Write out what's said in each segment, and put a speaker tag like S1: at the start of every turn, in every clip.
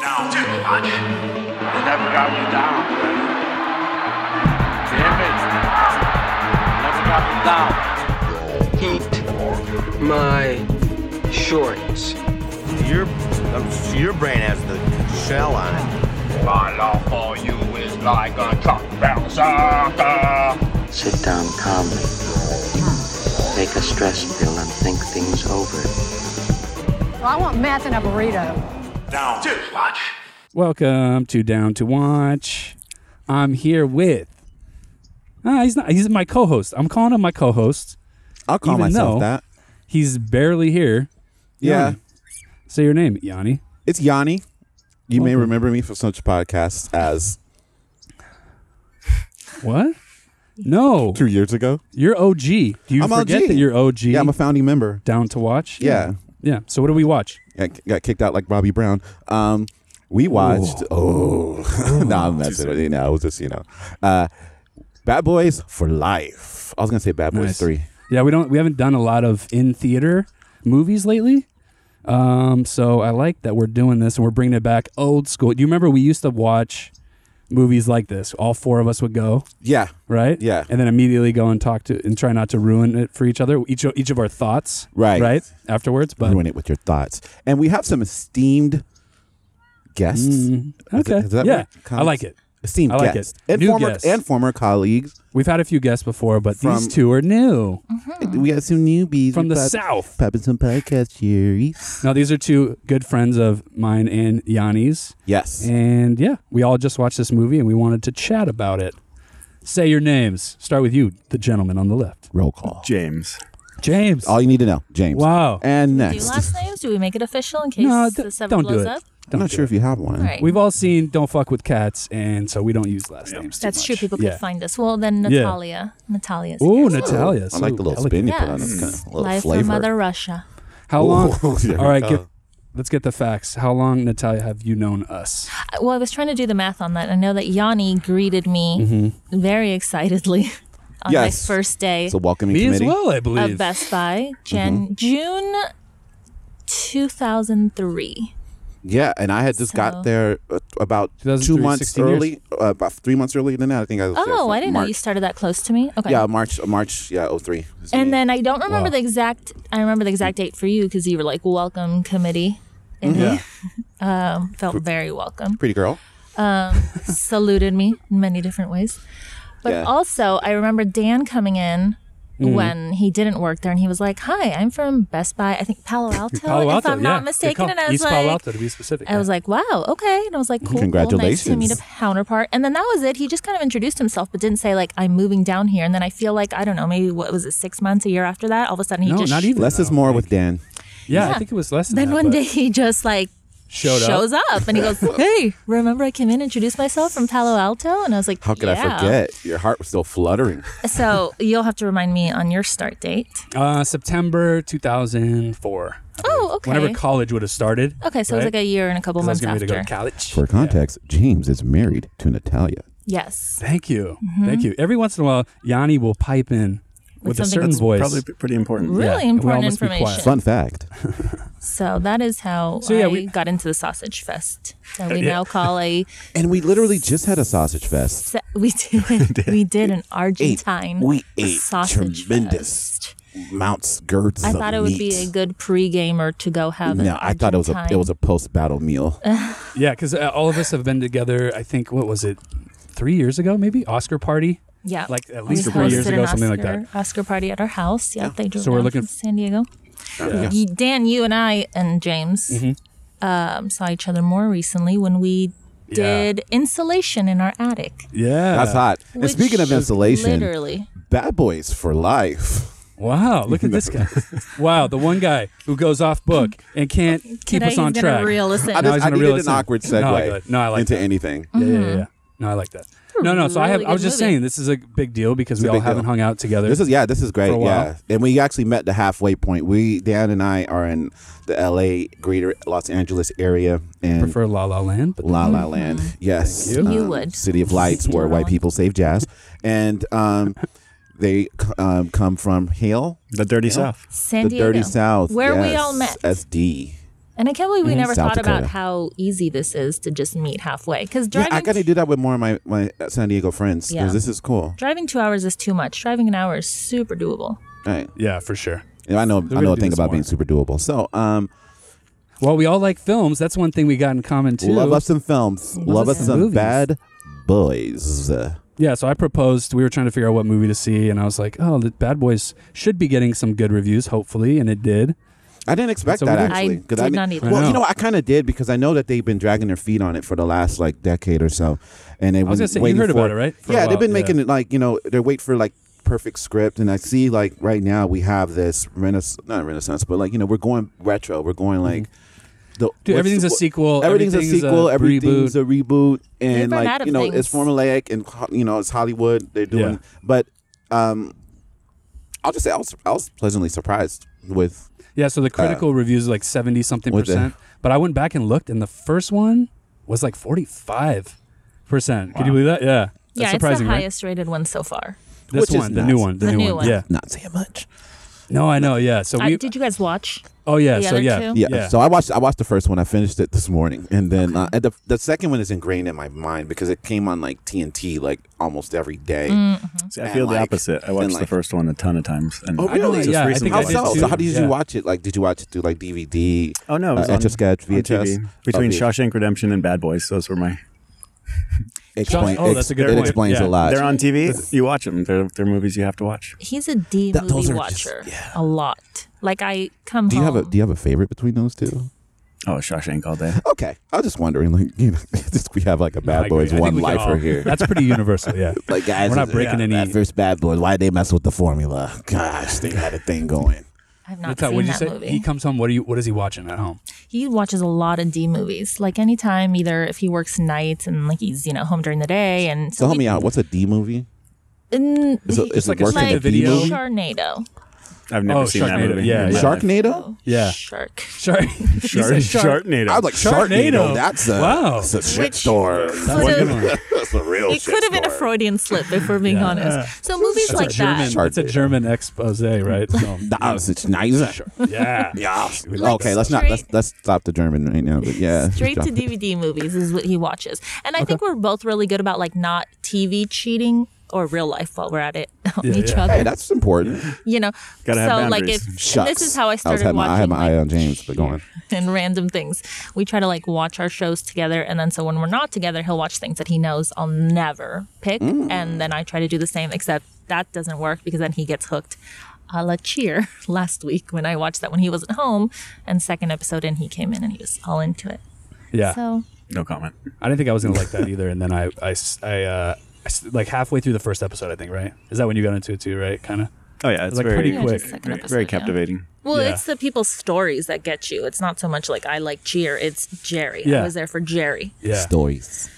S1: down too much.
S2: They never got me down. Damn it. Never got me down.
S3: Heat my shorts.
S4: Your, um, your brain has the shell on it.
S2: My love for you is like a truck bouncer.
S5: Sit down calmly. Take a stress pill and think things over.
S6: Well, I want meth and a burrito.
S1: Down too much.
S7: Welcome to Down to Watch. I'm here with. Ah, he's not. He's my co-host. I'm calling him my co-host.
S8: I'll call
S7: Even
S8: myself
S7: though-
S8: that.
S7: He's barely here.
S8: Yeah.
S7: Yanni. Say your name, Yanni.
S8: It's Yanni. You may remember me from such podcasts as
S7: What? No,
S8: two years ago.
S7: you're OG. Do you
S8: I'm
S7: forget
S8: OG.
S7: that you're OG?
S8: Yeah, I'm a founding member.
S7: down to watch.
S8: Yeah.
S7: yeah. So what do we watch?
S8: I c- got kicked out like Bobby Brown. Um, we watched. Oh, no, I'm messing with you. No, it was just you know, uh, Bad Boys for Life. I was gonna say Bad Boys
S7: Nice.
S8: Three.
S7: Yeah, we don't. We haven't done a lot of in theater movies lately. Um, so I like that we're doing this and we're bringing it back old school. Do you remember we used to watch movies like this? All four of us would go.
S8: Yeah,
S7: right?
S8: Yeah.
S7: And then immediately go and talk to and try not to ruin it for each other. Each each of our thoughts,
S8: Right.
S7: Right afterwards, but
S8: ruin it with your thoughts. And we have some esteemed guests. Is
S7: Mm-hmm. okay,
S8: it- is that
S7: yeah,
S8: what it
S7: I like it.
S8: counts? Esteemed
S7: I like
S8: guests
S7: it.
S8: and
S7: New
S8: former
S7: guests.
S8: and former colleagues.
S7: We've had a few guests before, but
S8: From-
S7: these two are new.
S8: We got some newbies
S7: From the
S8: Pop-
S7: South.
S8: popping some podcast series.
S7: Now these are two good friends of mine and Yanni's,
S8: Yes.
S7: and yeah, we all just watched this movie and we wanted to chat about it. Say your names. Start with you, the gentleman on the left,
S8: Roll call.
S9: James.
S7: James.
S8: All you need to know, James.
S7: Wow.
S8: And
S10: Do
S8: next,
S10: last names? Do we make it official in case
S7: no, d-
S10: the seven
S7: don't do
S10: blows
S7: it.
S10: up?
S8: I'm
S7: Don't
S8: not
S7: do
S8: sure
S7: it.
S8: if you have one.
S10: All right.
S7: We've all seen "Don't Fuck with Cats," and so we don't use last names. too
S10: That's true.
S7: much.
S10: People
S7: yeah.
S10: could find us. Well, then
S7: Yeah.
S10: Natalia. Natalia's.
S7: Ooh,
S10: here.
S7: Natalia.
S8: I like the little spin you put on it.
S10: Yes.
S8: It's kind of a little
S10: Live
S8: flavor.
S10: from Mother Russia.
S7: How long?
S8: Ooh, there
S7: all right,
S8: we
S7: get,
S8: go.
S7: let's get the facts. How long, Natalia, have you known us?
S10: I- Well, I was trying to do the math on that. I know that Yanni greeted me
S7: Mm-hmm.
S10: very excitedly on my
S8: Yes.
S10: first day
S8: It's a welcoming
S7: Me as
S8: committee.
S7: well, I
S10: of
S7: believe.
S10: Best Buy, Jan-
S7: Mm-hmm.
S10: June 2003.
S8: Yeah, and I had just
S10: So-
S8: got there uh, about two
S7: 2003,
S8: months
S7: 16 years.
S8: early, uh, about three months earlier than that. I think I was. there
S10: Oh,
S8: from
S10: I didn't know you
S8: March.
S10: started that close to me. Okay.
S8: Yeah, March, March, yeah, oh three.
S10: And then I don't remember
S7: Wow.
S10: the exact. I remember the exact date for you because you were like welcome committee. And you
S7: Yeah.
S10: um, felt very welcome.
S8: pretty girl.
S10: Saluted me in many different ways. But
S8: Yeah.
S10: also, I remember Dan coming in
S7: Mm-hmm.
S10: when he didn't work there, and he was like, "Hi, I'm from Best Buy. I think Palo Alto,
S7: Palo
S10: if
S7: Alto,
S10: I'm
S7: yeah.
S10: not
S7: Good
S10: mistaken."
S7: call.
S10: And I was
S7: East
S10: like,
S7: Palo Alto, to be specific.
S10: I was like, wow, okay. And I was like, cool. Well, nice to meet a
S8: Congratulations.
S10: counterpart. And then that was it. He just kind of introduced himself, but didn't say, like, I'm moving down here. And then I feel like, I don't know, maybe what was it, six months, a year after that? All of a sudden he
S7: no,
S10: just.
S7: not even.
S8: Less is
S7: though.
S8: more with Dan.
S7: Yeah, I
S10: Yeah.
S7: think it was less. Than
S10: Then
S7: that,
S10: one
S7: but
S10: day he just, like,
S7: showed
S10: shows
S7: up.
S10: up. and he goes, hey, remember I came in, introduced myself from Palo Alto? And I was like,
S8: How could
S10: "Yeah."
S8: I forget? Your heart was still fluttering.
S10: So you'll have to remind me on your start date.
S7: Uh, September 2004.
S10: Oh, okay.
S7: Whenever college would have started.
S10: Okay, so it was
S7: right?
S10: like a year and a couple
S7: 'Cause I was
S10: months
S7: getting ready
S10: after.
S7: to go to college.
S8: For context, James is married to Natalia.
S10: yes.
S7: Thank you,
S10: Mm-hmm.
S7: thank you. Every once in a while, Yanni will pipe in with, a
S10: something-
S7: certain
S10: That's
S7: voice.
S9: Probably p- pretty important.
S7: Yeah,
S10: Really
S7: and we all
S10: important
S7: must be quiet.
S10: information.
S8: Fun fact.
S10: So that is how
S7: So, yeah,
S10: I
S7: we-
S10: got into the sausage fest that we now call a.
S8: And we literally just had a sausage fest.
S10: se- We did. we did an Argentine.
S8: we ate
S10: sausage
S8: tremendous
S10: fest.
S8: Mounts, girds.
S10: I
S8: of
S10: thought it would
S8: meat.
S10: be a good pre-gamer to go have. an
S8: No, I thought it was a it
S10: Argentine.
S8: was a post battle meal.
S7: Yeah, because uh, all of us have been together. I think what was it, three years ago maybe? Oscar party.
S10: yeah,
S7: like, at
S10: We
S7: least three years
S10: hosted
S7: ago,
S10: an
S7: something like
S10: Oscar- Oscar party at our house. Yeah, they drove
S7: So we're
S10: down
S7: looking
S10: from
S7: f-
S10: San Diego. Y- Dan, you and I and James
S8: Mm-hmm.
S10: um, saw each other more recently when we
S7: Yeah.
S10: did insulation in our attic.
S7: Yeah,
S8: That's hot. And
S10: which
S8: speaking of insulation,
S10: literally.
S8: bad boys for life.
S7: Wow, look at this guy. wow, the one guy who goes off book and can't keep
S10: Today
S7: us on
S10: he's gonna
S7: track.
S10: reel us in.
S8: I,
S7: Now
S8: just,
S7: he's
S8: I
S7: gonna
S8: needed
S7: reel us in.
S8: an
S7: No,
S8: awkward
S7: I got
S8: segue
S7: it. No, I like
S8: into
S7: that.
S8: anything.
S7: Yeah, yeah, yeah. No, I like that. No, no. So I
S10: Mm-hmm.
S7: have.
S10: really
S7: I was
S10: good
S7: just
S10: movie.
S7: saying this is a big deal because we
S8: a
S7: all
S8: big
S7: haven't
S8: deal.
S7: hung out together.
S8: This is yeah, this is great.
S7: For a while.
S8: Yeah, and we actually met the halfway point. We Dan and I are in the L.A. Greater Los Angeles area and
S7: prefer La La Land, but
S8: La La Land. Yes,
S7: Mm-hmm.
S8: um,
S7: Thank
S10: you. You would.
S8: City of Lights,
S10: City
S8: where
S10: of
S8: white
S10: Lights.
S8: people save jazz, and um, they um, come from Hale,
S9: The Dirty South.
S10: San
S8: the
S10: Diego.
S8: Dirty South,
S10: where we
S8: yes,
S10: all met.
S8: SD.
S10: And I can't believe we
S8: Mhm.
S10: never
S8: South
S10: thought about
S8: Dakota.
S10: how easy this is to just meet halfway. Because
S8: Yeah,
S10: driving,
S8: I gotta do that with more of my, my San Diego friends because
S10: Yeah.
S8: this is cool.
S10: driving two hours is too much. Driving an hour is super doable.
S8: All right,
S7: Yeah, for sure.
S8: And I know I
S7: gotta
S8: know a
S7: do
S8: thing
S7: this
S8: about
S7: more.
S8: being super doable. So um,
S7: Well, we all like films. That's one thing we got in common too.
S8: love us some films, love
S7: us some
S8: us some
S7: movies.
S8: bad boys.
S7: Yeah, so I proposed. We were trying to figure out what movie to see, and I was like, "Oh, the Bad Boys should be getting some good reviews, hopefully," and it did.
S8: I didn't expect
S7: So we
S8: that
S7: did-
S8: actually.
S10: I
S8: 'cause
S10: did not either.
S8: Well,
S7: I
S8: you know,
S7: know.
S8: what? I kind of did because I know that they've been dragging their feet on it for the last like decade or so, and they
S7: was
S8: been
S7: gonna say, you
S8: waiting
S7: heard
S8: for
S7: about it, right? For a
S8: yeah,
S7: while,
S8: they've been
S7: yeah.
S8: making it like you know they're waiting for like perfect script, and I see like right now we have this renaissance, not renaissance, but like you know we're going retro, we're going like. The,
S7: Mm-hmm. Dude,
S8: what's-
S7: everything's a sequel,
S8: Everything's,
S7: everything's
S8: a
S7: a
S8: sequel.
S7: reboot.
S8: everything's a reboot, and
S10: They've run out
S8: like
S10: of
S8: you know,
S10: things.
S8: it's formulaic, and ho- you know, it's Hollywood. They're doing,
S7: Yeah.
S8: but um, I'll just say I was I was pleasantly surprised with
S7: Yeah, so the critical reviews is like seventy something
S8: Uh, what the-
S7: percent, but I went back and looked, and the first one was like forty five percent. Could you believe that? Yeah,
S10: yeah,
S7: That's surprising,
S10: it's the
S7: right?
S10: highest rated one so far.
S7: This
S8: Which is
S7: one, the
S8: nuts.
S7: new one, the, new, one. Yeah.
S8: not saying much.
S7: No, I know. Yeah. So
S10: I-
S7: we.
S10: Uh, did you guys watch?
S7: oh yeah.
S10: the
S7: So
S10: other
S7: yeah.
S10: two?
S8: Yeah. So I watched I watched the first one. I finished it this morning, and then uh, and the the second one is ingrained in my mind because it came on like TNT like almost every day.
S9: See, I
S8: And
S9: feel
S8: like-
S9: the opposite. I
S8: and
S9: watched the
S8: like-
S9: first one a ton of times. And
S8: Oh, really?
S9: Just
S7: Yeah, I
S9: recently.
S7: think
S8: How
S7: I did
S8: so?
S7: too.
S8: So how did
S7: Yeah.
S8: you watch it? Like, did you watch it through like DVD?
S9: Oh no! It was
S8: Uh,
S9: on,
S8: Etch a Sketch,
S9: on
S8: VHS.
S9: TV. between
S8: Okay.
S9: Shawshank Redemption and Bad Boys. Those were my.
S8: Explain,
S7: Oh, that's a good
S8: It
S7: point.
S8: explains
S7: Yeah.
S8: a lot.
S9: They're on TV. You watch them. They're, they're movies you have to watch.
S10: He's a D
S8: That- those
S10: movie
S8: are just-
S10: watcher. A lot. Like I come
S8: do you
S10: home.
S8: have a Do you have a favorite between those two?
S9: Oh, Shawshank all day.
S8: Okay, I was just wondering. Like, you know, just, we have like a
S7: I agree.
S8: bad
S7: I
S8: boys
S7: think
S8: one
S7: we can all-
S8: lifer here.
S7: That's pretty universal. Yeah.
S8: Like, guys,
S7: We're not
S8: is-
S7: breaking
S8: yeah,
S7: any-
S8: that first bad boys. Why they mess with the formula? Gosh, they had a thing going.
S10: I've not
S7: Natal,
S10: seen
S7: what'd you
S10: that
S7: say?
S10: movie.
S7: He comes home. What do you? What is he watching at home?
S10: he watches a lot of D movies. Like anytime, either if he works nights and like he's you know home during the day, and
S8: So help
S10: we-
S8: me out. What's a D movie?
S10: And
S8: Is it,
S10: he-
S8: is
S7: like a
S8: it worse than
S10: like
S8: a D
S7: video.
S8: movie?
S10: Sharknado.
S9: I've never
S7: Oh,
S9: seen that
S7: Sharknado.
S9: movie.
S7: Yeah,
S9: in my
S7: Shark-
S9: life.
S8: Sharknado?
S7: Yeah.
S10: Shark.
S7: Shark. He
S9: Shark-
S7: said shark.
S9: Sharknado.
S8: I was like Sharknado.
S7: Sharknado.
S8: That's a
S7: Wow.
S8: That's a shit store.
S10: Sort of-
S8: That's a real.
S10: it could have been a Freudian slip, if we're being honest. So movies like
S7: German.
S10: that.
S8: Sharknado.
S7: It's a German expose, right? So,
S8: That's nice.
S7: yeah.
S8: Yeah.
S10: Like
S8: okay, let's not
S10: straight-
S8: let's let's stop the German right now. But yeah,
S10: Straight to DVD movies is what he watches, and I think we're both really good about like not TV cheating or real life while we're at it on each
S7: yeah.
S10: other.
S8: Hey, that's important.
S10: you know,
S9: Gotta
S10: so
S9: have
S10: like if
S9: boundaries.
S8: Shucks.
S10: this is how I
S8: was
S10: started
S8: having my-
S10: watching.
S8: I had my eye
S10: like,
S8: on James, but go on.
S10: and random things. We try to like watch our shows together, and then so when we're not together, he'll watch things that he knows I'll never pick,
S7: Mm.
S10: and then I try to do the same. Except that doesn't work because then he gets hooked. A la cheer last week when I watched that when he wasn't home, and second episode in he came in and he was all into it.
S7: Yeah.
S10: So
S9: No comment.
S7: I didn't think I was gonna like that either, and then I, I, s- I, uh, I s- like halfway through the first episode, I think, right? Is that when you got into it too, right? Kind of.
S9: Oh yeah, it's
S7: Like,
S9: very
S7: pretty
S10: yeah,
S7: quick.
S10: just second
S9: very,
S10: episode,
S9: very
S10: yeah.
S9: captivating.
S10: Well,
S7: Yeah.
S10: it's the people's stories that get you. It's not so much like I like cheer. It's Jerry.
S7: Yeah.
S10: I was there for Jerry.
S7: Yeah.
S8: Stories.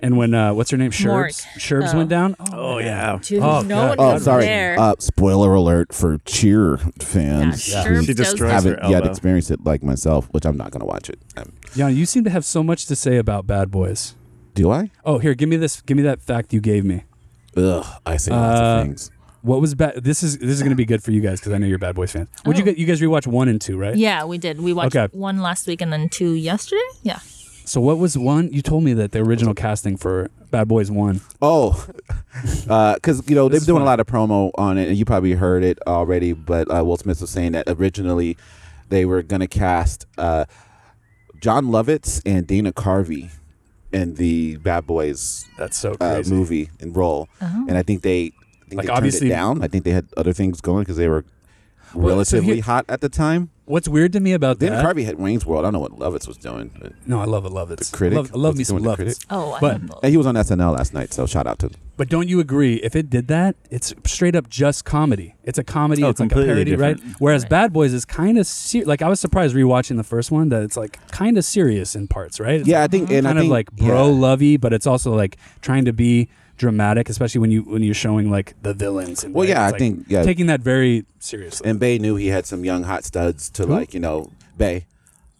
S7: And when uh, what's her name?
S10: Morgue.
S7: Sherbs. Sherbs went down.
S9: Oh yeah.
S10: Dude,
S7: Oh,
S10: no
S7: God.
S10: one
S8: Oh,
S10: was
S8: sorry.
S10: there.
S8: Uh, spoiler alert for Cheer
S10: yeah,
S8: fans.
S10: Sherb's
S9: She
S10: does-
S9: destroyed-
S8: Haven't
S9: Elbow.
S8: yet experienced it like myself, which I'm not gonna watch it. Um,
S7: Yeah. You seem to have so much to say about Bad Boys.
S8: do I?
S7: Oh, here, give me this. Give me that fact you gave me.
S8: Ugh, I say lots
S7: Uh,
S8: of things.
S7: What was bad? This is this is gonna be good for you guys because I know you're Bad Boys fans. Would you
S10: Oh.
S7: get you guys rewatch one and two, right?
S10: Yeah, we did. We watched
S7: Okay.
S10: one last week and then two yesterday. Yeah.
S7: So what was one? You told me that the original casting for Bad Boys one.
S8: Oh, because you know
S7: This
S8: they've
S7: is
S8: been doing
S7: fun.
S8: a lot of promo on it, and you probably heard it already. But uh, Will Smith was saying that originally they were going to cast uh, John Lovitz and Dana Carvey in the Bad Boys
S7: That's so
S8: uh,
S7: crazy. Uh-huh.
S8: movie and role, and I think they I think
S7: Like,
S8: they turned
S7: obviously-
S8: it down. I think they had other things going because they were
S7: Well, so
S8: relatively
S7: here-
S8: hot at the time.
S7: What's weird to me about
S8: Dana
S7: that?
S8: Carvey had Wayne's World. I don't know what Lovitz was doing, but-
S7: No, I love it. Love it. The
S8: critic?
S7: Love, love
S8: What's
S7: me
S8: he
S7: some
S8: doing, the
S7: love
S8: critic?
S7: it.
S10: Oh, I
S7: But-
S10: love both.
S8: and Uh, he was on SNL last night. So shout out to him.
S7: But don't you agree? If it did that, it's straight up just comedy. It's a comedy.
S9: Oh,
S7: it's like a
S9: completely
S7: parody, right?
S9: different.
S7: Whereas
S10: Right.
S7: Bad Boys is kind of ser- like I was surprised rewatching the first one that it's like kind of serious in parts, right? It's
S8: Yeah, I
S7: like mm,
S8: think and
S7: kind
S8: I
S7: of
S8: think,
S7: like bro
S8: yeah.
S7: lovey, but it's also like trying to be dramatic, especially when you when you're showing like the villains. And,
S8: Well,
S7: right,
S8: yeah,
S7: it's,
S8: I
S7: like,
S8: think, yeah.
S7: taking that very seriously.
S8: And Bay knew he had some young hot studs to like, you know, Bay.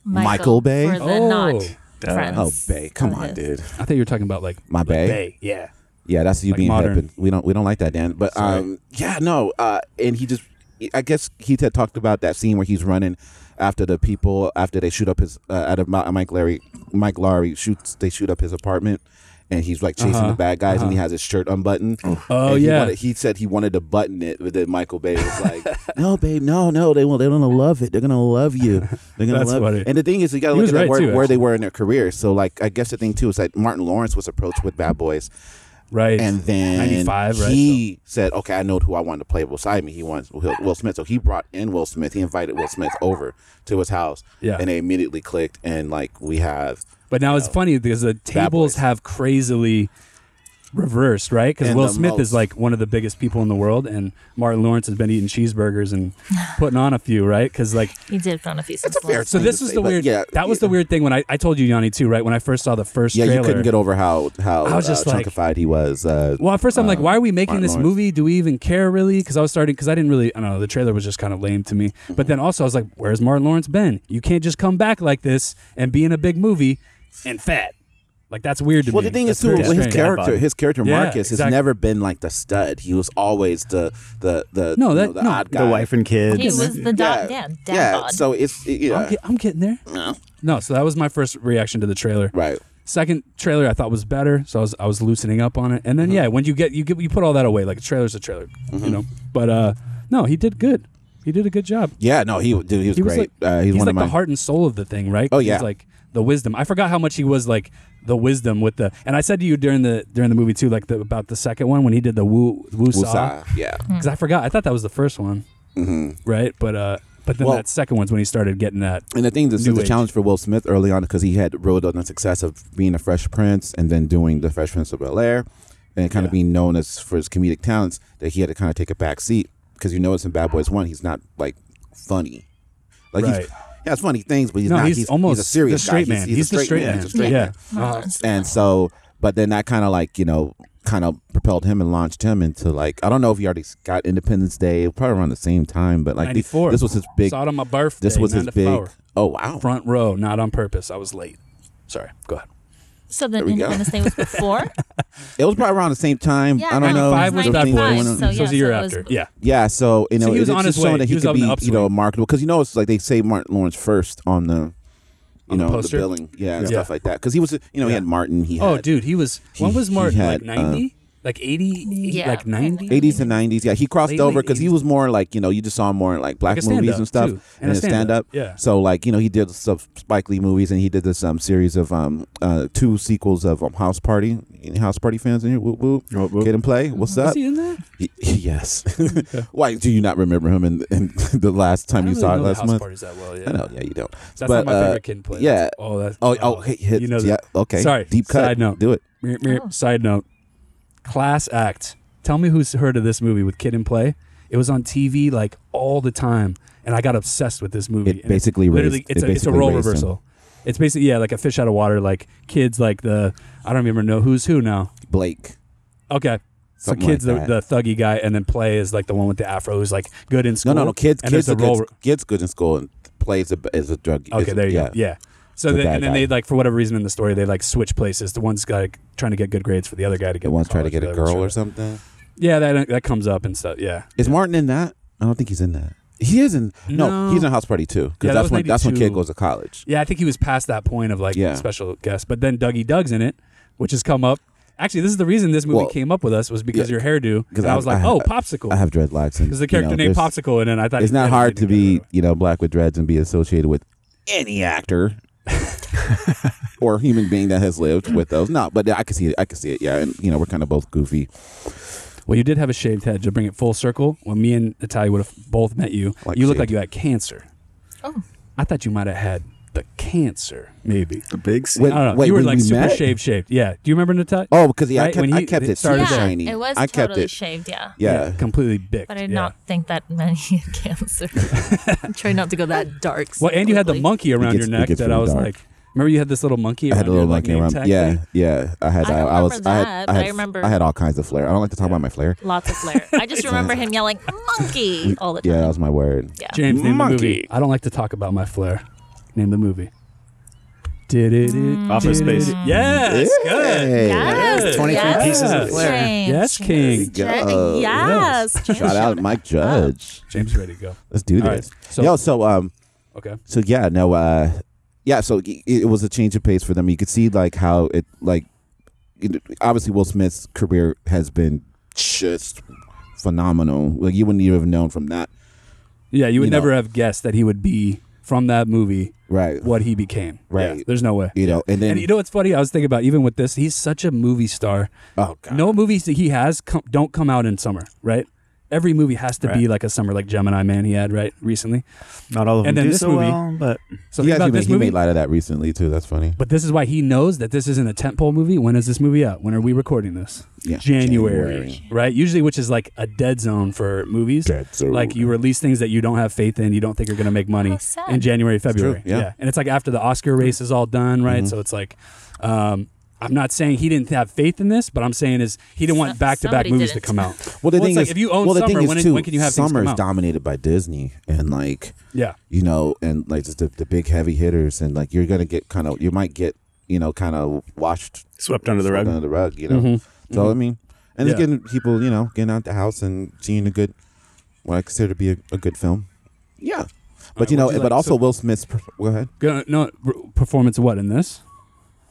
S10: Michael,
S8: Michael Bay?
S10: For the
S7: Oh.
S10: not
S9: Duh.
S10: friends.
S8: Oh, Bay, come on,
S10: yes.
S8: dude.
S7: I thought you were talking about like
S8: My
S7: like
S8: bae?
S7: bae, yeah.
S8: Yeah, that's you
S7: Like
S8: being
S7: modern.
S8: hip. And we don't we don't like that, Dan. But
S7: Sorry.
S8: um, yeah, no. Uh, and he just, I guess he had talked about that scene where he's running after the people after they shoot up his uh, out of Ma- Mike Larry Mike Larry shoots they shoot up his apartment. And he's like chasing the bad guys, and he has his shirt unbuttoned.
S7: Uh-huh. Oh,
S8: And he
S7: yeah.
S8: wanted- he said he wanted to button it, but then Michael Bay was like, "No, babe, no, no, they will. They're gonna love it. They're gonna love you. They're gonna
S7: That's
S8: love."
S7: funny.
S8: it. And the thing is, you gotta
S7: He
S8: look
S7: was
S8: at that
S7: right,
S8: where,
S7: too,
S8: where they
S7: actually.
S8: were in their career. So, like, I guess the thing too is that Martin Lawrence was approached with Bad Boys,
S7: right.
S8: and then
S7: 95, right?
S8: he said, "Okay, I know who I wanted to play beside me. He wants Will Will Smith." So he brought in Will Smith. He invited Will Smith over to his house,
S7: Yeah.
S8: and they immediately clicked. And like, we have
S7: But now it's funny because the tables
S8: uh, Boys.
S7: have crazily reversed, right? Because
S8: And
S7: Will
S8: the
S7: Smith is
S8: most-
S7: like one of the biggest people in the world, and Martin Lawrence has been eating cheeseburgers and putting on a few, right? Because like,
S10: He did put on a few since
S8: fair-
S10: last.
S7: so
S8: Thing
S7: this
S8: to
S7: was
S8: say,
S7: the
S8: but
S7: weird.
S8: yeah,
S7: that was
S8: yeah.
S7: the weird thing when I, I told you Yanni too, right? When I first saw the first
S8: yeah,
S7: trailer,
S8: you couldn't get over how how
S7: I was just
S8: uh,
S7: like-
S8: chunkified he was. Uh,
S7: Well, at first I'm like, why are we making
S8: Martin
S7: this
S8: Lawrence.
S7: movie? Do we even care really? Because I was starting because I didn't really. I don't know. The trailer was just kind of lame to me.
S8: Mm-hmm.
S7: But then also I was like, where's Martin Lawrence been? You can't just come back like this and be in a big movie and fat. Like that's weird to
S8: Well,
S7: me.
S8: the thing
S7: That's
S8: is too,
S7: very
S8: with
S9: well,
S8: his
S7: strange.
S8: character,
S9: Bud.
S8: his character
S7: Yeah,
S8: Marcus
S7: exactly.
S8: has never been like the stud. He was always the the the
S7: No,
S8: you
S7: that-
S8: know, the
S7: no.
S8: odd
S7: The
S8: guy.
S9: The wife and kids.
S10: He was the dad. Yeah, dad
S8: yeah.
S10: bod.
S8: So it's it, yeah,
S7: I'm, get- I'm getting there. No. so that was my first reaction to the trailer.
S8: right.
S7: Second trailer I thought was better, so I was I was loosening up on it. And
S8: Mm-hmm.
S7: then yeah, when you get you get you put all that away, like a trailer's a trailer, you know. But uh no, he did good. He did a good job.
S8: Yeah, no, he dude, he was,
S7: He was
S8: great.
S7: like
S8: uh,
S7: he's,
S8: he's, one
S7: like
S8: of my
S7: the heart and soul of the thing, right?
S8: Oh,
S7: he's
S8: yeah.
S7: like the wisdom. I forgot how much he was like the wisdom with the. And I said to you during the during the movie too, like the, about the second one when he did the woo woo saw,
S8: Wusa. Yeah.
S7: because I forgot. I thought that was the first one, right? But uh, but then
S8: Mm-hmm. Well-
S7: that second one's when he started getting that.
S8: And the thing is,
S7: New
S8: the
S7: age.
S8: challenge for Will Smith early on because he had rode on the success of being a Fresh Prince and then doing the Fresh Prince of Bel Air, and kind of being known as for his comedic talents that he had to kind of take a back seat because you notice in Bad Boys One he's not like funny, like
S7: Right.
S8: he's he has funny things, but he's
S7: no,
S8: not.
S7: he's, almost
S8: a serious
S7: the straight
S8: guy.
S7: man. He's, the straight, man.
S8: He's a straight
S7: yeah.
S8: man. And so, but then that kind of like, you know, kind of propelled him and launched him into like, I don't know if he already got Independence Day, probably around the same time, but like, the-
S7: 94.
S8: this was his big,
S7: Saw it on my birthday.
S8: this was
S7: nine
S8: his
S7: to
S8: big,
S7: Flower.
S8: oh, wow.
S7: front row, not on purpose. I was late. Sorry. Go ahead.
S10: So then
S8: There we go.
S10: Independence Day was before.
S8: It was probably around the same time.
S10: Yeah,
S8: I don't know.
S10: 95
S7: Five
S10: was
S7: was
S8: The
S7: Bad
S8: thing
S10: Bad
S8: going
S10: Boys,
S8: on-
S10: so
S7: Boys. It was a
S10: yeah,
S7: year
S10: so it was-
S7: after. Yeah.
S8: Yeah, so you know,
S7: So he was
S8: it's
S7: on
S8: just
S7: his
S8: showing
S7: way.
S8: that
S7: He
S8: he,
S7: was
S8: could
S7: on
S8: be,
S7: the
S8: you know,
S7: upswing.
S8: marketable because you know it's like they say Martin Lawrence first on the, you
S7: On the
S8: know, the
S7: poster?
S8: billing, yeah, and
S7: Yeah.
S8: stuff like that. Because he was, you know, he had Martin. He had
S7: Oh, dude, he was. When
S8: He-
S7: was
S8: he
S7: Martin?
S8: had, uh,
S7: like ninety? like eighty?
S10: Yeah.
S7: Like ninety?
S8: 80s and 90s. Yeah, he crossed
S7: Late,
S8: over
S7: late
S8: because he
S7: 80s.
S8: was more like, you know, you just saw him more in like black
S7: Like a
S8: movies
S7: stand-up,
S8: and stuff
S7: too,
S8: and, a stand up.
S7: yeah.
S8: So like, you know, he did some Spike Lee movies and he did this um series of um uh two sequels of um, House Party. Any House Party fans in here? Whoop whoop.
S9: Whoop, whoop.
S8: Kid and Play. What's
S7: Was
S8: up?
S7: he in that?
S8: Y- yes. Why do you not remember him in, in the last time
S7: I
S8: you
S7: don't
S8: saw
S7: really know
S8: it
S7: the
S8: last
S7: house
S8: month?
S7: parties that well. Yeah.
S8: I know, yeah, you don't.
S7: That's
S8: but,
S7: not my
S8: uh,
S7: favorite kid play.
S8: Yeah.
S7: Oh, that's
S8: Oh, oh, hey, hit,
S7: You know
S8: yeah,
S7: that.
S8: okay.
S7: Sorry.
S8: Deep cut.
S7: Side note.
S8: Do it.
S7: Meep, meep. Side note. Class act. Tell me who's heard of this movie with Kid and Play. It was on TV like all the time, and I got obsessed with this movie.
S8: It
S7: And it's
S8: basically
S7: literally
S8: raised-
S7: it's
S8: it
S7: a it's a
S8: basically
S7: role
S8: raised him.
S7: reversal. It's basically yeah, like a fish out of water. Like kids, like the I don't remember know who's who now.
S8: Blake.
S7: Okay. So
S8: Something
S7: kids,
S8: like
S7: the, the thuggy guy, and then play is like the one with the afro who's like good in
S8: No,
S7: school.
S8: no, no. Kids,
S7: and
S8: kids,
S7: there's
S8: are
S7: a role.
S8: good, kids good in school and plays a, is a drug. is
S7: Okay,
S8: a-
S7: there you go. Yeah. So
S8: The
S7: then,
S8: bad
S7: and then
S8: guy.
S7: they like for whatever reason in the story they like switch places. The one's guy trying to get good grades for the other guy to get.
S8: It wants to try to
S7: college,
S8: get
S7: the
S8: a
S7: other one's
S8: girl
S7: trying
S8: or
S7: to-
S8: something.
S7: Yeah, that that comes up and stuff. Yeah.
S8: Is Martin in that? I don't think he's in that. He is in no.
S7: No.
S8: He's in House Party too.
S7: Yeah,
S8: Because
S7: that
S8: that's
S7: was
S8: when that's when
S7: 92.
S8: kid goes to college.
S7: Yeah, I think he was past that point of like
S8: Yeah.
S7: special guest, but then Dougie Doug's in it, which has come up. Actually, this is the reason this movie
S8: Well,
S7: came up with us was because
S8: yeah,
S7: your hairdo. Because I was like, oh, popsicle.
S8: I have dreadlocks.
S7: Because the character named Popsicle, and then I thought
S8: It's
S7: he-
S8: not
S7: yeah,
S8: hard
S7: they
S8: to
S7: did that
S8: be
S7: right.
S8: you know black with dreads and be associated with any actor or human being that has lived with those. No, but I can see it. I can see it. Yeah, and you know we're kind of both goofy.
S7: Well, you did have a shaved head to bring it full circle. When me and Natalia would have both met you,
S8: Like
S7: you looked
S8: shaved.
S7: like you had cancer.
S10: Oh.
S7: I thought you might have had the cancer, maybe.
S9: The big
S7: I
S9: scene.
S7: don't know.
S8: Wait,
S7: you were
S8: when
S7: like
S8: we
S7: super
S8: met?
S7: shaved, shaved. Yeah. Do you remember Natalia?
S8: Oh, because yeah,
S7: Right,
S8: I kept,
S7: when
S8: I
S7: you-
S8: kept
S7: they
S8: it
S7: started
S8: super
S10: yeah,
S7: to-
S8: shiny.
S10: it was
S8: I kept
S10: totally
S8: it.
S10: shaved. Yeah.
S8: Yeah.
S7: completely bicked.
S10: But I did
S7: yeah.
S10: not think that many had cancer. I'm trying not to go that dark.
S7: Well, and you had the
S10: completely.
S7: monkey around
S8: gets-
S7: your
S8: it
S7: neck
S8: gets
S7: that I
S8: really
S7: was
S8: dark.
S7: like, remember you had this little monkey
S8: I
S7: around
S8: had a little
S7: your like,
S8: like
S7: name
S8: around.
S7: tag
S8: Yeah,
S7: thing?
S8: yeah. I had.
S10: I
S8: I,
S10: don't
S8: I was.
S10: remember
S8: I
S10: that,
S8: had. I
S10: but
S8: had.
S10: I remember-
S8: I had all kinds of flair. I don't like to talk about my flair.
S10: Lots of flair. I just remember him yelling "monkey" all the time.
S8: Yeah, that was my word.
S7: James, name the movie.
S9: Monkey.
S7: I don't like to talk about my flair. Name the movie. Did it?
S10: Mm.
S9: Office Space.
S7: Yes. Good.
S8: Hey,
S10: Yes,
S9: 23
S10: yes,
S9: pieces of flair.
S10: James.
S7: Yes, King.
S10: James,
S8: Go.
S10: Yes. James,
S8: Shout out Mike Judge.
S7: James, ready to go.
S8: Let's do
S7: All
S8: this.
S7: right, so-
S8: Yo, so um,
S7: Okay.
S8: So yeah, no, uh, yeah. So it, it was a change of pace for them. You could see like how it like it, obviously Will Smith's career has been just phenomenal. Like you wouldn't even have known from that,
S7: Yeah, you would
S8: You know.
S7: never have guessed that he would be from that movie
S8: right?
S7: what he became.
S8: Right.
S7: Yeah, there's no way.
S8: You know, and then
S7: And you know what's funny? I was thinking about even with this, he's such a movie star.
S8: oh god,
S7: No movies that he has come, don't come out in summer, right? Every movie has to be
S9: Right.
S7: like a summer, like Gemini Man he had right recently.
S9: Not all of them
S7: And then
S9: do
S7: this
S9: so
S7: movie-
S9: well, but
S7: So
S8: he,
S7: think
S8: actually
S7: about
S8: made,
S7: this
S8: he
S7: movie.
S8: made light of that recently too. That's funny.
S7: but this is why he knows that this isn't a tentpole movie. When is this movie out? When are we recording this?
S8: Yeah,
S7: January,
S8: January.
S7: right? Usually, which is like a dead zone for movies.
S8: Dead zone.
S7: Like you release things that you don't have faith in, you don't think are going to make money
S10: How sad.
S7: in January, February.
S8: yeah. Mm-hmm.
S7: and it's like after the Oscar race is all done, right? So it's like, um, I'm not saying he didn't have faith in this, but I'm saying is he didn't want
S10: So-
S7: back to back
S10: somebody
S7: movies to
S10: didn't.
S7: come out.
S8: Well, the
S7: Well, it's
S8: thing
S7: like,
S8: is,
S7: if you own
S8: well, the
S7: summer,
S8: thing is
S7: when,
S8: too,
S7: when can you have
S8: summer
S7: things come
S8: is
S7: out?
S8: dominated by Disney and like
S7: yeah,
S8: you know, and like just the, the big heavy hitters, and like you're gonna get kind of, you might get, you know, kind of washed
S9: swept under the rug.
S8: under the rug, you know. So I mean, and it's
S7: Yeah.
S8: getting people, you know, getting out the house and seeing a good, what I consider to be a, a good film. Yeah, but
S7: right,
S8: you know,
S7: what'd you
S8: but
S7: like?
S8: also
S7: So-
S8: Will Smith's. per- Go ahead.
S7: Go- no r- performance. What in this?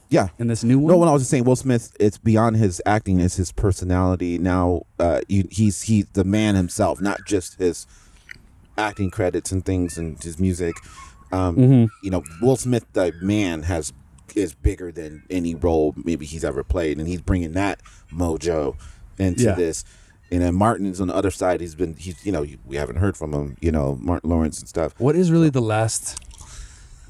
S8: Yeah.
S7: In this new one?
S8: No, when I was just saying Will Smith, it's beyond his acting; it's his personality. Now, uh, you, he's he the man himself, not just his acting credits and things and his music. Um,
S7: Mm-hmm.
S8: You know, Will Smith, the man, has is bigger than any role maybe he's ever played, and he's bringing that mojo into
S7: Yeah.
S8: this. And then Martin's on the other side. He's been he's you know you, we haven't heard from him. You know Martin Lawrence and stuff.
S7: What is really the last?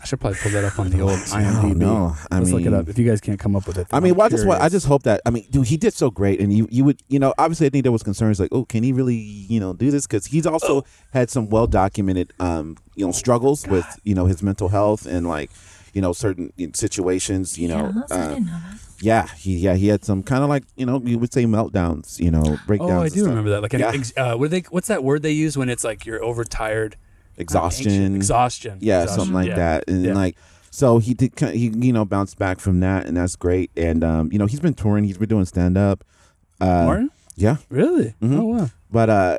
S7: I should probably pull that up on the old IMDb.
S8: know. I
S7: Let's look it
S8: mean-
S7: up. If you guys can't come up with it,
S8: I
S7: then
S8: mean,
S7: I'm
S8: well, I just want, I
S7: curious.
S8: just hope that I mean, dude, he did so great, and you you would you know obviously I think there was concerns like, oh, can he really you know do this because he's
S7: Oh.
S8: also had some well documented um you know struggles with you know his mental health and like you know certain you know, situations you know
S10: Yeah, that's- I
S8: uh,
S10: didn't know that.
S8: yeah he yeah he had some kind of like you know you would say meltdowns you know breakdowns
S7: Oh, I
S8: and
S7: do
S8: stuff.
S7: remember that. Like, an
S8: Yeah.
S7: ex- uh, what do they? What's that word they use when it's like you're overtired?
S8: exhaustion
S7: Exhaustion.
S8: yeah
S7: Exhaustion.
S8: something like
S7: Yeah.
S8: that and
S7: Yeah.
S8: like so he did ki- he you know bounced back from that and that's great and um you know he's been touring he's been doing stand up uh,
S7: Martin?
S8: yeah
S7: Really?
S8: Mm-hmm.
S7: Oh wow.
S8: But uh,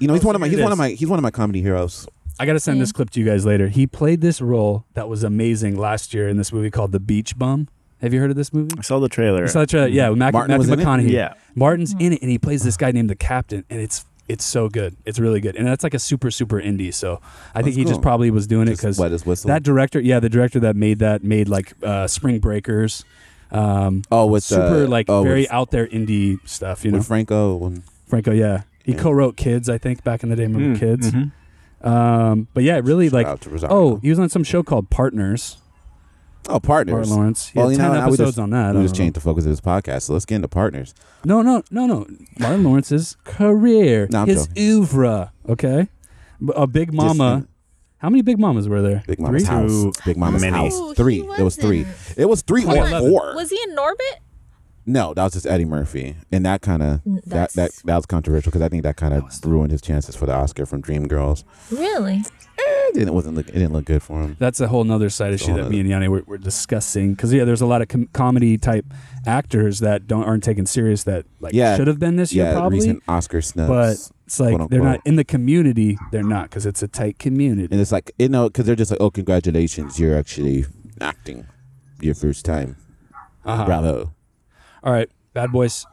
S8: you know, he's
S7: so
S8: one of my
S7: here
S8: he's
S7: it
S8: one of
S7: is.
S8: my he's one of my comedy heroes.
S7: I gotta send
S10: Yeah.
S7: this clip to you guys later. He played this role that was amazing last year in this movie called The Beach Bum. Have you heard of this movie?
S9: I saw the trailer.
S7: It's such a yeah, Mac-
S8: Mm-hmm. Martin
S7: Matthew
S8: was in it?
S7: McConaughey.
S9: Yeah.
S7: Martin's in it, and he plays this guy named the Captain, and it's it's so good. It's really good, and that's like a super super indie. So I think
S8: That's
S7: he just
S8: cool.
S7: probably was doing it
S8: Just
S7: because
S8: wet his whistle.
S7: that director, yeah, the director that made that made like uh, Spring Breakers. Um,
S8: Oh, with
S7: super
S8: uh,
S7: like
S8: oh,
S7: very
S8: with,
S7: out there indie stuff. You know,
S8: with Franco. And,
S7: Franco. Yeah, he
S8: Yeah. Hmm. Mm-hmm.
S7: co-wrote Kids, I think, back in the day. Remember
S9: Mm,
S7: Kids?
S9: mhm.
S7: Um, but yeah, really like.
S8: out to Rosario.
S7: Oh, he was on some show called Partners.
S8: oh, partners.
S7: Martin Lawrence. He had 10
S8: and I- we
S7: episodes
S8: just-
S7: on that. I
S8: We
S7: don't
S8: just
S7: know.
S8: changed the focus of this podcast, so let's get into partners.
S7: No, no, no, no. Martin Lawrence's career,
S8: No, I'm
S7: his
S8: joking.
S7: oeuvre. Okay, B- a Big Mama.
S8: in-
S7: How many Big Mamas were there?
S8: Big Mama's
S7: Three?
S8: house. Big Mama's
S9: Many.
S10: Ooh,
S8: house.
S10: he
S8: Three. It was
S10: was
S8: three.
S10: in-
S8: It was three
S10: Hold
S8: or
S10: on.
S8: four.
S10: Was he in Norbit?
S8: no, that was just Eddie Murphy, and that kind of that,
S10: that's-
S8: that that was controversial because I think that kind of ruined his chances for the Oscar from Dreamgirls.
S10: Really?
S8: It didn't it wasn't look, it didn't look good for him.
S7: That's a whole nother side issue that me and Yanni were, were discussing. Because yeah, there's a lot of com- comedy type actors that don't aren't taken serious that like
S8: Yeah.
S7: should have been this year
S8: Yeah,
S7: probably,
S8: recent Oscar snubs.
S7: but it's like
S8: quote
S7: they're not
S8: unquote.
S7: in the community. They're not because it's a tight community.
S8: And it's like, you know, because they're just like, oh, congratulations, you're actually acting your first time.
S7: Uh,
S8: Bravo.
S7: Uh-huh. All right, Bad Boys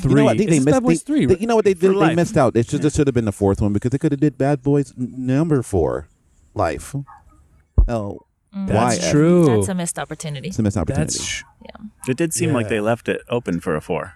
S7: Three.
S8: You know, I think they
S7: It's
S8: missed.
S7: Bad Boys
S8: they-
S7: Three.
S8: they-
S7: right?
S8: you know what they did? They
S9: life.
S8: missed out. It should this should have been the fourth one because they could have did Bad Boys n- number four, Life. Oh, why?
S7: That's true.
S10: That's a missed opportunity.
S8: It's a missed opportunity.
S7: That's tr-
S9: It did seem like
S7: Yeah.
S9: they left it open for a four.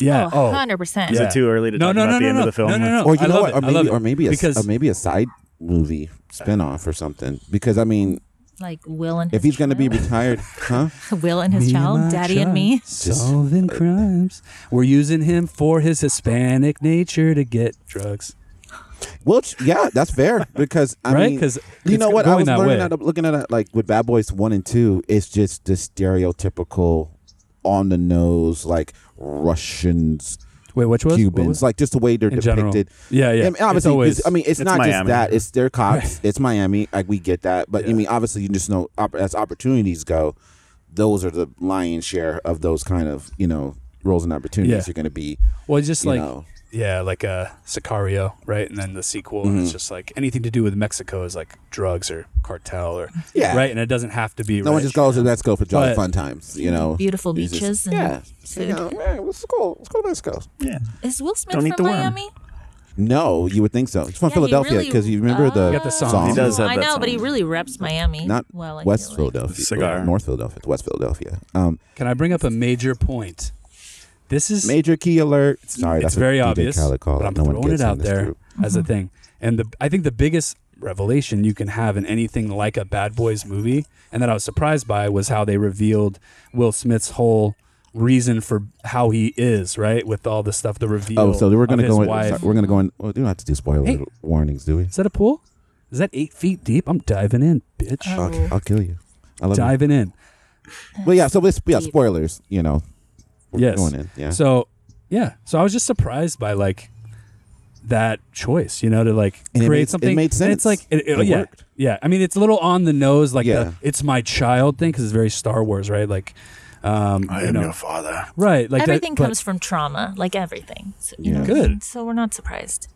S7: yeah.
S10: Oh,
S7: Oh,
S10: 100%.
S9: Is it too early to
S7: no,
S9: talk
S7: no,
S9: about
S7: no,
S9: the
S7: no,
S9: end
S7: no.
S9: of the film?
S7: No, no, no.
S8: or you
S7: I
S8: know
S7: love
S8: what?
S7: it.
S8: Or
S7: I love
S8: maybe,
S7: it.
S8: or maybe a, s-
S7: because
S8: or maybe a side movie spinoff or something. Because I mean,
S10: Like Will and
S8: if
S10: his
S8: he's going to be
S10: child.
S8: retired, huh?
S10: Will and his
S7: Me
S10: child,
S7: my
S10: Daddy
S7: child,
S10: and me.
S7: solving crimes. We're using him for his Hispanic nature to get drugs.
S8: Well, ch- yeah, that's fair because I
S7: Right?
S8: mean,
S7: 'Cause
S8: you
S7: it's
S8: know what I
S7: going
S8: was
S7: that
S8: learning
S7: way.
S8: out of looking at it, like with Bad Boys One and Two, it's just the stereotypical, on the nose like Russians,
S7: Wait, which was What
S8: Cubans,
S7: was-
S8: like just the way they're
S7: In general.
S8: depicted.
S7: Yeah, yeah.
S8: I mean,
S7: It's
S8: obviously, 'cause,
S7: always-
S8: I mean, it's,
S9: It's
S8: not just
S9: Miami.
S8: that. It's their cops. it's Miami. Like we get that, but I mean, obviously, you just know op- as opportunities go, those are the lion's share of those kind of you know roles and opportunities.
S7: Yeah.
S8: You're going to be
S7: Well, it's just
S8: you
S7: like
S8: know.
S7: yeah, like uh, Sicario, right? And then the sequel, and
S8: Mm-hmm.
S7: it's just like anything to do with Mexico is like drugs or cartel or
S8: Yeah.
S7: right, and it doesn't have to be.
S8: No one
S7: rich.
S8: just goes to Mexico for jolly
S7: But-
S8: fun times, you know.
S10: Beautiful
S8: It's just-
S10: beaches and
S8: yeah.
S10: food.
S8: You know, man, let's go. Let's go to Mexico.
S9: Yeah.
S10: Is Will Smith
S9: Don't eat
S10: from
S9: the worm.
S10: Miami?
S8: No, you would think so. He's from
S10: Yeah, he
S8: Philadelphia
S10: really-
S8: because you remember the,
S10: You
S7: got the song.
S8: song.
S9: He does have
S10: I
S9: that
S10: know, but
S9: song.
S10: he really reps Miami.
S8: not
S10: well, I
S8: West
S10: feel like.
S8: Philadelphia,
S9: Cigar.
S8: or North Philadelphia, West Philadelphia. Um,
S7: Can I bring up a major point? This is
S8: major key alert. Sorry,
S7: it's
S8: that's
S7: very
S8: what DJ
S7: obvious,
S8: Khaled called
S7: but
S8: it.
S7: I'm
S8: no one
S7: throwing it
S8: gets in
S7: out
S8: this
S7: there
S8: group.
S7: as a thing. And the, I think the biggest revelation you can have in anything like a Bad Boys movie, and that I was surprised by, was how they revealed Will Smith's whole reason for how he is, right? With all the stuff, the reveal.
S8: Oh, so we're
S7: going
S8: gonna
S7: to
S8: go. In,
S7: Wife.
S8: sorry, we're gonna go in. Well, we don't have to do spoiler
S7: Hey.
S8: warnings, do we?
S7: Is that a pool? Is that eight feet deep? I'm diving in, bitch.
S10: Oh.
S8: I'll, I'll kill you. I love you.
S7: diving in.
S8: Well, yeah. So this, yeah, spoilers. You know, we're
S7: yes.
S8: going in. Yeah.
S7: So, yeah. So I was just surprised by like that choice, you know, to like
S8: And it
S7: create
S8: made- it
S7: something.
S8: made
S7: And it's
S8: sense.
S7: like, it, it-
S8: It
S7: yeah,
S8: worked.
S7: yeah. I mean, it's a little on the nose, like
S8: Yeah.
S7: the "it's my child" thing, because it's very Star Wars, right? Like, um,
S9: I
S7: you
S9: am
S7: know,
S9: your father.
S7: right? Like that-
S10: everything
S7: but-
S10: comes from trauma, like everything. So, you know,
S7: Good.
S10: So we're not surprised.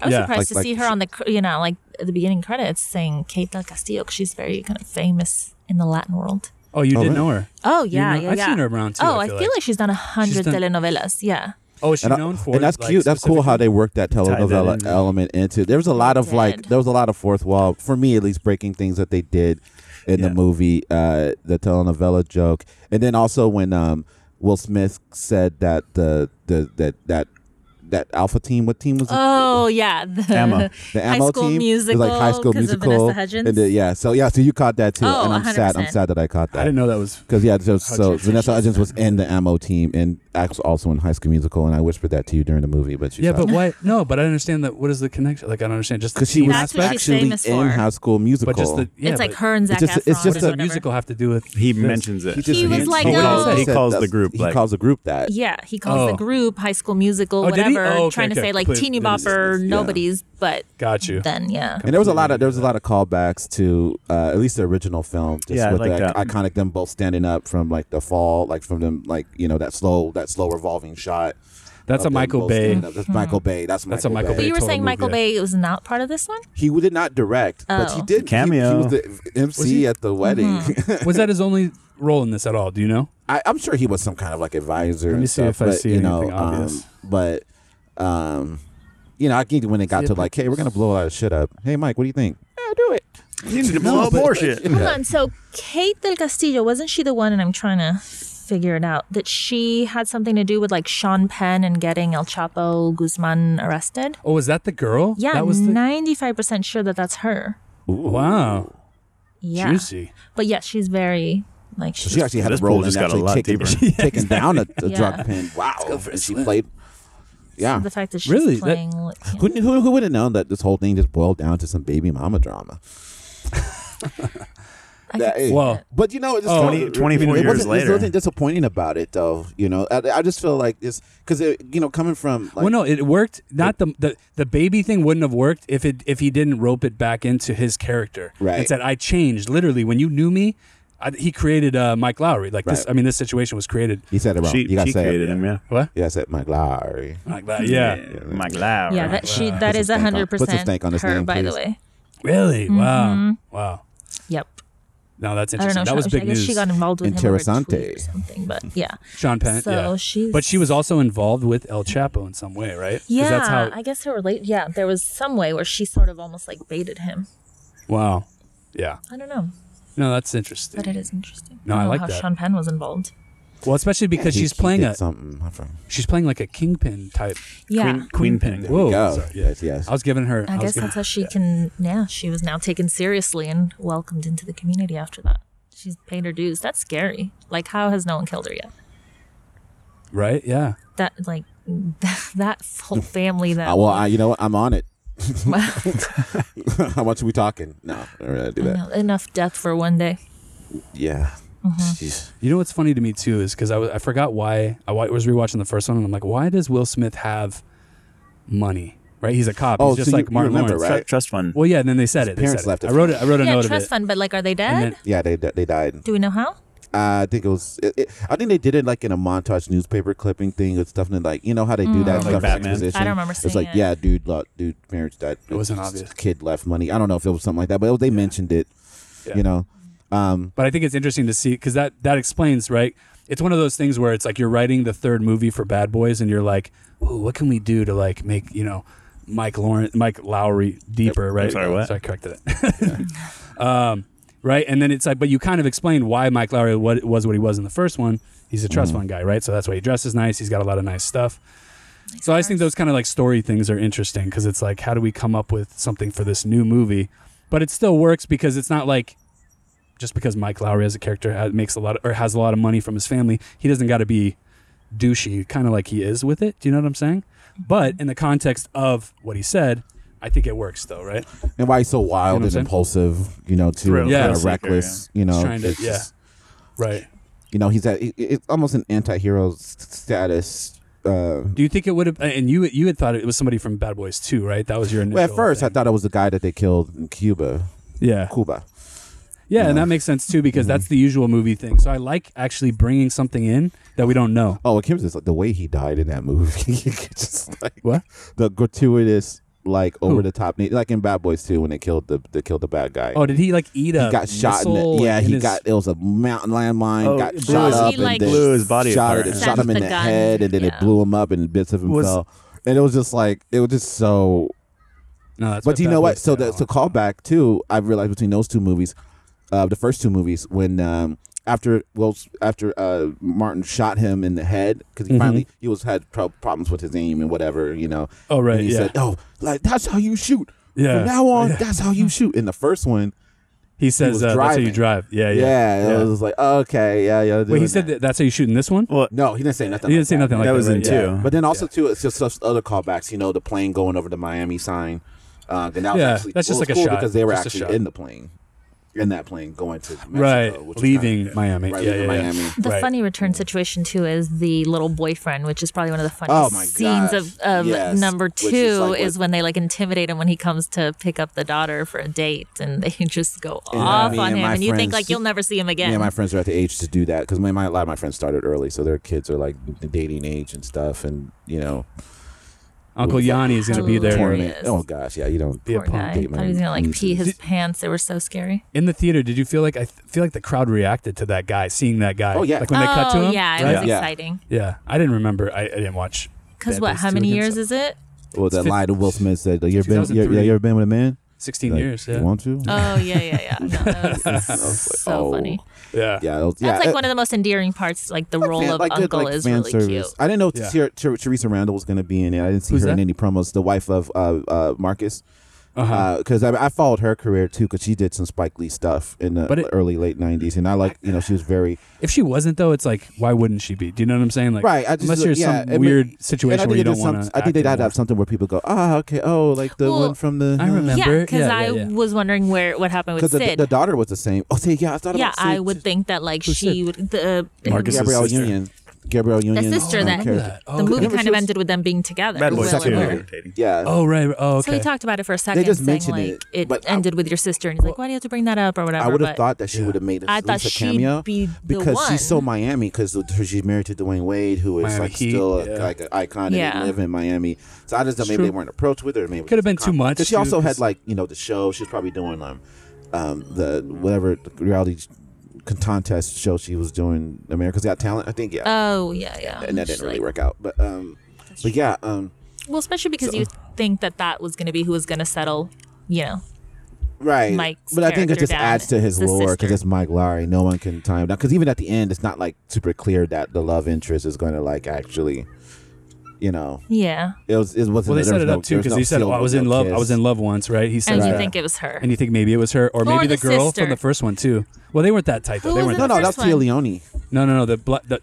S10: I was
S7: Yeah.
S10: surprised
S8: Like-
S10: to
S8: like
S10: see her
S8: she-
S10: on the, cr- you know, like at the beginning credits saying Kate Del Castillo, 'cause she's very kind of famous in the Latin world.
S7: Oh, you
S8: Oh,
S7: didn't
S8: really?
S7: know her?
S10: Oh yeah,
S7: know-
S10: yeah,
S7: I've
S10: yeah.
S7: seen her around, too,
S10: Oh,
S7: I
S10: I
S7: feel
S10: feel
S7: like.
S10: like, she's done a hundred
S7: done-
S10: telenovelas. Yeah,
S7: Oh, is she
S8: and, I-
S7: known for?
S8: and that's
S7: like,
S8: cute. That's cool how
S7: specifically-
S8: they worked that
S9: Tie that
S8: telenovela
S7: in.
S8: element into. There was a lot of like,
S10: did.
S8: there was a lot of fourth wall for me at least breaking things that they did in the
S9: Yeah.
S8: movie, uh, the telenovela joke, and then also when um, Will Smith said that the the that that that Alpha team, what team was it?
S10: Oh yeah, the,
S9: Ammo.
S8: the
S10: High
S8: ammo
S10: School
S8: team,
S10: Musical.
S8: it was like High School
S10: 'cause of
S8: Musical,
S10: Vanessa Hudgens.
S8: and the- yeah, so yeah, so you caught that too,
S10: Oh,
S8: and I'm sad. I'm
S10: 100%.
S8: sad that I caught that.
S7: I didn't know that was.
S8: Because yeah, so, so
S10: Hudgens.
S8: Vanessa Hudgens was in the Ammo team and acts also in High School Musical, and I whispered that to you during the movie, but you
S7: Yeah,
S8: saw
S7: but
S8: it.
S7: why? No, but I understand that. What is the connection? Like, I don't understand. Just the
S8: because she
S7: teen
S8: was
S10: That's what
S7: aspect,
S10: she's
S8: actually
S10: famous
S8: in
S10: for.
S8: High School Musical.
S7: but just the yeah,
S10: it's like
S7: but
S10: her and Zac
S8: It's just-
S10: Efron.
S8: it's
S7: What does
S8: just a
S10: or
S7: the
S10: whatever.
S7: musical have to do with?
S9: He
S7: this?
S9: mentions it.
S10: just- He was like,
S8: he
S10: no.
S8: said
S9: He calls
S8: that's-
S9: the group,
S8: He
S9: like-
S8: calls the group that.
S10: Yeah, he calls
S7: Oh.
S10: the group High School Musical,
S7: Oh, did he?
S10: whatever,
S7: Oh, okay,
S10: trying to
S7: okay.
S10: say like
S7: Please,
S10: teeny
S7: this is-
S10: bopper,
S8: yeah.
S10: nobody's, but
S7: Got you.
S10: then yeah.
S8: And there was a lot of there was a lot of callbacks to uh, at least the original film, just
S9: Yeah, I
S8: with
S9: like
S8: the
S7: um,
S9: that.
S8: iconic them both standing up from like the fall, like from them like you know that slow that slow revolving shot.
S7: That's a
S8: of them
S7: Michael
S8: both
S7: Bay.
S8: standing up. That's Michael Bay. That's Michael
S7: That's a Michael
S10: But
S7: Bay.
S10: you were
S7: total
S10: saying
S7: movie.
S10: Michael Bay was not part of this one?
S8: He did not direct, but he
S10: Oh. Mm-hmm.
S8: did he- He,
S9: Cameo.
S8: was the MC at the wedding.
S7: was that his only role in this at all? Do you know?
S8: I, I'm sure he was some kind of like advisor.
S7: me
S8: and
S7: see
S8: stuff,
S7: if I
S8: but,
S7: see
S8: you know,
S7: anything obvious.
S8: Um, but um, you know, I think when it got to like, hey, we're gonna blow a lot of shit up. Hey, Mike, what do you think? Yeah, do it.
S9: You need to blow up more shit.
S10: Hold on. So Kate Del Castillo wasn't she the one? And I'm trying to figure it out that she had something to do with like Sean Penn and getting El Chapo Guzman arrested.
S7: Oh, was that the girl?
S10: Yeah,
S7: that was the.
S10: 95% sure that that's her.
S7: Wow,
S10: Yeah,
S7: juicy.
S10: but yes, she's very like she's,
S8: She actually had
S9: This
S8: a role
S9: pool
S8: in
S9: just got a
S8: actually
S9: lot
S8: taking,
S9: deeper.
S8: taking down a, a
S10: Yeah.
S8: drug pen. Wow, and she played. Yeah,
S10: the fact that she's
S7: Really? That-
S10: playing. like, yeah.
S8: who, knew- who, who would have known that this whole thing just boiled down to some baby mama drama?
S10: I
S8: That-
S10: could-
S8: hey.
S7: Well,
S8: But you know, it's
S7: Oh.
S9: 20 24
S8: it
S9: years
S8: wasn't,
S9: later.
S8: There's nothing disappointing about it, though. You know, I, I just feel like this because you know, coming from like,
S7: well, no, it worked. Not the, the the baby thing wouldn't have worked if it if he didn't rope it back into his character.
S8: Right.
S7: And said, I changed literally when you knew me. I, he created uh, Mike Lowry. Like this.
S8: Right.
S7: I mean, this situation was created.
S8: he said it wrong.
S9: She,
S8: you gotta
S9: she
S8: say
S9: created
S8: it.
S9: him, yeah.
S7: What?
S8: Yeah, I said Mike Lowry.
S7: Like that. Yeah.
S9: Mike Lauer.
S10: yeah, that she that
S8: a
S10: is
S8: stank on-
S10: hundred
S8: put some
S10: percent
S8: stank on his
S10: her.
S8: name,
S10: by the
S8: please.
S10: way,
S7: Really? Wow. Wow.
S10: yep.
S7: No, that's
S10: Mm-hmm. I don't
S7: interesting.
S10: know.
S7: that was
S10: she,
S7: big
S10: I guess
S7: news.
S10: she got involved with him over a tweet
S8: Interessante.
S10: or something, but yeah.
S7: Sean Penn.
S10: So
S7: yeah.
S10: she's-
S7: But she was also involved with El Chapo in some way, right? 'Cause
S10: Yeah,
S7: That's how,
S10: I guess her relate. Yeah, there was some way where she sort of almost like baited him.
S7: wow. Yeah.
S10: I don't know,
S7: No, that's interesting.
S10: but it is interesting.
S7: No, I
S10: don't know
S7: like
S10: how
S7: that.
S10: Sean Penn was involved.
S7: Well, especially because
S8: He-
S7: she's
S8: he
S7: playing
S8: did
S7: a
S8: something. I forgot.
S7: she's playing like a kingpin type.
S10: Yeah,
S9: Queen
S7: Queenpin.
S9: Pin.
S7: Whoa.
S8: Go.
S7: Oh, Sorry.
S8: Yes, yes.
S7: I was giving her.
S10: I,
S7: was
S10: guess
S7: giving-
S10: that's how she can. Yeah, she was now taken seriously and welcomed into the community after that. She's paid her dues. That's scary. Like, how has no one killed her yet?
S7: right. Yeah.
S10: That like that whole family. That
S8: Uh, well, I, you know what? I'm on it. How much are we talking? No, I don't really do that.
S10: No, enough death for one day.
S8: Yeah. Jeez.
S7: You know what's funny to me too is because I was- I forgot why I wa- was rewatching the first one and I'm like, why does Will Smith have money? Right. He's a cop.
S8: Oh,
S7: He's just
S8: so you-
S7: like
S8: you
S7: Martin
S8: remember,
S7: Lawrence.
S8: right?
S9: Trust fund.
S7: Well, yeah. And then they said it. They
S8: parents
S7: said it.
S8: left it
S7: I wrote
S8: for
S7: it. I wrote a
S10: yeah,
S7: note of
S10: trust
S7: it.
S10: fund. But like, are they
S7: And
S10: dead?
S7: then-
S8: Yeah, they they died.
S10: Do we know how?
S8: I think it was. It, it, I think they did it like in a montage newspaper clipping thing. It's definitely like you know how they do that stuff. in
S9: Batman.
S8: Exposition?
S10: Mm. I don't remember
S8: It's
S10: seeing
S8: like
S10: it.
S8: yeah, dude, lo- dude, marriage died. It
S7: wasn't
S8: Just
S7: obvious.
S8: Kid left money. I don't know if it was something like that, but they mentioned it. You know, um,
S7: But I think it's interesting to see because that that explains right. It's one of those things where it's like you're writing the third movie for Bad Boys, and you're like, "Ooh, what can we do to like make you know Mike Lawrence, Mike Lowry deeper?" Right?
S9: sorry, what?
S7: I corrected it. um, right, and then it's like, but you kind of explained why Mike Lowry what was what he was in the first one. He's a
S9: Mm.
S7: trust fund guy, right? So that's why he dresses nice. He's got a lot of nice stuff. So I just think those kind of like story things are interesting because it's like, how do we come up with something for this new movie? But it still works because it's not like just because Mike Lowry as a character ha- makes a lot of, or has a lot of money from his family, he doesn't got to be douchey, kind of like he is with it. Do you know what I'm saying? But in the context of what he said, I think it works though, right?
S8: and why he's so wild
S7: what I'm
S8: and
S7: saying?
S8: impulsive? You know, too
S9: Thrill
S8: kind
S7: seeker,
S8: of reckless. You know,
S7: He's trying to-
S8: it's
S7: yeah.
S8: just-
S7: Right.
S8: you know, he's at it, it's almost an anti-hero s- status. Uh,
S7: Do you think it would have? And you you had thought it was somebody from Bad Boys too, right? That was your initial.
S8: well, at first, I
S7: thing.
S8: thought it was the guy that they killed in Cuba,
S7: yeah,
S8: Cuba.
S7: yeah, and that makes sense too because that's
S8: Mm-hmm.
S7: the usual movie thing. So I like actually bringing something in that we don't know.
S8: Oh, it comes is like the way he died in that movie. It's just like
S7: What?
S8: the gratuitous, like over the top, like in Bad Boys too when they killed the they killed the bad guy.
S7: Oh, did he like eat a?
S8: he got shot. In
S7: missile
S8: the, yeah,
S7: in
S8: he
S7: his-
S8: got it was a mountain landmine.
S9: Oh,
S8: got
S9: it
S8: shot
S9: blew his-
S8: up
S10: He,
S8: and
S10: like,
S8: then
S9: blew his body
S8: shot,
S9: apart.
S8: it- shot him
S10: Sent
S8: in
S10: the
S8: the
S10: gun,
S8: head, and then it
S10: yeah.
S8: blew him up, and bits of him
S9: Was-
S8: fell. And it was just like it was just so
S7: No, that's
S8: but do you
S7: Bad
S8: know what?
S7: Boys
S8: So
S7: did.
S8: the so callback too. I've realized between those two movies, uh, the first two movies, when um, after well after uh, Martin shot him in the head because
S7: Mm-hmm.
S8: he finally he was had pro- problems with his aim and whatever you know.
S7: Oh, right,
S8: And he
S7: yeah.
S8: said, "Oh, like that's how you shoot.
S7: Yeah.
S8: From now on,
S7: Yeah.
S8: that's how you shoot." In the first one,
S7: He says
S8: was
S7: uh, that's how you
S8: driving.
S7: drive. Yeah, yeah.
S8: yeah, it was like okay, yeah, yeah.
S7: Wait,
S8: doing
S7: he said that. that's how you shoot in this one.
S9: Well,
S8: No, he didn't say nothing.
S7: he
S8: like
S7: didn't say
S8: that.
S7: nothing like
S9: That
S7: that.
S9: was in
S7: right? Yeah.
S9: two.
S8: But then also too, it's just such other callbacks. You know, the plane going over the Miami sign. Uh, and that was
S7: Yeah,
S8: actually,
S7: that's
S8: well,
S7: just
S8: it was
S7: like a
S8: cool
S7: shot.
S8: because they were
S7: Just a shot.
S8: actually in the plane, in that plane going to Mexico,
S7: Right,
S8: which was
S7: leaving
S8: kinda-
S7: Miami.
S8: right, Mm.
S7: yeah,
S8: leaving
S7: yeah, yeah.
S8: Miami.
S10: The
S7: Right.
S10: funny return situation too is the little boyfriend, which is probably one of the
S8: Oh
S10: funniest
S8: my
S10: scenes
S8: gosh.
S10: of, of
S8: Yes.
S10: number
S8: Which
S10: two
S8: is
S10: is,
S8: like what-
S10: when they like intimidate him when he comes to pick up the daughter for a date, and they just go
S8: Yeah.
S10: off
S8: Me
S10: on
S8: and
S10: him,
S8: my
S10: and you think
S8: friends-
S10: like you'll never see him
S8: Me
S10: again.
S8: and my friends are at the age to do that because my, my a lot of my friends started early, so their kids are like the dating age and stuff, and you know,
S7: Uncle
S8: Ooh,
S7: Yanni is going to be there.
S10: Hilarious.
S8: torment. Oh gosh, yeah, you don't
S10: Poor guy.
S8: date
S10: thought he was gonna like
S8: nieces.
S10: pee his pants. They were so scary.
S7: In the theater, did you feel like I th- feel like the crowd reacted to that guy seeing that guy?
S8: Oh, yeah.
S7: like when they cut to
S10: oh
S7: him.
S10: yeah, it
S7: right?
S10: was
S8: Yeah.
S10: exciting.
S7: Yeah, I didn't remember. I, I didn't watch.
S10: Because
S7: Bad
S10: what?
S7: Boys
S10: How
S7: 2
S10: many
S7: again,
S10: years
S7: so-
S10: is it?
S8: Well, that line that Will Smith said, like, "You ever been? You,
S7: 2003.
S8: yeah, you ever been with a man?
S7: Sixteen
S8: Like,
S7: years.
S8: You
S7: Yeah,
S8: want to?
S10: Oh yeah, yeah, yeah. No, that was so
S8: oh.
S10: funny.
S7: yeah.
S8: Yeah, that was- yeah.
S10: That's like
S8: it-
S10: one of the most endearing parts. Like the role
S8: fan-
S10: of
S8: like good,
S10: uncle
S8: like,
S10: is
S8: fan
S10: really
S8: service.
S10: cute.
S8: I didn't know
S7: Yeah.
S8: Ter- Ter- Teresa Randall was going to be in it. I didn't see
S7: Who's
S8: her in
S7: that? Uh-huh.
S8: any promos. The wife of uh, uh, Marcus. Because I, I followed her career too, because she did some Spike Lee stuff in the
S7: But it-
S8: early late '90s, and I like, you know, she was very
S7: If she wasn't though, it's like why wouldn't she be? Do you know what I'm saying? Like
S8: right. I just,
S7: unless you're
S8: yeah,
S7: some
S8: it ma-
S7: weird
S8: and I
S7: situation
S8: think
S7: where you
S8: it is
S7: don't want
S8: some-
S7: to.
S8: I think they'd have to have something where people go, ah, okay, oh, like the
S10: Well,
S8: one from the.
S7: I remember.
S10: Yeah, because
S7: Yeah,
S10: I
S7: yeah, yeah.
S10: was wondering where what happened with
S8: Because the,
S10: Sid.
S8: the daughter was the same. Oh, see, yeah, I thought
S10: yeah,
S8: about Sid,
S10: I would
S8: too.
S10: think that like
S7: Who's
S10: she
S7: Sid?
S10: would the uh,
S9: Marcus'
S8: Gabrielle
S9: sister.
S8: Union. Gabrielle
S10: the
S8: Union.
S10: sister
S8: uh,
S10: that
S8: character.
S7: Oh,
S10: the
S7: okay.
S10: movie
S8: Remember
S10: kind
S8: she
S10: of
S8: was-
S10: ended with them being together.
S9: Bad
S10: Will
S9: Boys
S10: and
S8: second
S9: Two.
S10: Will.
S8: movie. Yeah.
S7: Oh right. Oh okay.
S10: So he talked about it for a second,
S8: just
S10: saying
S8: mentioned
S10: like
S8: it,
S10: it,
S8: but I-
S10: ended with your sister, and he's like, "Why do you have to bring that up or whatever?"
S8: I would have
S10: but
S8: thought that she would have made at
S10: I thought
S8: least a
S10: she'd
S8: cameo
S10: be the
S8: because
S10: one.
S8: she's so Miami because she's married to Dwayne Wade, who is
S7: Miami
S8: like
S7: Heat,
S8: still a,
S7: yeah.
S8: like an icon and
S10: Yeah.
S8: they live in Miami. So I just know maybe
S7: true.
S8: they weren't approached with her. Maybe
S7: Could have been too much,
S8: Because she
S7: too,
S8: also
S7: 'cause-
S8: had like you know the show she was probably doing um, um the whatever reality contest show she was doing America's Got Talent I think yeah
S10: Oh yeah, yeah.
S8: and that
S10: She's
S8: didn't really
S10: like-
S8: work out but um but yeah um
S10: Well, especially because you think that that was going to be who was going to settle, you know,
S8: right
S10: Mike's
S8: but i think it
S10: character
S8: just
S10: down,
S8: adds to his
S10: the
S8: lore because
S10: sister.
S8: it's mike larry no one can time down because even at the end it's not like super clear that the love interest is going to like actually you know
S10: yeah.
S8: it was it wasn't
S7: Well, they
S8: there
S7: set
S8: was
S7: it
S8: no-
S7: up too
S8: there was
S7: because
S8: no
S7: he said,
S8: seal,
S7: "Oh, I was
S8: no
S7: in love. I
S8: kiss."
S7: was in love once." Right? He said
S10: And you
S7: that.
S10: think it was her?
S7: and you think maybe it was her, or maybe the,
S10: the
S7: girl
S10: sister.
S7: from the first one too. Well, they weren't that tight though.
S10: Who
S7: they
S10: was
S7: weren't.
S8: no
S7: That
S8: no
S10: The
S8: that's
S10: first
S8: Tia
S10: one.
S8: Leone
S7: no, no, no. The, bla- the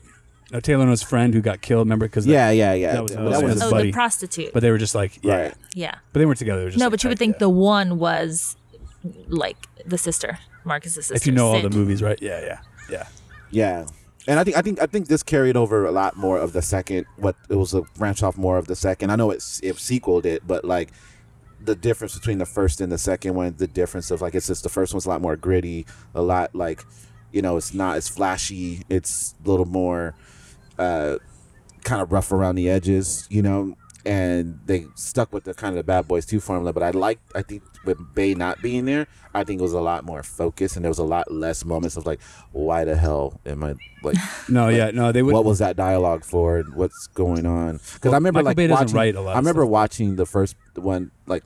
S7: no, Taylor and his friend who got killed. Remember? Because
S8: yeah yeah yeah
S7: That was-
S8: But
S7: that
S8: that
S7: was
S8: was
S7: his
S10: oh,
S7: buddy.
S10: the prostitute.
S7: But they were just like, yeah.
S8: right
S10: yeah.
S7: But they weren't together. They were just
S10: No,
S7: like
S10: but you would
S7: tight,
S10: think
S7: yeah.
S10: the one was like the sister, Marcus's sister.
S7: if you know all
S10: Sid.
S7: the movies, right? Yeah, yeah, yeah.
S8: yeah and I think I think I think this carried over a lot more of the second what it was a branch off more of the second I know it's it sequeled it but like the difference between the first and the second one, the difference of like it's just the first one's a lot more gritty, a lot like You know, it's not as flashy. It's a little more uh, kind of rough around the edges. You know, and they stuck with the kind of the Bad Boys Two formula. But I like, I think with Bay not being there, I think it was a lot more focused, and there was a lot less moments of like, why the hell am I like?
S7: No, yeah, no, they would.
S8: what was that dialogue for and what's going on because i remember
S7: Michael
S8: like
S7: Bay doesn't
S8: watching,
S7: write a lot
S8: i
S7: of
S8: remember
S7: stuff.
S8: watching the first one like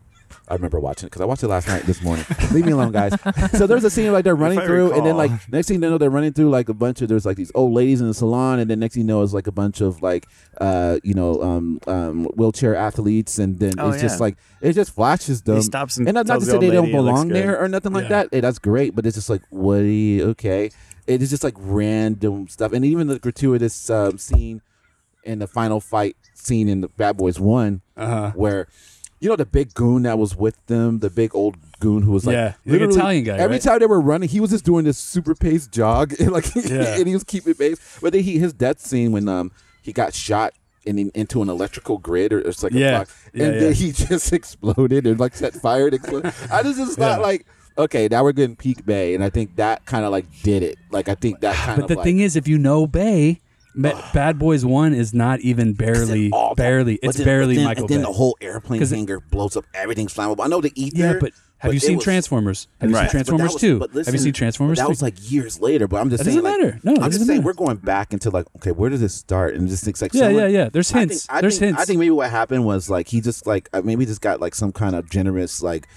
S8: I remember watching it because I watched it last night, this morning. Leave me alone, guys. So there's a scene like they're running
S9: I
S8: through, and then
S9: recall.
S8: like next thing they know, they're running through like a bunch of there's like these old ladies in the salon, and then next thing you know, it's like a bunch of like uh you know um, um wheelchair athletes, and then
S9: Oh,
S8: it's just
S9: yeah.
S8: like it just flashes them.
S9: stops and
S8: not, not
S9: tells
S8: to
S9: the
S8: say
S9: old
S8: they don't
S9: lady it looks
S8: belong there
S9: good.
S8: or nothing like
S7: Yeah.
S8: that. Hey, that's great, but it's just like, what do you, okay. It is just like random stuff. And even the gratuitous um, scene in the final fight scene in the Bad Boys one
S7: Uh-huh.
S8: where you know the big goon that was with them, the big old goon who was like
S7: Yeah, the big
S8: literally
S7: Italian guy,
S8: Every
S7: right?
S8: time they were running, he was just doing this super pace jog and like
S7: Yeah.
S8: and he was keeping pace. But then he his death scene when um he got shot and in, into an electrical grid or it's like
S7: Yeah.
S8: a block, and
S7: Yeah, yeah.
S8: then he just exploded and like set fire and exploded. I just it's not
S7: Yeah.
S8: like okay now we're getting peak Bay and I think that kind of like did it. Like I think that kind
S7: But
S8: of
S7: the
S8: like,
S7: thing is, if you know Bay, Ma- Bad Boys One is not even barely,
S8: all that.
S7: barely.
S8: But
S7: It's
S8: then-
S7: barely
S8: but then,
S7: Michael
S8: And then
S7: Bay.
S8: the whole airplane
S7: 'Cause it-
S8: hangar blows up. Everything's flammable. I know the ether.
S7: yeah, but have you
S8: it
S7: seen
S8: was-
S7: Transformers? Have you
S9: Right.
S7: seen
S9: But that
S8: but that
S7: Transformers
S8: was-
S7: Two?
S8: but
S7: Have you
S8: listen,
S7: seen Transformers?
S8: That
S7: 3?
S8: was like years later, but I'm just
S7: It
S8: saying.
S7: doesn't
S8: like,
S7: matter. No, it
S8: I'm
S7: doesn't
S8: just saying
S7: matter.
S8: we're going back into like, okay, where does this start? And just it's like,
S7: Yeah,
S8: someone-
S7: yeah, yeah. There's
S8: I think-
S7: hints.
S8: I
S7: There's
S8: think-
S7: hints.
S8: I think maybe what happened was like he just like uh, maybe just got like some kind of generous like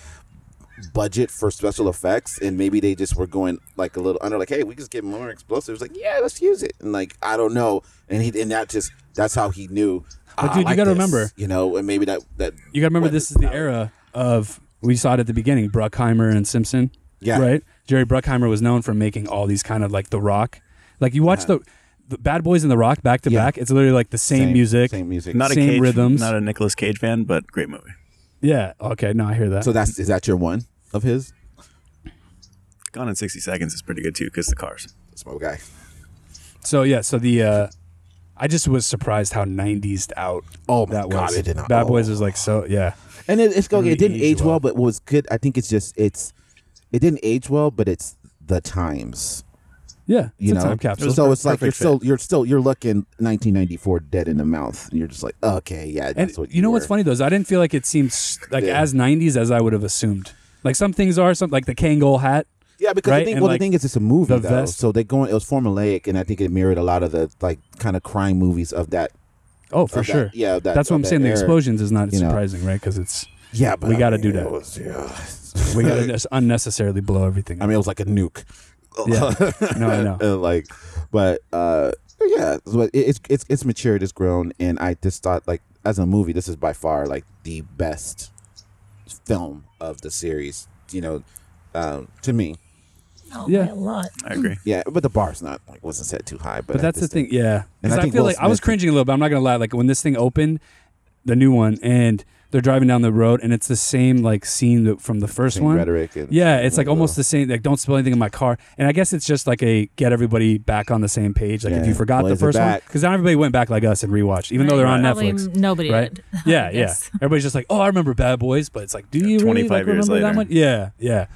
S8: budget for special effects and maybe they just were going like a little under like hey we just get more explosives like yeah let's use it and like i don't know and he and that just that's how he knew
S7: But
S8: "Ah, I
S7: dude, you
S8: like
S7: gotta
S8: this,"
S7: remember-
S8: you know and maybe that that
S7: You got to remember,
S8: what-
S7: this is the era of we saw it at the beginning: Bruckheimer and Simpson.
S8: Yeah.
S7: Right. Jerry Bruckheimer was known for making all these kind of like The Rock. Like you watch the, the Bad Boys and The Rock back to
S8: Uh-huh. Yeah.
S7: back. It's literally like the same, music.
S8: same music
S9: Not
S7: Same
S9: a cage,
S7: rhythms.
S9: Not a Nicolas Cage fan, but great movie.
S7: Yeah. Okay. No, I hear that.
S8: so that's is that your one of his
S9: Gone in 60 Seconds is pretty good too, because the cars.
S8: that's my guy
S7: So yeah, so the uh I just was surprised how '90s out.
S8: Oh my
S7: that
S8: God,
S7: was.
S8: it did not-
S7: Bad Boys
S8: oh.
S7: was like so yeah.
S8: And it, it's okay. It didn't
S7: Really
S8: age
S7: well.
S8: well, but was good. I think it's just it's it didn't age well, but it's the times.
S7: Yeah, it's
S8: You
S7: a
S8: know,
S7: time capsule.
S8: so it's like you're
S9: perfect
S8: still you're still you're looking 1994 dead in the mouth, and you're just like, okay, yeah, that's
S7: and
S8: what
S7: you know what's
S8: were.
S7: funny though is I didn't feel like it seemed s- like
S8: Yeah.
S7: as '90s as I would have assumed. Like some things are some like the Kangol hat.
S8: Yeah, because
S7: right?
S8: the thing,
S7: And,
S8: well,
S7: like,
S8: the thing is, it's a movie
S7: the
S8: though,
S7: vest.
S8: so they going it was formulaic, and I think it mirrored a lot of the like kind of crime movies of that.
S7: Oh, for
S8: of that-
S7: sure.
S8: yeah, of that-
S7: that's what
S8: of
S7: I'm
S8: that
S7: saying. The
S8: era,
S7: explosions is not
S8: you know.
S7: surprising, right? Because it's
S8: Yeah, but
S7: We
S8: I
S7: gotta
S8: mean,
S7: do
S8: it
S7: that.
S8: was- yeah.
S7: we gotta just unnecessarily blow everything.
S8: I
S7: up.
S8: mean, it was like a nuke.
S7: yeah, no, I know.
S8: Uh, like, but uh, yeah, so it- it's it's it's matured, it's grown, and I just thought like as a movie, this is by far like the best film of the series. You know, um, to me,
S10: Oh,
S7: Yeah.
S10: by a lot.
S9: I agree.
S8: yeah. But the bar's not like wasn't set too high. But,
S7: But
S8: I
S7: that's the
S8: just
S7: thing, yeah.
S8: And I
S7: Because I,
S8: think
S7: feel
S8: Will
S7: like I was
S8: Smith-
S7: cringing a little bit. I'm not gonna lie. Like when this thing opened, the new one, and they're driving down the road, and it's the same like scene that, from the first
S8: Same
S7: one.
S8: rhetoric and-
S7: yeah, it's like
S8: Well,
S7: almost the same. Like don't spill anything in my car. And I guess it's just like a get everybody back on the same page. Like if
S8: Yeah.
S7: you forgot the
S8: Blaze it
S7: first one,
S8: back.
S7: because not everybody went back like us and rewatched, even though they're on
S10: Probably
S7: Netflix.
S10: nobody
S7: Right?
S10: did.
S7: Yeah,
S10: I
S7: yeah.
S10: guess.
S7: Everybody's just like, oh, I remember Bad Boys, but it's like, do you really
S9: 25 years
S7: like, remember that
S9: later.
S7: much? Yeah, yeah.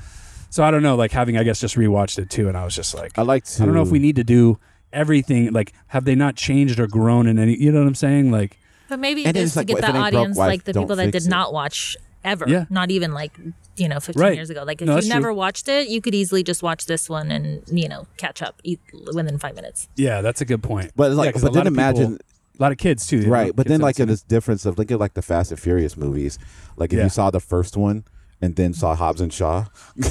S7: So I don't know. Like having, I guess, just rewatched it too, and I was just like,
S8: I like
S7: I don't know if
S8: to-
S7: we need to do everything. Like, have they not changed or grown in any? You know what I'm saying? Like,
S10: But maybe
S8: And
S10: it
S8: then
S10: is
S8: it's
S10: to
S8: like,
S10: get
S8: if
S10: the
S8: it ain't broke,
S10: audience,
S8: why
S10: like the
S8: don't
S10: people that
S8: fix
S10: did
S8: it?
S10: not watch ever,
S7: Yeah.
S10: not even like you know 15
S7: Right.
S10: years ago. Like if
S7: No, that's
S10: you never
S7: true.
S10: watched it, you could easily just watch this one and you know catch up e- within five minutes.
S7: yeah, that's a good point.
S8: But, like,
S7: Yeah, 'cause
S8: but
S7: a
S8: then
S7: lot of people-
S8: imagine-
S7: a lot of kids too, you know,
S8: right. But
S7: kids
S8: then
S7: haven't
S8: like
S7: seen
S8: in
S7: it.
S8: this difference of look at like the Fast and Furious movies. Like if
S7: Yeah.
S8: you saw the first one. And then saw Hobbs and Shaw.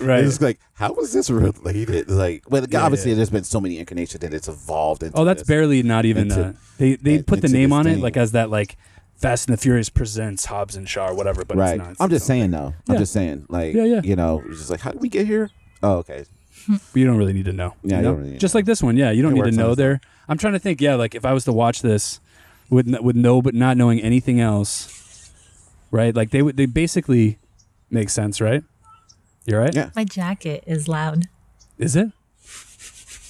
S7: Right.
S8: It's like, how is this related? Like, well, obviously,
S7: yeah.
S8: there's been so many incarnations that it's evolved into.
S7: Oh, that's
S8: this.
S7: barely not even.
S8: into-
S7: uh, they they
S8: in-
S7: put the
S8: into
S7: name
S8: this
S7: on it
S8: thing.
S7: like as that like Fast and the Furious presents Hobbs and Shaw or whatever. But
S8: right.
S7: it's not. It's
S8: I'm
S7: its
S8: just
S7: own
S8: saying though. I'm
S7: Yeah.
S8: just saying, like,
S7: Yeah, yeah.
S8: you know, it's just like, how did we get here? Oh, okay.
S7: But you don't really need to know.
S8: Yeah,
S7: you
S8: you
S7: know?
S8: don't really need
S7: just
S8: to
S7: like this one. Yeah, you don't
S8: It
S7: need to
S8: works on
S7: know
S8: its
S7: there. I'm trying to think. Yeah, like if I was to watch this with n- with no but not knowing anything else, right? Like they would they basically make sense, right? You're right.
S8: Yeah.
S10: My jacket is loud.
S7: Is it?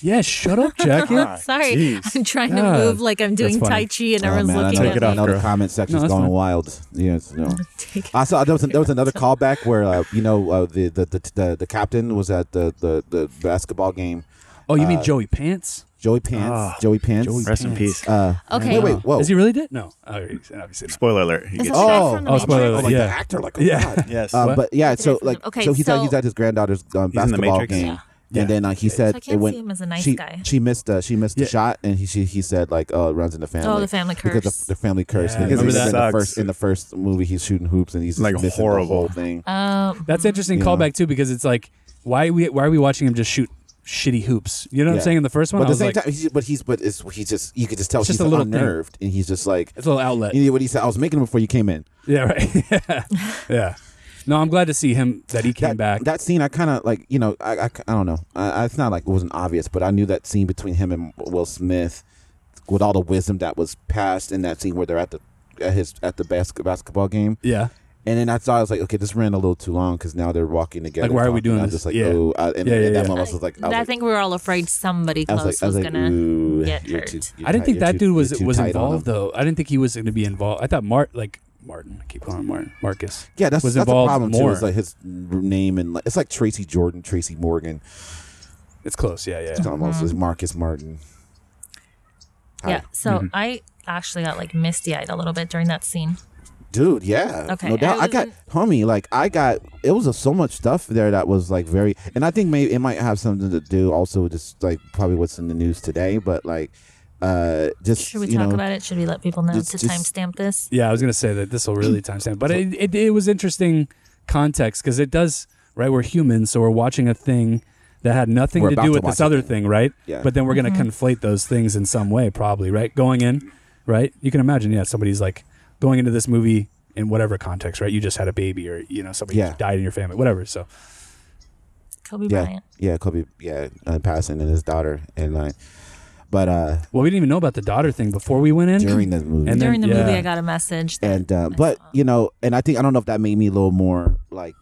S7: Yeah. Shut up, Jackie.
S10: Sorry,
S9: jeez.
S10: I'm trying
S7: God.
S10: to move like I'm doing Tai
S7: funny.
S10: Chi and
S8: Oh,
S10: everyone's
S8: man,
S10: looking
S8: I know,
S9: Take it
S10: at
S9: off,
S10: me.
S8: I know the
S9: girl.
S8: comment section's
S7: it's
S8: going
S7: fine.
S8: wild. Yes, no.
S10: Take it
S8: I saw there was there was another callback where uh, you know uh, the, the, the the the captain was at the the, the basketball game
S7: Oh, you mean Joey Pants?
S8: Joey Pants.
S9: Ah,
S8: Joey Pants.
S7: Joey
S9: Rest in
S7: Pants.
S9: peace.
S8: Uh,
S10: Okay.
S8: Wait, wait, whoa.
S7: Is he really dead? No. Oh, he's obviously not.
S9: Spoiler alert. He
S6: Is
S9: gets
S6: that-
S8: Oh,
S6: from the
S8: oh,
S7: Oh, spoiler!
S8: like
S7: alert,
S8: the
S7: yeah.
S8: actor, like oh
S7: Yeah.
S8: God.
S9: yes.
S8: Uh, but yeah,
S10: It
S8: so
S10: is in
S8: like,
S10: the- okay,
S8: so he's at
S10: so-
S8: he's at his granddaughter's um,
S9: He's in the
S8: basketball
S9: Matrix.
S8: game,
S9: Yeah.
S7: Yeah.
S8: and then like he said,
S10: I can't
S8: it went,
S10: see him as a nice
S8: she,
S10: guy.
S8: She missed uh, she missed the
S7: Yeah.
S8: shot, and he she, he said like, oh, it runs in the family.
S10: the family
S8: Because
S10: curse.
S8: the, the family curse.
S7: Yeah.
S8: Because
S9: Remember
S8: he's in
S9: that?
S8: the first
S9: Sucks.
S8: in the first movie, he's shooting hoops, and he's just
S9: Like,
S8: missing
S9: horrible.
S8: the whole thing.
S10: Um,
S7: That's interesting
S8: Yeah.
S7: callback too, because it's like, why we why are we watching him just shoot shitty hoops? You know what
S8: Yeah.
S7: I'm saying? In the first one,
S8: but
S7: I
S8: at the
S7: was
S8: same
S7: like,
S8: time, he's, but he's but it's, he's just you could just tell
S7: It's
S8: he's
S7: just a little thing.
S8: unnerved, and he's just like,
S7: it's a little outlet.
S8: you know what he said? I was making them before you came in.
S7: Yeah, right. yeah. yeah. No, I'm glad to see him that he came
S8: that,
S7: back.
S8: That scene, I kind of like, you know, I, I, I don't know. I, I- it's not like it wasn't obvious, but I knew that scene between him and Will Smith, with all the wisdom that was passed in that scene where they're at the at his at the bas- basketball game,
S7: yeah.
S8: and then I thought I was like, okay, this ran a little too long because now they're walking together.
S7: Like, why are we
S8: talking.
S7: doing
S8: I was
S7: this?
S8: Just like,
S7: Yeah.
S8: oh, I, and
S7: Yeah,
S8: at
S7: yeah,
S8: that
S7: yeah.
S8: moment, I was like, I
S10: I,
S8: was like,
S10: think we were all afraid somebody
S8: I
S10: close
S8: was like,
S10: was,
S8: I was like,
S10: gonna
S8: ooh,
S10: get
S8: you're
S10: hurt.
S8: too, you're
S7: I didn't
S8: tight-
S7: think
S8: you're
S7: that
S8: too-
S7: dude was
S8: you're too
S7: was
S8: tight on
S7: involved
S8: him.
S7: though. I didn't think he was going to be involved. I thought Mart like Martin. I keep calling him Martin Marcus.
S8: Yeah, that's
S7: was
S8: that's a
S7: involved
S8: problem
S7: more.
S8: too. Is like his name and like, it's like Tracy Jordan, Tracy Morgan,
S7: It's close. Yeah, yeah.
S8: it's
S10: Uh-huh.
S8: almost it's Marcus Martin.
S10: Yeah. So
S8: Mm-hmm.
S10: I actually got like misty eyed a little bit during that scene.
S8: dude yeah
S10: Okay,
S8: no doubt
S10: I
S8: i got
S10: was-
S8: homie like i got it was a, so much stuff there that was like very and i think maybe it might have something to do also with just like probably what's in the news today but like uh just
S10: Should we
S8: you
S10: talk
S8: know,
S10: about it? Should we let people know
S8: just-
S10: to
S8: just-
S10: timestamp this?
S7: Yeah, I was gonna say that this will really timestamp, but it, it it was interesting context because it does right. We're humans, so we're watching a thing that had nothing
S8: We're
S7: to
S8: about
S7: do
S8: to
S7: with
S8: watch
S7: this
S8: a
S7: other
S8: thing.
S7: thing, right?
S8: Yeah.
S7: But then we're gonna conflate those things in some way, probably, right? Going in, right? You can imagine, yeah, somebody's like going into this movie in whatever context, right? You just had a baby, or you know, somebody
S8: Yeah.
S7: died in your family, whatever. So
S10: Kobe
S8: yeah
S10: Bryant.
S8: yeah kobe yeah uh, passing and his daughter and like but uh
S7: Well, we didn't even know about the daughter thing before we went in.
S8: during the movie
S7: And then-
S10: During the
S7: yeah.
S10: movie, I got a message. that-
S8: and uh, but you know and i think i don't know if that made me a little more like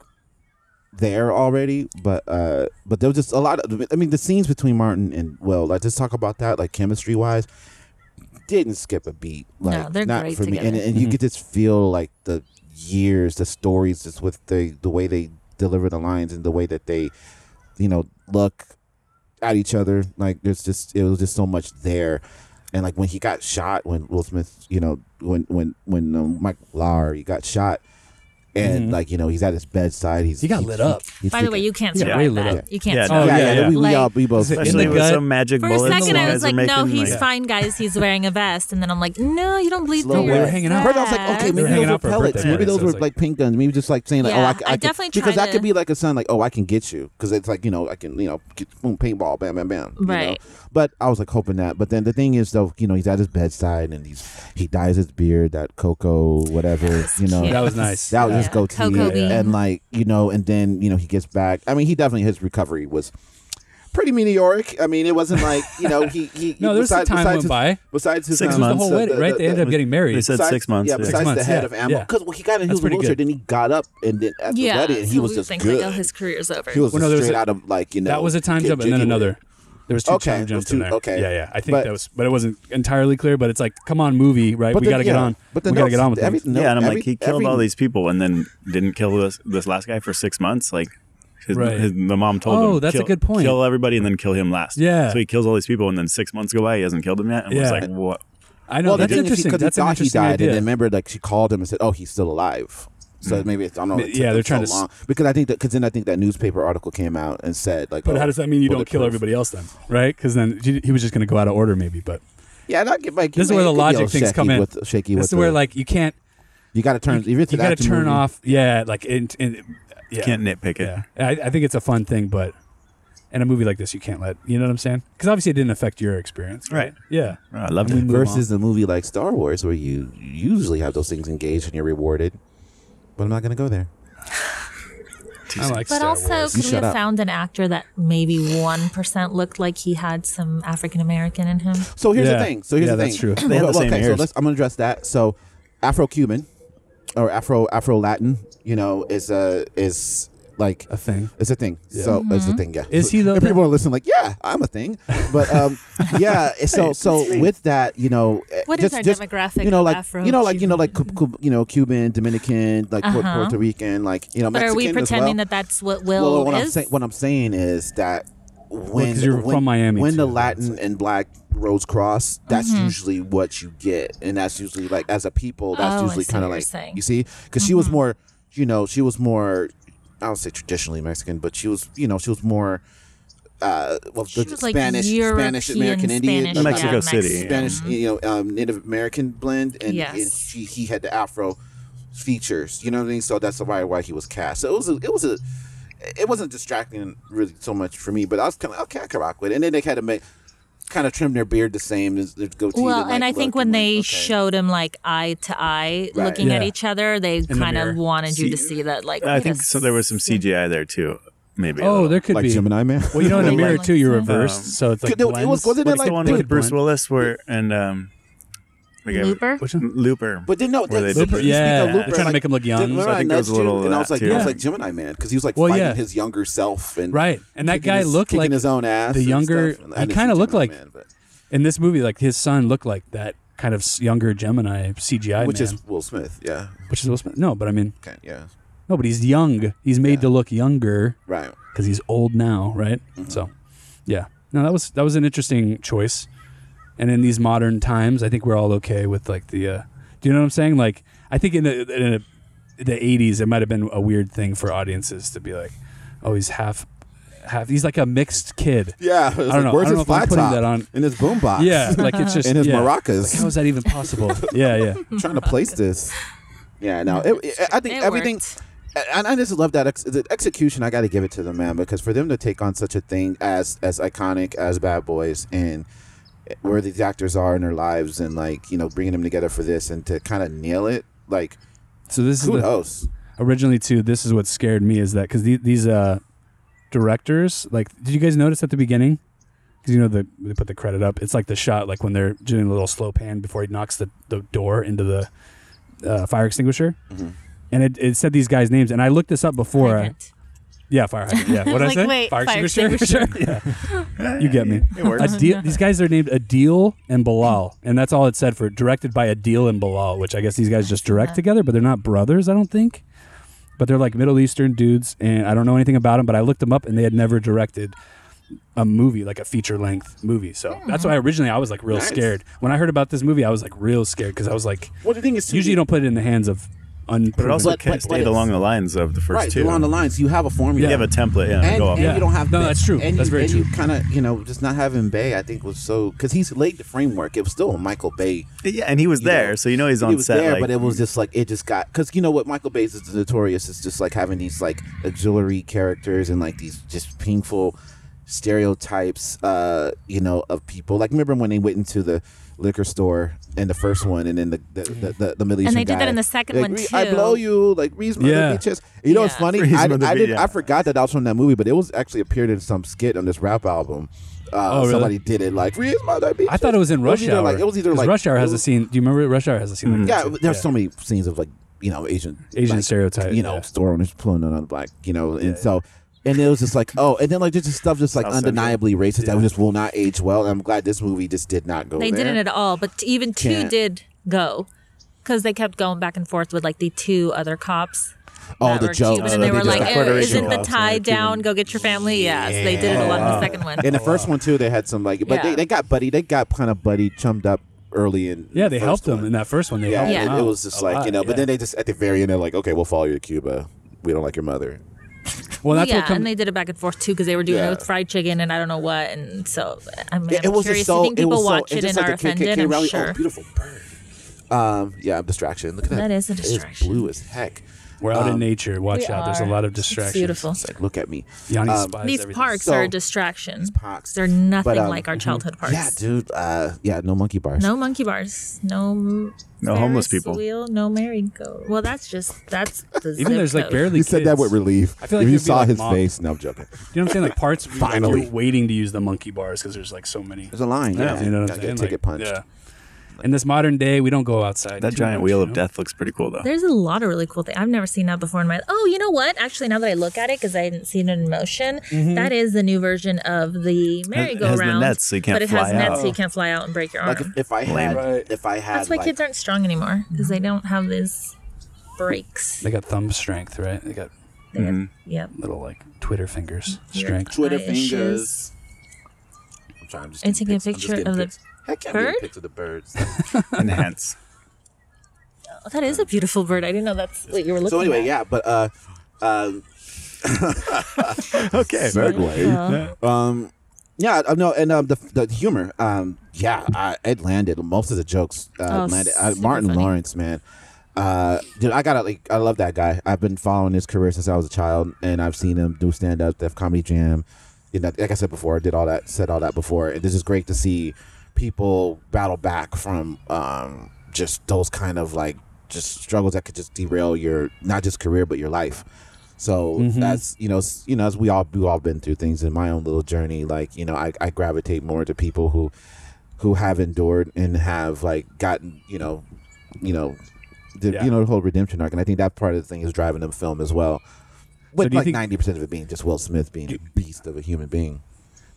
S8: there already but uh but there was just a lot of i mean the scenes between martin and will like just talk about that like chemistry wise didn't skip a beat like
S10: they're
S8: not
S10: great
S8: for me and,
S10: together.
S8: and you could just feel like the years the stories just with the the way they deliver the lines and the way that they you know look at each other. Like there's just it was just so much there, and like when he got shot, when Will Smith, you know, when when when um, Mike Lowry got shot, and like you know he's at his bedside. He's
S7: Mm-hmm. He got lit up.
S8: he's
S10: By the way,
S8: freaking-
S10: you can't
S7: Yeah, way
S10: survive
S7: lit
S10: that.
S7: up.
S10: You can't
S9: Yeah,
S10: survive.
S7: Oh,
S8: yeah,
S7: yeah,
S8: yeah,
S7: yeah.
S8: we, we
S10: Like,
S8: all we both
S7: it in
S9: Especially
S7: the
S9: with
S7: gut?
S9: some magic
S10: For a
S9: bullets.
S10: second,
S9: you
S10: I
S9: guys
S10: was
S9: are
S10: like, no,
S9: making,
S10: he's
S9: like-
S10: fine, guys. He's wearing a vest. And then I'm like, no, you don't bleed
S8: Slow
S10: through
S7: They were
S10: your
S8: rest.
S7: hanging out.
S8: First, I was like, okay,
S10: vest.
S7: They were
S8: maybe
S7: hanging
S8: those were
S7: out for a
S8: pellets.
S7: birthday
S8: Maybe
S7: party,
S8: those
S7: so
S8: were
S7: it's
S8: like,
S7: like-
S8: pink guns. Maybe just like saying like,
S10: Yeah,
S8: oh, I, c-
S10: I
S8: I could-
S10: definitely
S8: because
S10: tried
S8: that could
S10: to-
S8: be like a sign like, oh, I can get you because it's like you know I can you know get, boom, paintball, bam, bam, bam. you know?
S10: Right.
S8: But I was like hoping that. But then the thing is though, you know, he's at his bedside and he's he dyes his beard that cocoa whatever you know.
S10: cute.
S7: that was nice.
S8: That was
S10: Yeah.
S8: his goatee,
S10: Cocoa bean.
S8: and like you know, and then you know he gets back. I mean, he definitely his recovery was pretty meteoric. I mean, it wasn't like you know he he
S7: No, there's
S8: besides-
S7: the time
S8: besides
S7: went
S8: his-
S7: by.
S8: Besides his
S9: Six
S8: um,
S7: it was the
S9: months,
S7: whole
S9: the-
S7: wedding, right? they ended up getting married.
S9: They said
S8: Besides-
S9: six months.
S8: Yeah,
S9: Yeah,
S8: besides the
S7: months,
S8: head
S7: yeah,
S8: of ammo.
S7: yeah.
S8: Because he got in, he
S7: That's
S8: was in a
S7: pretty
S8: wheelchair,
S7: good.
S8: then he got up, and then at the
S10: Yeah,
S8: wedding, he
S10: so
S8: was
S10: we
S8: just
S10: think
S8: good.
S10: like, oh, his career's over.
S8: he was
S7: Well,
S8: just
S7: no, there was
S8: straight
S7: a-
S8: out of like you know.
S7: that was a time
S8: Kid
S7: jump and then
S8: Jiggy.
S7: another. There was two
S8: Okay,
S7: time
S8: it
S7: jumps
S8: was two-
S7: in there.
S8: okay.
S7: Yeah, yeah. I think
S8: But-
S7: that was, but it wasn't entirely clear. But it's like, come on, movie, right?
S8: But
S7: we
S8: then-
S7: got to get
S8: yeah,
S7: on.
S8: But
S7: we
S8: then
S7: got to
S8: else-
S7: get on with
S8: every-
S7: things.
S8: no,
S9: yeah, and I'm
S8: every-
S9: like, he killed
S8: every-
S9: all these people and then didn't kill this this last guy for six months. Like, his,
S7: Right.
S9: his- the mom told him,
S7: Oh, that's a
S9: "Kill-
S7: good point."
S9: Kill everybody and then kill him last.
S7: Yeah.
S9: So he kills all these people and then six months go by, he hasn't killed him yet. And yeah.
S7: Yeah.
S9: was like, what?
S7: I know
S8: Well,
S7: that's
S8: the thing is,
S7: interesting.
S8: because he
S7: That's an
S8: thought he
S7: interesting
S8: died, and
S7: idea.
S8: then remember, like she called him and said, "Oh, he's still alive." So maybe it's, I don't know. it
S7: Yeah,
S8: took
S7: they're
S8: them
S7: trying
S8: so
S7: to s-
S8: long. because I think that because then I think that newspaper article came out and said like,
S7: But
S8: oh,
S7: how does that mean you don't kill
S8: bulletproof.
S7: everybody else then, right? Because then he he was just going to go out of order, maybe. But
S8: Yeah, and I get like
S7: this is
S8: you
S7: where
S8: know,
S7: the
S8: it could be a
S7: logic things
S8: shaky
S7: come in.
S8: With, shaky
S7: This
S8: with
S7: is where
S8: the-
S7: like you can't
S8: you got to turn.
S7: you,
S8: if it's an
S7: got to
S8: action
S7: turn
S8: movie-
S7: off. Yeah, like in, in, yeah,
S9: Can't nitpick it.
S7: Yeah, I, I think it's a fun thing, but in a movie like this, you can't let you know what I'm saying because obviously it didn't affect your experience,
S9: Right.
S7: Yeah,
S9: Oh, I loved it.
S8: versus a movie like Star Wars where you usually have those things engaged and you're rewarded. But I'm not gonna go there.
S7: I like.
S10: But
S7: Star
S10: also,
S7: Wars.
S10: could we
S8: shut
S10: have
S8: up.
S10: found an actor that maybe 1% looked like he had some African American in him?
S8: So here's
S7: Yeah.
S8: the thing. So here's
S7: Yeah,
S8: the thing.
S7: that's true. They
S9: had the
S8: Well,
S9: same
S8: okay, so
S9: ears.
S8: let's, I'm gonna address that. So Afro-Cuban or Afro Afro Latin, you know, is a is like
S7: a thing.
S8: It's a thing. So it's a
S10: Mm-hmm.
S8: thing. Yeah.
S7: Is he though
S8: And
S7: that-
S8: people are listening. Like, yeah, I'm a thing. But um, yeah. So so with that, you know, eh,
S10: What is
S8: just,
S10: our
S8: just,
S10: demographic
S8: You know,
S10: of
S8: like you know, like you know, like
S10: Afro-Cuban? Uh-huh.
S8: Cu- Cu- you know, Cuban, Dominican, like Pu- Puerto Rican, like you know,
S10: But are we
S8: Mexican as
S10: pretending
S8: well.
S10: that that's what
S8: Well,
S10: Will
S8: what I'm
S10: is?
S8: saying, what I'm saying is that when
S7: 'cause you're
S8: when-
S7: from Miami,
S8: when the
S7: too.
S8: Latin and Black roads cross, that's
S10: Mm-hmm.
S8: usually what you get, and that's usually like as a people,
S10: Oh,
S8: that's
S10: I
S8: usually
S10: see
S8: kind
S10: what
S8: of
S10: you're
S8: like
S10: saying. Mm-hmm.
S8: you see, because she was more, you know, she was more. I don't say traditionally Mexican, but she was, you know, she was more. Uh, well,
S10: She
S8: the
S10: was like
S8: Spanish, Spanish American Indian,
S10: Spanish,
S8: like,
S10: yeah,
S9: Mexico City.
S10: Mexican.
S8: Spanish,
S7: mm-hmm.
S8: you know, um, Native American blend, and,
S10: Yes.
S8: and she he had the Afro features. You know what I mean? So that's why why he was cast. So it was a, it was a it wasn't distracting really so much for me, but I was kind of okay. I can rock with it. And then they kind of make kind of trim their beard the same as their goatee.
S10: Well,
S8: like,
S10: and I think
S8: look,
S10: when
S8: I'm like,
S10: they
S8: okay.
S10: showed him like eye to eye,
S8: Right.
S10: looking at
S7: Yeah.
S10: each other, they
S7: the
S10: kind
S7: mirror.
S10: of wanted you to
S9: See-
S10: see that. Like,
S9: I think
S10: this-
S9: so. There was some CGI there too. Maybe. a
S7: Oh,
S9: little.
S7: there could
S8: Like
S7: be.
S8: Gemini Man?
S7: Well, you know, in the
S10: Like-
S7: mirror too, you're
S10: Um,
S7: reversed, so it's like
S8: Could- no, it
S7: blends.
S8: was- wasn't it
S9: What's
S8: like-
S9: the one
S8: they
S9: with
S8: would
S9: Bruce
S7: blend.
S9: Willis where and um, the guy-
S10: Looper.
S7: Which one?
S9: Looper.
S8: But then no,
S9: Where
S8: they,
S9: they
S8: you
S9: did-
S8: speak
S7: Yeah,
S8: of
S7: they're trying to
S8: like,
S7: make him look young.
S8: didn't
S7: So
S9: I think
S8: that
S9: it was a
S8: dude?
S9: little of
S8: and I
S9: that,
S8: was like,
S9: too.
S8: I was
S7: Yeah.
S8: like Gemini Man because he was like
S7: Well,
S8: fighting
S7: yeah.
S8: his younger self and
S7: Right, and that
S8: kicking
S7: guy
S8: his,
S7: looked
S8: kicking
S7: like
S8: his own ass.
S7: the
S8: and
S7: younger-
S8: stuff. And I
S7: he
S8: didn't
S7: kinda
S8: see
S7: looked
S8: Gemini
S7: like-
S8: Man, but-
S7: in this movie, like his son looked like that kind of s- younger Gemini CGI
S8: which
S7: man,
S8: is Will Smith. Yeah,
S7: which is Will Smith. No, but I mean,
S8: okay, yeah,
S7: no, but he's young. He's made to look younger
S8: right.
S7: because he's old now, right?
S8: Mm-hmm.
S7: So, yeah, no, that was that was an interesting choice. And in these modern times, I think we're all okay with like the, uh, do you know what I'm saying? Like, I think in the in the, the 80s, it might have been a weird thing for audiences to be like, oh, he's half, half, he's like a mixed kid.
S8: Yeah, it's
S7: don't
S8: like,
S7: know. I don't
S8: where's his
S7: know if I'm
S8: flat
S7: putting
S8: top
S7: that on-
S8: in his boombox?
S7: Yeah, like it's just
S8: in his
S7: yeah.
S8: maracas.
S7: How is that even possible? yeah, yeah.
S8: trying to place this. Yeah, no, it, it- I think
S10: It
S8: everything.
S10: worked.
S8: And I just love that ex- the execution. I got to give it to the man because for them to take on such a thing as as iconic as Bad Boys and where these actors are in their lives and like you know bringing them together for this and to kind of nail it like
S7: So this is the,
S8: kudos.
S7: originally too. This is what scared me is that because these uh, directors, like, did you guys notice at the beginning? Because you know the they put the credit up. It's like the shot, like when they're doing a little slow pan before he knocks the, the door into the uh, fire extinguisher, and it, it said these guys' names. And I looked this up before.
S10: Hydrant.
S7: Yeah, fire hydrant. Yeah, what I
S10: Like,
S7: say?
S10: wait, fire
S7: yeah. You get me. Adil- these guys are named Adil and Bilal, and that's all it said for directed by Adil and Bilal, which I guess these guys just direct together, but they're not brothers, I don't think. But they're like Middle Eastern dudes, and I don't know anything about them, but I looked them up, and they had never directed a movie like a feature length movie. So
S10: Hmm.
S7: that's why originally I was like real scared when I heard about this movie. I was like real scared because I was like,
S8: Well, the thing is, too,
S7: usually you don't put it in the hands of
S9: But it
S7: unproven.
S9: also
S8: But-
S9: ca-
S8: but- but
S9: stayed
S8: it's-
S9: along the lines of the first
S8: right
S9: two.
S8: along the lines. You have a formula.
S9: You have a template. Yeah.
S8: and,
S9: go off
S8: and
S9: that.
S8: you don't have
S7: No,
S8: Bay.
S7: that's true.
S8: And
S7: That's
S8: you,
S7: very
S8: and
S7: true.
S8: you kind of you know just not having Bay, I think was so because he's laid the framework. It was still a Michael Bay.
S9: Yeah, and he was
S8: you know,
S9: there, so you know he's on
S8: he was
S9: set.
S8: there,
S9: like,
S8: but it was just like it just got because you know what Michael Bay is notorious is just like having these like auxiliary characters and like these just painful stereotypes, uh, you know, of people. Like remember when they went into the liquor store in the first one, and then the the the, the, the Middle
S10: And
S8: Eastern
S10: they did that
S8: guy,
S10: in the second
S8: like,
S10: one,
S8: "Re- I
S10: too."
S8: blow you, like Reese
S7: Yeah.
S8: yeah. You know, it's
S10: Yeah.
S8: funny.
S9: Reese
S8: I,
S9: Mother
S8: I,
S9: Bitch,
S8: did,
S9: yeah.
S8: I forgot that I was from that movie, but it was actually appeared in some skit on this rap album. Uh,
S7: Oh, really?
S8: Somebody did it like Reese Mother Bitch.
S7: I thought it was in Rush
S8: either
S7: Hour.
S8: Like, it was either
S7: 'Cause
S8: like
S7: Rush Hour
S8: it
S7: has a
S8: was-
S7: scene. Do you remember Rush Hour has a scene? Like
S8: yeah,
S7: that too?
S8: there's so many scenes of like you know Asian
S7: Mm-hmm. Asian
S8: like,
S7: stereotype,
S8: You know,
S7: yeah.
S8: store owners pulling on the black. You know, and so and it was just like oh, and then like there's just stuff just like
S9: South Central.
S8: undeniably racist that just will not age well. And I'm glad this movie just did not go.
S10: They
S8: there.
S10: didn't at all, but even 2
S8: Can't.
S10: did go because they kept going back and forth with like the two other cops.
S8: Oh,
S10: that
S8: the
S10: were
S8: jokes.
S10: Cuban,
S8: Oh,
S10: and
S8: they
S10: they were
S8: did
S10: like,
S8: that.
S10: "Eh,
S9: Puerto
S10: "Isn't
S9: Rican
S10: the
S9: cops,
S10: tie
S9: yeah,
S10: down?
S9: Cuban.
S10: Go get your family." Yes, they did it a lot in the second one.
S8: In the first one too, they had some like, but
S10: Yeah.
S8: they, they got buddy, they got kind of buddy chummed up early in.
S7: Yeah,
S8: the
S7: they
S8: first
S7: helped
S8: one.
S7: him in that first one. They
S8: Yeah,
S7: helped
S10: Yeah.
S7: him
S8: It, it
S7: out
S8: was just
S7: a
S8: like
S7: lot,
S8: you know, but
S7: yeah.
S8: then they just at the very end they're like, okay, we'll follow you to Cuba. We don't like your mother.
S7: well, that's
S10: yeah,
S7: what come,
S10: and they did it back and forth too because they were doing
S8: Yeah.
S10: it with fried chicken and I don't know what, and so I mean,
S8: It-
S10: I'm
S8: it was
S10: curious.
S8: just so.
S10: I think people
S8: it was
S10: watch
S8: so,
S10: it and
S8: just
S10: are
S8: like the KKK
S10: offended. I'm
S8: rally.
S10: sure.
S8: Oh, beautiful bird. Um, yeah, distraction. Look at that.
S10: That is a
S8: It
S10: distraction.
S8: blue as heck.
S7: we're out in
S8: um,
S7: nature. Watch
S10: We
S7: out. There's a
S10: are.
S7: lot of
S10: It's
S7: distractions.
S10: beautiful.
S8: It's like, look at me.
S7: Yanni
S8: Um,
S7: spies
S10: These
S7: everything.
S10: parks
S8: So-
S10: are a distraction.
S8: parks.
S10: They're nothing
S8: But, um,
S10: like
S7: Mhm.
S10: our childhood parks.
S8: Yeah, dude. Uh, yeah, no monkey bars.
S10: No monkey bars. No. m-
S9: No homeless
S10: Ferris
S9: people.
S10: Wheel, no merry-go. Well, that's just that's the zip
S7: Even there's like
S10: code.
S7: barely.
S8: You said that
S7: kids.
S8: with relief.
S7: I feel like
S8: if you
S7: there'd be,
S8: saw
S7: like,
S8: his
S7: mob-
S8: face, no, I'm joking.
S7: You know what I'm saying? Like parts. Finally,
S8: Finally.
S7: you're waiting to use the monkey bars because there's like so many.
S8: There's a line. Yeah,
S7: you know what I'm
S8: Gotta
S7: saying?
S8: Get ticket
S7: Like,
S8: punched.
S7: Yeah. In this modern day, we don't go outside.
S9: that
S7: too
S9: giant
S7: much,
S9: wheel
S7: you
S9: of
S7: know?
S9: death looks pretty cool though.
S10: There's a lot of really cool things. I've never seen that before in my. Oh, you know what? Actually, now that I look at it, because I hadn't seen it in motion,
S8: Mm-hmm.
S10: that is the new version of the merry-go-round.
S9: nets, so you can't
S10: But it has
S9: fly
S10: nets,
S9: out.
S10: so you can't fly out and break your arm.
S8: Like if, if I
S9: Lame.
S8: had, if I had,
S10: That's why
S8: like, Mm-hmm.
S10: kids aren't strong anymore because they don't have these breaks.
S7: They got thumb strength, right? They got
S10: Yep.
S9: Mm-hmm.
S7: little like Twitter fingers strength.
S8: Twitter
S10: Eye
S8: fingers.
S10: issues.
S4: I'm trying. I'm just
S10: And
S4: getting
S10: taking a
S4: pics. I'm just
S10: picture
S4: getting
S10: of the
S4: pics. Heck, yeah, I'm getting
S10: bird?
S4: pics of the birds.
S9: Enhance.
S10: Oh, that is a beautiful bird. I didn't know that's what you were looking
S8: So anyway,
S10: at.
S8: yeah, but uh, um,
S9: Okay.
S8: segue. Um, yeah, uh, no, and um, the the humor. Um, yeah, I, it landed. Most of the jokes uh,
S10: Oh,
S8: landed. Uh,
S10: super
S8: Martin
S10: funny.
S8: Lawrence, man. Uh, dude, I gotta like, I love that guy. I've been following his career since I was a child, and I've seen him do stand up, Def Comedy Jam. You know, like I said before, I did all that, said all that before, and this is great to see people battle back from um, just those kind of like just struggles that could just derail your not just career but your life. So that's you know s- you know as we all we all been through things in my own little journey. Like you know I, I gravitate more to people who who have endured and have like gotten you know you know the,
S9: Yeah.
S8: you know the whole redemption arc, and I think that part of the thing is driving the film as well. With
S7: do you
S8: like
S7: think-
S8: ninety percent of it being just Will Smith being a beast of a human being.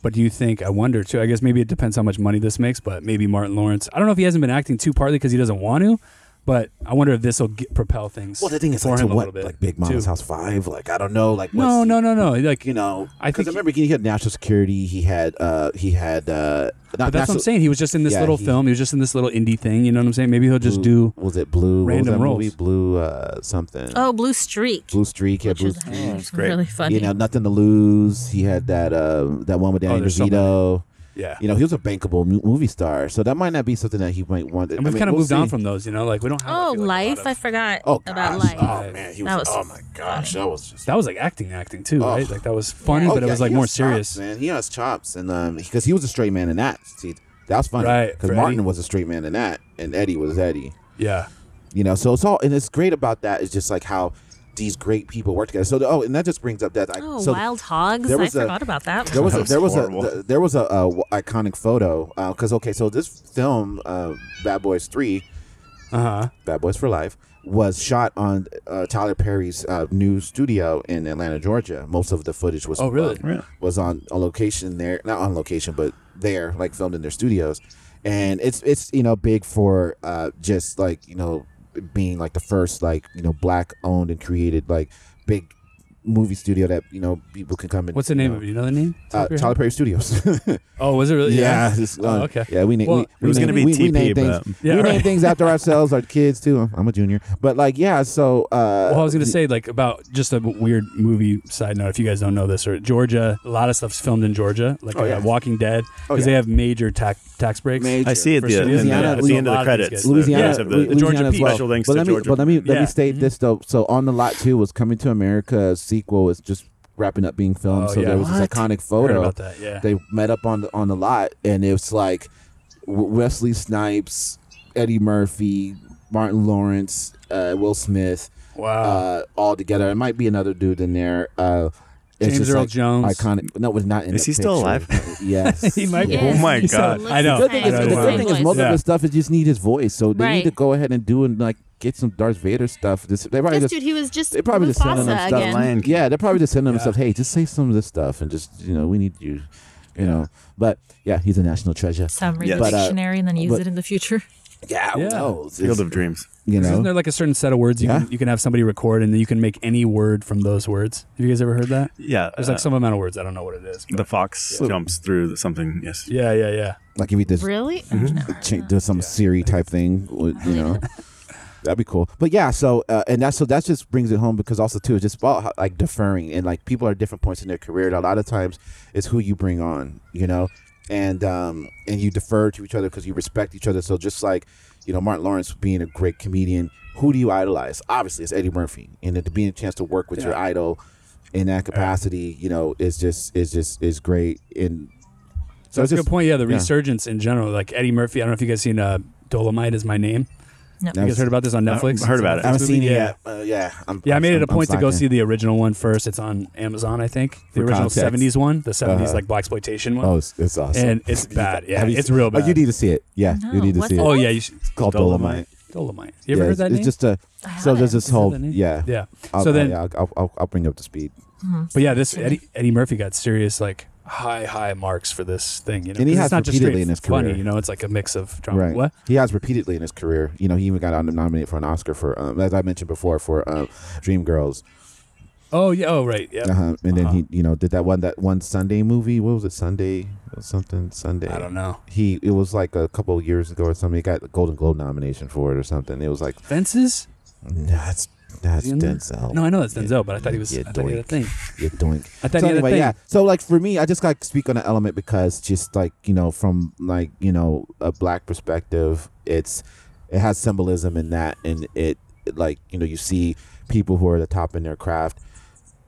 S7: But do you think? I wonder too. I guess maybe it depends how much money this makes. But maybe Martin Lawrence. I don't know if he hasn't been acting too partly because he doesn't want to. But I wonder if this will get, propel things.
S8: Well, the thing is,
S7: for
S8: like, to
S7: him a
S8: what,
S7: little bit,
S8: like Big Mama's
S7: too.
S8: House Five? Like, I don't know, like, what's
S7: No,
S8: the-
S7: no, no, no. Like
S8: you know,
S7: I
S8: I think
S7: think-
S8: remember he had national security. He had, uh, he had, uh,
S7: But that's what I'm saying. He was just in this
S8: Yeah,
S7: little
S8: he-
S7: film. He was just in this little indie thing. You know what I'm saying? Maybe he'll just do.
S8: was it blue? what was
S7: random
S8: that
S7: roles.
S8: Movie? Blue, uh, something.
S10: Oh, Blue Streak.
S8: Blue streak. Yeah,
S10: which
S8: blue
S10: is
S8: streak.
S9: great.
S10: really funny.
S8: You know, nothing to lose. He had that, uh, that one with Danny
S7: there's so many.
S8: DeVito.
S7: Yeah.
S8: You know, he was a bankable mu- movie star, so that might not be something that he might want. to-
S7: and
S8: I
S7: we've
S8: mean,
S7: kind of
S8: we'll
S7: moved on
S8: see.
S7: from those. You know, like we don't have. I
S10: oh,
S7: feel like, a lot
S10: Life.
S7: of-
S10: I forgot
S8: Oh gosh.
S10: about Life.
S8: Oh man, he was.
S10: That was
S8: oh my gosh, that was just
S7: that was like acting, acting too, right? Like that was funny,
S8: Oh,
S7: but it
S8: yeah,
S7: was like
S8: he
S7: more
S8: has
S7: serious.
S8: chops, man, he has chops, and um, because he was a straight man in that. See, that was funny,
S7: Right,
S8: Because
S7: for
S8: Martin
S7: Eddie.
S8: was a straight man in that, and Eddie was Eddie.
S7: yeah.
S8: You know, so it's all, and it's great about that is just like how these great people work together. So, the, oh, and that just brings up that. Like,
S10: Oh,
S8: so
S10: Wild Hogs.
S8: there
S10: I
S8: was a-
S10: forgot about that.
S8: There was, a,
S9: was
S8: there was
S9: horrible.
S8: a there was a, uh w- iconic photo because okay, so this film, uh, Bad Boys Three,
S7: Uh huh.
S8: Bad Boys for Life was shot on uh, Tyler Perry's uh, new studio in Atlanta, Georgia. Most of the footage was
S7: Oh, really?
S8: uh, was on a location there, not on location, but there, like filmed in their studios. And it's it's you know big for uh, just like you know being like the first like you know black owned and created like big movie studio that you know people can come in.
S7: What's the name of it? You know the name?
S8: Uh,
S7: Top of your
S8: Tyler
S7: head?
S8: Perry Studios.
S7: Oh, was it really?
S8: Yeah. it's, uh,
S7: Oh, okay.
S8: Yeah, we named.
S7: Well,
S8: we,
S7: it
S8: we
S9: was
S8: named-
S9: gonna be
S8: we, we
S9: TP,
S8: named
S9: but-
S8: things.
S7: Yeah,
S8: we
S7: right.
S8: named things after ourselves, our kids too. I'm- I'm a junior, but like, yeah. So, uh,
S7: Well, I was going to say, like, about just a weird movie side note. If you guys don't know this, or Georgia, a lot of stuff's filmed in Georgia, like
S8: Oh,
S7: uh,
S8: yeah.
S7: Walking Dead, because
S8: Oh, yeah.
S7: they have major tax tax breaks.
S8: Major.
S9: I see it
S7: For
S9: the, in the-
S8: Louisiana,
S9: at the end of
S7: Louisiana.
S9: the credits.
S8: Louisiana,
S9: Yeah,
S8: Lu-
S9: the,
S7: Georgia
S8: Louisiana as
S7: Peach.
S8: well.
S9: Special thanks
S8: but
S9: to
S8: let me,
S9: Georgia
S8: but let me let
S7: Yeah. Mm-hmm.
S8: me state this though. So on the lot too was Coming to America sequel is just wrapping up being filmed.
S7: Oh,
S8: so
S7: yeah.
S8: there was this
S7: What?
S8: iconic
S7: Heard
S8: photo.
S7: about that, yeah.
S8: They met up on the on the lot, and it's like W- Wesley Snipes, Eddie Murphy, Martin Lawrence, uh, Will Smith.
S7: Wow.
S8: Uh, all together. It might be another dude in there. Uh, it's
S7: James
S8: just,
S7: Earl
S8: like,
S7: Jones.
S8: Iconic. No, it was not in
S9: Is
S8: the
S9: he still
S8: picture. yes.
S7: He might be.
S10: Yes,
S9: Oh my
S10: he still
S9: God.
S10: looks
S7: I know.
S8: The good thing
S7: I
S8: is,
S7: know,
S8: the
S7: I
S8: good
S7: know.
S8: thing is most
S7: Yeah.
S8: of his stuff is just need his voice. So they need
S10: Right.
S8: to go ahead and do and like get some Darth Vader stuff. This, they probably
S6: This
S8: just
S6: dude, he was just
S8: they probably just sending them
S6: Mufasa
S8: stuff.
S6: again.
S9: Lion King.
S8: Yeah, they're probably just sending them
S7: Yeah.
S8: stuff. Hey, just say some of this stuff and just you know we need you, you know. But yeah, he's a national treasure.
S10: Some read
S9: Yes.
S10: the
S9: But,
S8: uh,
S10: dictionary and then use
S8: but-
S10: it in the future.
S8: Yeah, who
S7: Yeah.
S8: knows?
S9: Field
S8: It's-
S9: of Dreams.
S8: you
S7: Isn't
S8: know.
S7: there like a certain set of words you,
S8: Yeah.
S7: can, you can have somebody record and then you can make any word from those words? Have you guys ever heard that?
S9: Yeah.
S7: There's
S9: uh,
S7: like some amount of words. I don't know what it is.
S9: the fox Uh, jumps through something. Yes.
S7: Yeah, yeah, yeah.
S8: Like if you just
S6: Really?
S7: Mm-hmm.
S8: change, do some Siri type thing, with, you know. That'd be cool, but yeah. So uh, and that's so that just brings it home because also too, it's just about how, like deferring and like people are at different points in their career. And a lot of times, it's who you bring on, you know, and um and you defer to each other because you respect each other. So just like you know, Martin Lawrence being a great comedian, who do you idolize? Obviously, it's Eddie Murphy, and it, being a chance to work with your idol in that capacity, you know, is just is just is great. And
S7: So that's a
S8: it's
S7: good
S8: just-
S7: point. Yeah, the
S8: yeah.
S7: resurgence in general, like Eddie Murphy. I don't know if you guys seen uh, Dolomite is my name.
S10: No.
S7: You guys heard about this on
S9: don't-
S7: Netflix?
S9: heard about it.
S8: I haven't
S7: It's a
S8: seen it
S7: movie-
S8: yet. Uh, yeah, I'm,
S7: Yeah, I made it
S8: I'm-
S7: a point
S8: I'm
S7: to go see
S8: slacking.
S7: the original one first. It's on Amazon, I think. The
S8: For
S7: original
S8: context.
S7: '70s one, the '70s
S8: Uh-huh.
S7: like black exploitation one,
S8: Oh, it's, it's awesome.
S7: and it's bad. Yeah,
S8: Have you
S7: it's
S8: seen-
S7: real bad.
S8: Oh, you need to see it. Yeah,
S10: No,
S8: you need to
S10: what's
S8: see
S10: it
S8: it.
S7: Oh yeah, you should,
S8: It's called Dolomite.
S7: Dolomite. You ever
S8: yeah,
S7: heard that
S8: it's,
S7: name?
S8: it's just a. So
S10: haven't.
S8: there's
S7: Is
S8: this
S7: that
S8: whole.
S7: the name?
S8: Yeah.
S7: yeah.
S8: I'll,
S7: so then,
S8: I'll, I'll, I'll, I'll bring you up to speed.
S7: but yeah, this Eddie, Eddie Murphy got serious like high high marks for this thing. You know,
S8: And he
S7: 'cause
S8: has
S7: it's not just
S8: repeatedly
S7: straight
S8: in his
S7: funny.
S8: career.
S7: You know, it's like a mix of drama.
S8: Right.
S7: Oh, What?
S8: He has repeatedly in his career. You know, he even got nom- nominated for an Oscar for, um, as I mentioned before, for um, Dreamgirls.
S7: Oh yeah. Oh right. Yeah.
S8: Uh-huh. And then he, you know, did that one that one Sunday movie. What was it? Sunday something. Sunday.
S7: I don't know.
S8: He it was like a couple of years ago or something. He got a Golden Globe nomination for it or something. It was like
S7: Fences.
S8: that's that's
S7: Is he in there?
S8: Denzel.
S7: No, I know that's Denzel, but I thought he was.
S8: Yeah,
S7: I thought he had a
S8: doink.
S7: thing.
S8: You're doing.
S7: I thought
S8: so
S7: he had a
S8: anyway,
S7: thing.
S8: yeah. So like for me, I just got to speak on an element because just like you know, from like you know a black perspective, it's it has symbolism in that, and it like you know you see people who are at the top in their craft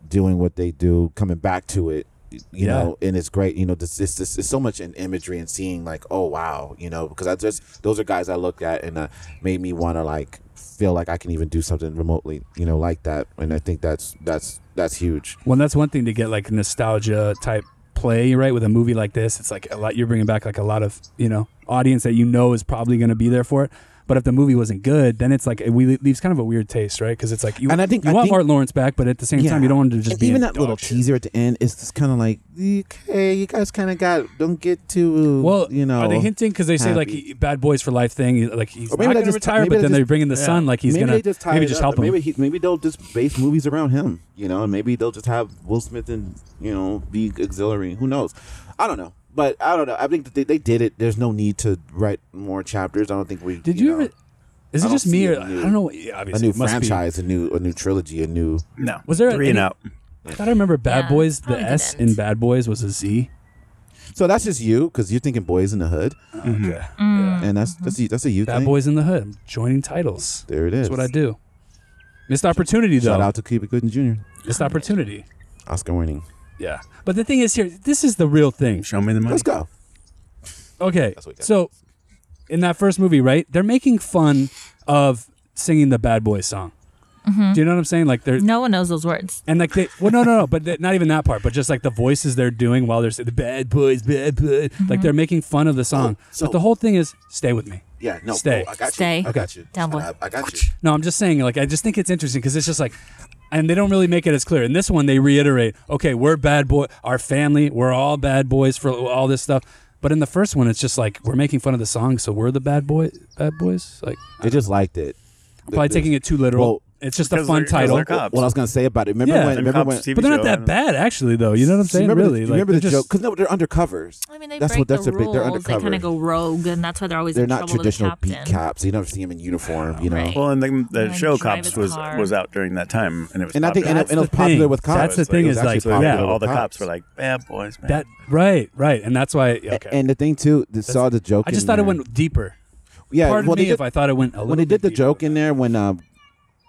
S8: doing what they do, coming back to it, you
S7: Yeah.
S8: know, and it's great. You know, this this this is so much in imagery and seeing like, oh wow, you know, because I just those are guys I looked at and uh, made me want to like feel like I can even do something remotely, you know, like that. And I think that's that's that's huge.
S7: Well, that's one thing to get like nostalgia type play, right? With a movie like this, it's like a lot. You're bringing back like a lot of you know audience that you know is probably going to be there for it. But if the movie wasn't good, then it's like it we- leaves kind of a weird taste, right? Because it's like you
S8: And I think-
S7: you
S8: I
S7: want
S8: think-
S7: Martin Lawrence back, but at the same time, you don't want to just
S8: And
S7: be
S8: even
S7: in
S8: that
S7: dog
S8: little
S7: shit.
S8: teaser at the end is just kind of like, okay, you guys kind of got don't get too
S7: Well,
S8: you know.
S7: are they hinting because they say like
S8: happy.
S7: he- "bad boys for life" thing? he- Like he's
S8: Or
S7: not going to retire,
S8: maybe
S7: but
S8: they
S7: then
S8: just-
S7: they bring in the
S8: yeah.
S7: son, like he's
S8: maybe
S7: going
S8: they
S7: to
S8: just tie
S7: maybe
S8: it
S7: just
S8: up.
S7: help him.
S8: Maybe he, maybe they'll just base movies around him, you know, and maybe they'll just have Will Smith and you know be auxiliary. Who knows? I don't know, but I don't know. I think that they, they did it. There's no need to write more chapters. I don't think we.
S7: Did you,
S8: know,
S7: ever? Is it
S8: I don't
S7: just me
S8: see
S7: or
S8: a
S7: I
S8: new-
S7: don't know? Yeah,
S8: a
S7: obviously,
S8: new
S7: it must be.
S8: franchise, a new a new trilogy, a new
S9: No.
S7: Was there
S9: three and
S7: any-
S9: out?
S7: I thought I remember Bad
S10: Yeah,
S7: Boys. The
S10: probably
S7: S
S10: didn't.
S7: in Bad Boys was a Z.
S8: So that's just you, because you're thinking boys in the hood,
S7: Okay.
S8: and that's that's a, that's a you
S7: Mm-hmm. Mm. Bad
S8: thing.
S7: Boys in the Hood. I'm joining titles.
S8: There it is.
S7: That's what I do. Missed opportunity though.
S8: Shout out to Cuba Gooden Jr.
S7: Missed opportunity.
S8: Oscar winning.
S7: Yeah. But the thing is here, this is the real thing.
S9: Show me the money.
S8: Let's go.
S7: Okay.
S8: what we got.
S7: So in that first movie, right? They're making fun of singing the Bad Boys song. Do you know what I'm saying? Like they're
S10: No one knows those words.
S7: And like they, well, no, no, no, but th- not even that part. But just like the voices they're doing while they're saying the bad boys, bad boys, like they're making fun of the song.
S8: so-
S7: but the whole thing is, stay with me.
S8: Yeah, no,
S7: Stay.
S8: oh, I got you.
S10: Stay.
S8: I got you.
S10: Down boy.
S8: I, I got you.
S7: No, I'm just saying. Like I just think it's interesting because it's just like, and they don't really make it as clear. In this one, they reiterate, okay, we're bad boy, our family, we're all bad boys for all this stuff. But in the first one, it's just like we're making fun of the song, so we're the bad boy, bad boys. Like
S8: They just liked it.
S7: I'm probably taking it too literal.
S8: Well,
S7: it's just a
S9: because
S7: fun
S9: they're- 'cause they're
S7: title.
S9: cops.
S8: What I was gonna say about it. Remember
S7: Yeah.
S8: when?
S7: Them
S8: Remember
S9: cops
S8: when?
S9: TV
S7: But they're not
S9: show,
S7: that
S9: I don't know.
S7: bad, actually, though. You know what I'm saying?
S8: remember
S7: really, like,
S8: the, remember
S7: they're
S8: the
S7: just-
S8: joke? Because no, they're undercovers.
S10: I mean, they
S8: that's
S10: break
S8: what that's
S10: the
S8: their
S10: rules.
S8: big. They're undercover.
S10: They kind of go rogue, and that's why they're always
S8: They're
S10: in
S8: not
S10: trouble
S8: traditional
S10: with the
S8: beat
S10: captain.
S8: caps. You never see them in uniform. You know.
S10: Right.
S9: Well, and the, the
S10: Yeah,
S9: show
S10: drive
S9: Cops
S10: his
S9: was
S10: car.
S9: was out during that time, and it was
S8: And I think and
S9: popular.
S8: it, and it was
S7: the
S8: popular
S7: thing.
S8: with cops.
S7: That's the
S8: It
S7: thing
S8: was
S7: is,
S8: actually
S7: like,
S9: So, yeah,
S8: popular
S9: all
S8: with
S9: the cops were like, "Bad boys, man."
S7: That right, right, and that's why. yeah, Okay.
S8: And the thing too, they saw the joke.
S7: I just
S8: in
S7: thought it
S8: there.
S7: went deeper.
S8: Yeah,
S7: Pardon
S8: well, they
S7: me
S8: did-
S7: if I thought it went a little.
S8: when they did
S7: bit
S8: the
S7: deeper.
S8: joke in there when uh,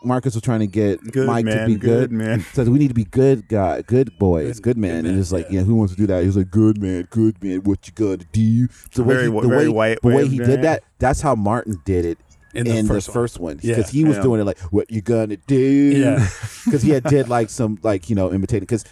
S8: Marcus was trying to get
S9: Good
S8: Mike
S9: man,
S8: to be good,
S9: good man.
S8: says we need to be good guy, good boys, good, man. and it's like, yeah. who wants to do that? He was like, good man, good man, what you gonna do? The
S9: Very
S8: he,
S9: wh-
S8: the
S9: very
S8: way,
S9: white
S8: the
S9: way
S8: way
S9: of
S8: he
S9: doing
S8: did
S9: it.
S8: that. That's how Martin did it
S7: In the first one.
S8: one,
S7: Yeah.
S8: because he was
S9: Yeah.
S8: doing it like, what you gonna do?
S7: Yeah.
S8: because he had did like some like you know imitating because.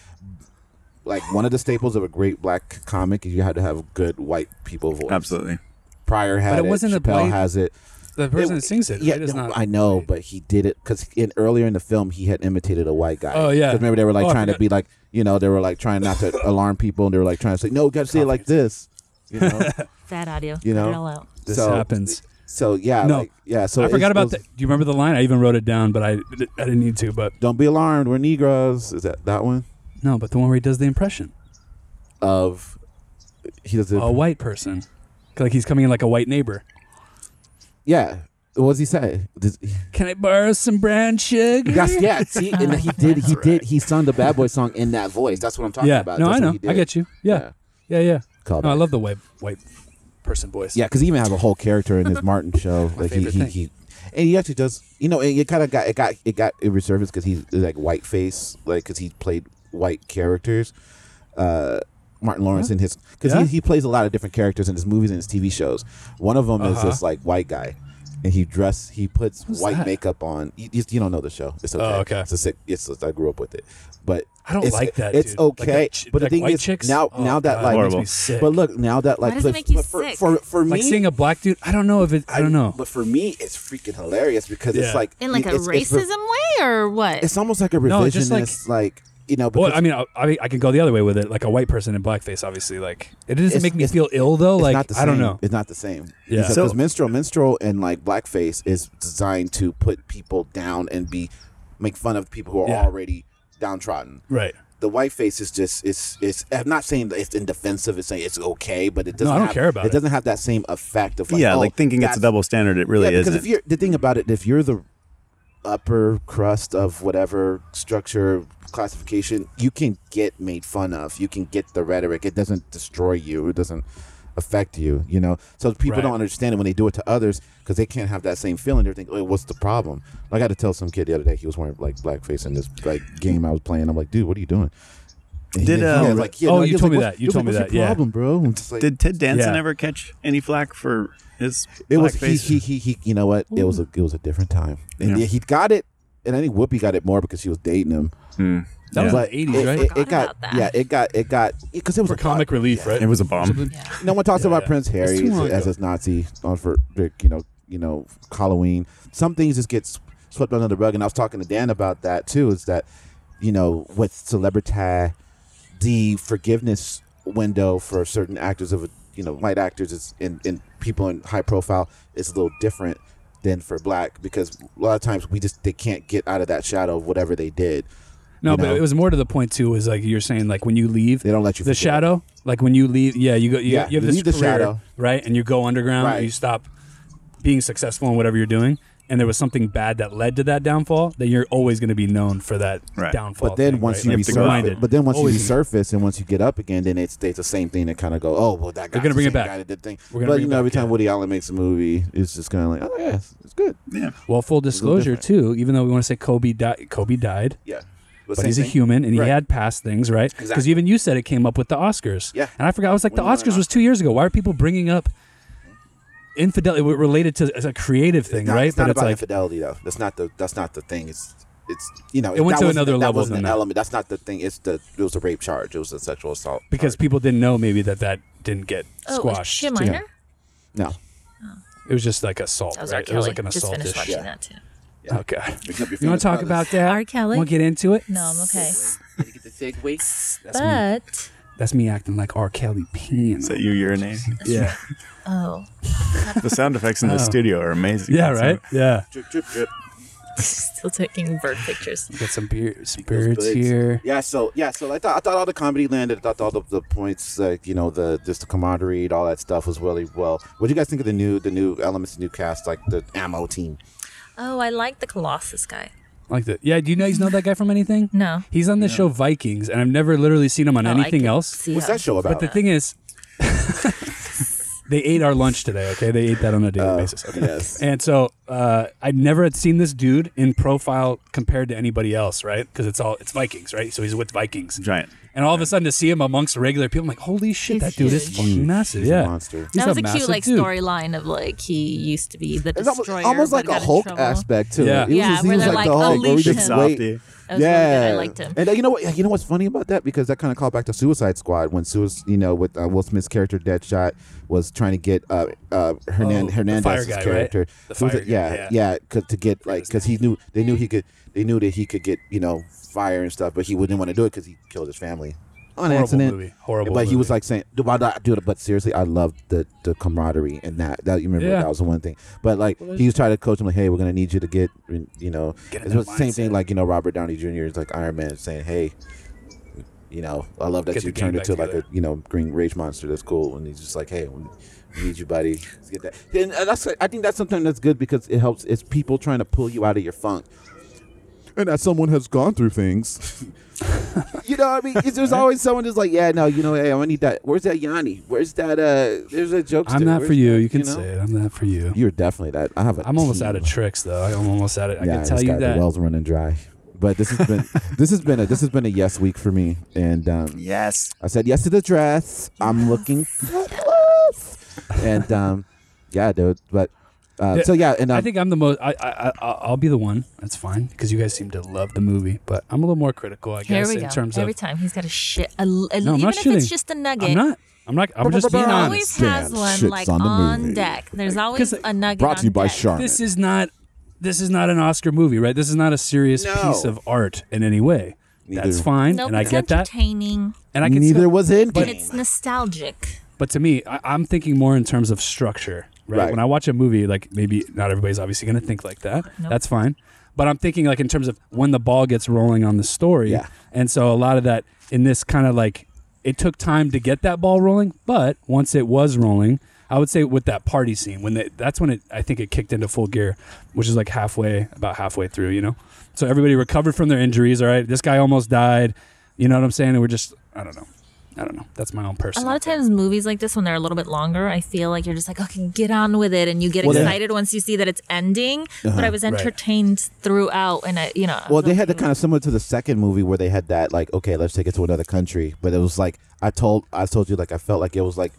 S8: Like one of the staples of a great black comic is you had to have good white people voice.
S9: Absolutely.
S8: Pryor had
S7: it wasn't a
S8: it. Chappelle
S7: play-
S8: has it
S7: the person
S8: it-
S7: that sings it,
S8: yeah,
S7: right, is
S8: no,
S7: not.
S8: I know, but he did it because in earlier in the film he had imitated a white guy.
S7: Oh, yeah.
S8: 'Cause remember they were like
S7: Oh, I
S8: trying to
S7: forgot.
S8: be like you know they were like trying not to alarm people and they were like trying to say no, you got to say it like this. You know,
S10: Bad audio.
S8: You know?
S10: Cut it all out.
S7: This
S8: so,
S7: happens.
S8: So yeah,
S7: No.
S8: like, yeah. So
S7: I
S8: it's-
S7: forgot
S8: it
S7: about
S8: was,
S7: that. Do you remember the line? I even wrote it down, but I I didn't need to. But
S8: Don't be alarmed, we're Negroes. Is that that one
S7: no, but the one where he does the impression,
S8: of he does it?
S7: a white person, like he's coming in like a white neighbor.
S8: yeah. What does he say? Does-
S7: Can I borrow some brown sugar?
S8: That's, yeah, see, and he did. He did. He sung the Bad Boy song in that voice. That's what I'm talking
S7: yeah.
S8: about.
S7: No,
S8: That's
S7: I
S8: what
S7: know.
S8: he did.
S7: I get you. Yeah. Yeah, yeah.
S8: Callback.
S7: No, I love the white white person voice.
S8: Yeah, because he even has a whole character in his Martin show. like he,
S7: favorite
S8: he,
S7: thing.
S8: he, and he actually does. You know, and it kind of got it got it got it resurfaced because he's like white face, like because he played white characters. Uh, Martin Lawrence in his because
S7: Yeah.
S8: he, he plays a lot of different characters in his movies and his TV shows. One of them is this like white guy. And he dress, he puts
S7: Uh-huh.
S8: white
S7: that? Oh,
S8: makeup on. You, you, you don't know the show. It's okay.
S7: okay.
S8: It's a sick. It's I grew up with it, but
S7: I don't
S8: it's-
S7: like that,
S8: It's
S7: dude. Like
S8: okay,
S7: that ch-
S8: but
S7: like
S8: the thing
S7: white
S8: is
S7: chicks?
S8: now,
S7: Oh,
S8: now
S7: God,
S8: that
S7: it
S8: like,
S7: makes me Horrible. sick.
S8: but look now that like,
S10: does it
S8: but-
S10: make you
S8: but for,
S10: sick?
S8: for for me,
S7: Like seeing a black dude, I don't know if it. I don't know.
S8: But for me, it's freaking hilarious because
S7: Yeah.
S8: it's like
S10: In like a
S8: it's- it's
S10: racism
S8: re-
S10: way or what?
S8: It's, almost like a revisionist,
S7: No, just like-
S8: like, you know. Because
S7: Well, I mean, I, I, I could go the other way with it. Like a white person in blackface, obviously. Like it doesn't
S8: It's-
S7: make me
S8: it's-
S7: feel ill though.
S8: it's
S7: Like
S8: not the same.
S7: I don't know.
S8: It's not the same.
S7: Yeah.
S8: Because
S7: So-
S8: minstrel, minstrel, and like blackface is designed to put people down and be make fun of people who are
S7: Yeah.
S8: already downtrodden.
S11: Right.
S8: The white face is just it's it's. I'm not saying that it's in defensive. It's saying it's okay, but it doesn't.
S11: I don't
S8: have,
S11: care about it.
S8: doesn't have that same effect of like,
S9: yeah,
S8: oh,
S9: like thinking it's a
S8: that's-
S9: double standard, it really
S8: yeah, because
S9: isn't.
S8: if you're the thing about it, if you're the upper crust of whatever structure classification, you can get made fun of. You can get the rhetoric. It doesn't destroy you. It doesn't affect you. You know, so people
S11: Right.
S8: don't understand it when they do it to others because they can't have that same feeling. They're thinking, "Oh, what's the problem?" I got to tell some kid the other day he was wearing like blackface in this like game I was playing. I'm like, "Dude, what are you doing?" And he-
S9: Did,
S8: he
S9: uh,
S8: was like, yeah,
S11: Oh,
S8: no, he
S11: you
S8: was
S11: told
S8: like,
S11: me
S8: "What's-
S11: that. You
S8: he was
S11: told
S8: like,
S11: me
S8: "What's
S11: that,
S8: your
S11: yeah.
S8: problem, bro?" I'm just like-
S9: Did Ted Danson
S11: Yeah.
S9: ever catch any flack for his
S8: it was he,
S9: blackface?
S8: he he he. You know what? It was a it was a different time, and
S9: Yeah.
S8: he got it. And I think Whoopi got it more because she was dating him.
S7: That was
S9: Yeah.
S7: like
S8: It,
S7: '80s, right?
S8: it, it
S10: Forgot
S8: got
S10: about that.
S8: yeah, it got it got because it was
S11: For
S8: a
S11: comic relief, right?
S9: it was a bomb.
S8: No one talks about
S11: yeah.
S8: Prince Harry
S11: too
S8: as,
S11: long ago.
S8: as his Nazi on for you know you know Halloween. Some things just get s- swept under the rug, and I was talking to Dan about that too. Is that you know with celebrity the forgiveness window for certain actors of you know white actors is and, and people in high profile is a little different than for black because a lot of times we just they can't get out of that shadow of whatever they did.
S7: No,
S8: you
S7: but
S8: know?
S7: it was more to the point too. Is like you're saying, like when you leave,
S8: They don't let you
S7: the
S8: forget.
S7: shadow. Like when you leave, yeah, you go. You,
S8: Yeah,
S7: you have
S8: you
S7: this
S8: leave the
S7: career,
S8: shadow.
S7: right? And you go underground.
S8: Right.
S7: And you stop being successful in whatever you're doing. And there was something bad that led to that downfall. Then you're always going to be known for that
S9: Right.
S7: downfall.
S8: But then
S7: thing,
S8: once
S7: right?
S8: you
S9: have to go out.
S8: resurface, but then once you
S7: Always.
S8: resurface and once you get up again, then it's it's the same thing to kind of go, oh well, that guy.
S7: gonna bring it back.
S8: Guy that did thing.
S7: We're gonna
S8: but
S7: bring
S8: you
S7: it
S8: know,
S7: back,
S8: every time
S7: yeah.
S8: Woody Allen makes a movie, it's just kind of like, oh yeah, it's, it's good.
S9: Yeah.
S7: well, full disclosure
S8: different.
S7: too. Even though we want to say Kobe died, Kobe died,
S8: Yeah,
S7: but he's a human and he
S8: Right.
S7: had past things, right? Because
S8: Exactly.
S7: even you said it came up with the Oscars.
S8: Yeah.
S7: And I forgot. I was like,
S8: When
S7: the
S8: you went on
S7: Oscars was two years ago. Why are people bringing up infidelity related to as a creative thing,
S8: Not,
S7: right?
S8: It's not
S7: but
S8: about
S7: it's like
S8: infidelity though. That's not the that's not the thing. It's it's you know
S7: It went
S8: that
S7: to
S8: wasn't-
S7: another
S8: that
S7: level
S8: wasn't
S7: than
S8: an
S7: that.
S8: element. That's not the thing. It's the it was a rape charge. It was a sexual assault.
S7: because
S8: charge.
S7: people didn't know maybe that that didn't get
S10: Oh, is
S7: squashed.
S10: she a minor?
S8: no,
S7: It was just like assault,
S10: That was R.
S7: right? It
S10: Kelly.
S7: was like an
S10: Just
S7: assault
S10: finished
S7: issue.
S10: watching
S8: Yeah.
S10: that too.
S7: Oh god.
S8: Pick up your
S7: You want
S8: fingers,
S7: to talk
S8: brothers.
S7: about that?
S10: R. Kelly?
S7: Want to get into it?
S10: No, I'm okay.
S7: me.
S10: But
S7: That's me acting like R. Kelly peeing.
S9: Is that you urinating?
S7: Yeah.
S10: oh,
S9: the sound effects in the studio are amazing.
S7: Yeah.
S9: That's
S7: Right.
S9: it.
S7: Yeah.
S8: drip drip drip.
S10: still taking bird pictures.
S7: Got some beer,
S8: Those
S7: spirits
S8: goods.
S7: here.
S8: Yeah, so yeah, so I thought I thought all the comedy landed. I thought all the, the points, like you know, the just the camaraderie, all that stuff was really well. What do you guys think of the new the new elements, the new cast, like the ammo team?
S10: Oh, I like the Colossus guy.
S7: Like that. Yeah. Do you know he's not that guy from anything?
S10: No.
S7: He's on the show Vikings, and I've never literally seen him on
S10: Oh, I
S7: anything
S10: can
S7: else.
S10: see
S8: What's
S10: how-
S8: that show about?
S7: But the thing is, they ate our lunch today. Okay, they ate that on a
S8: Oh.
S7: daily basis. Okay.
S8: yes.
S7: And so uh, I never had seen this dude in profile compared to anybody else, right? Because it's all it's Vikings, right? So he's with Vikings.
S9: Giant.
S7: And all of a sudden to see him amongst regular people, I'm like, holy shit,
S10: He's
S7: that dude is
S10: huge.
S7: fucking massive.
S8: He's a
S7: yeah,
S8: monster.
S7: He's
S10: that was a cute
S7: massive
S10: like
S7: dude.
S10: storyline of like he used to be the
S8: It's almost,
S10: destroyer,
S8: almost
S10: but
S8: like a
S10: got in
S8: Hulk
S10: trouble.
S8: aspect too.
S7: Yeah.
S8: It was
S10: Yeah,
S8: just- he
S10: where
S8: was
S10: they're
S8: like the
S10: like,
S8: Hulk. where we
S10: unleash
S9: Big
S8: just
S10: him.
S8: wait.
S9: softy.
S10: That was really
S8: Yeah,
S10: good. I liked him.
S8: and uh, you know what? You know what's funny about that because that kind of called back to Suicide Squad when Suis you know, with uh, Will Smith's character Deadshot was trying to get uh, uh,
S7: Oh, the
S8: Hernan-
S7: fire
S8: Hernandez's
S7: guy, right?
S8: character.
S7: The
S8: Who was
S7: fire
S8: it?
S7: guy,
S8: yeah,
S7: yeah.
S8: yeah, cause to get like because he knew they knew he could they knew that he could get you know fire and stuff, but he wouldn't want to do it because he killed his family on
S7: Horrible
S8: accident.
S7: movie. Horrible
S8: But he was
S7: movie.
S8: like saying, "Do I not do it?" But seriously, I loved the the camaraderie and that that you remember
S7: Yeah.
S8: that was the one thing. But like he was trying to coach him like, "Hey, we're gonna need you to get you know."
S7: Get in
S8: it was
S7: that
S8: the same thing
S7: mindset.
S8: like you know Robert Downey Jr. is like Iron Man saying, "Hey." You know, I love that
S7: Get
S8: you
S7: the gang
S8: turned
S7: back
S8: into like a
S7: together.
S8: you know green rage monster. That's cool, and he's just like, "Hey, we we need you, buddy. Let's get that." And and that's I think that's something that's good because it helps. It's people trying to pull you out of your funk, and as someone has gone through things, you know, what I mean, 'Cause there's always someone just like, "Yeah, no, you know, hey, I need that. Where's that Yanni? Where's that? Uh, there's a joke.
S7: I'm not for you. You can say it. I'm not for you.
S8: You're definitely that. I have a.
S7: I'm almost
S8: team.
S7: out of tricks though. I'm almost out of. I can
S8: this
S7: tell
S8: guy,
S7: you
S8: the
S7: that.
S8: well's running dry. But this has been this has been a this has been a yes week for me, and um,
S9: Yes.
S8: I said yes to the dress. I'm looking fabulous. And um, yeah, dude. But uh,
S7: Yeah,
S8: so yeah, and um,
S7: I think I'm the most. I, I, I I'll be the one. That's fine because you guys seem to love the movie, but I'm a little more critical, I
S10: Here
S7: guess,
S10: we
S7: in
S10: go.
S7: terms
S10: Every
S7: of.
S10: time he's got a shit. A, a,
S7: No,
S10: even
S7: I'm not
S10: if
S7: shooting.
S10: it's just a nugget,
S7: I'm not. I'm not. I'm just being
S10: he
S7: honest.
S10: always has
S8: Dan
S10: one
S8: shits
S10: like
S8: on
S10: on,
S8: the movie.
S10: deck. There's
S7: 'Cause
S10: always
S7: it-
S10: a nugget.
S8: brought to you
S10: on
S8: by
S10: deck.
S8: Charmin.
S7: this is not this is not an Oscar movie, right? This is not a serious
S8: No.
S7: piece of art in any way. That's fine,
S10: Nope,
S7: and I
S10: it's
S7: get that.
S10: entertaining.
S7: And I can
S8: neither
S7: still-
S8: was in.
S10: and it's nostalgic.
S7: but to me, I, I'm thinking more in terms of structure, right?
S8: Right.
S7: When I watch a movie, like maybe not everybody's obviously going to think like that.
S10: Nope.
S7: That's fine. But I'm thinking like in terms of when the ball gets rolling on the story.
S8: Yeah.
S7: And so a lot of that in this kind of like it took time to get that ball rolling, but once it was rolling, I would say with that party scene when they, that's when it I think it kicked into full gear, which is like halfway about halfway through, you know. So everybody recovered from their injuries, all right? This guy almost died. You know what I'm saying? And we're just I don't know. I don't know. That's my own
S10: A
S7: personal.
S10: lot of
S7: thing.
S10: times, movies like this, when they're a little bit longer, I feel like you're just like, okay, get on with it, and you get
S8: Well, they-
S10: excited once you see that it's ending. But I was
S7: Right.
S10: entertained throughout, and I, you know, I
S8: Well,
S10: was
S8: they had
S10: okay
S8: the kind of similar to the second movie where they had that like, okay, let's take it to another country, but it was like I told I told you like I felt like it was like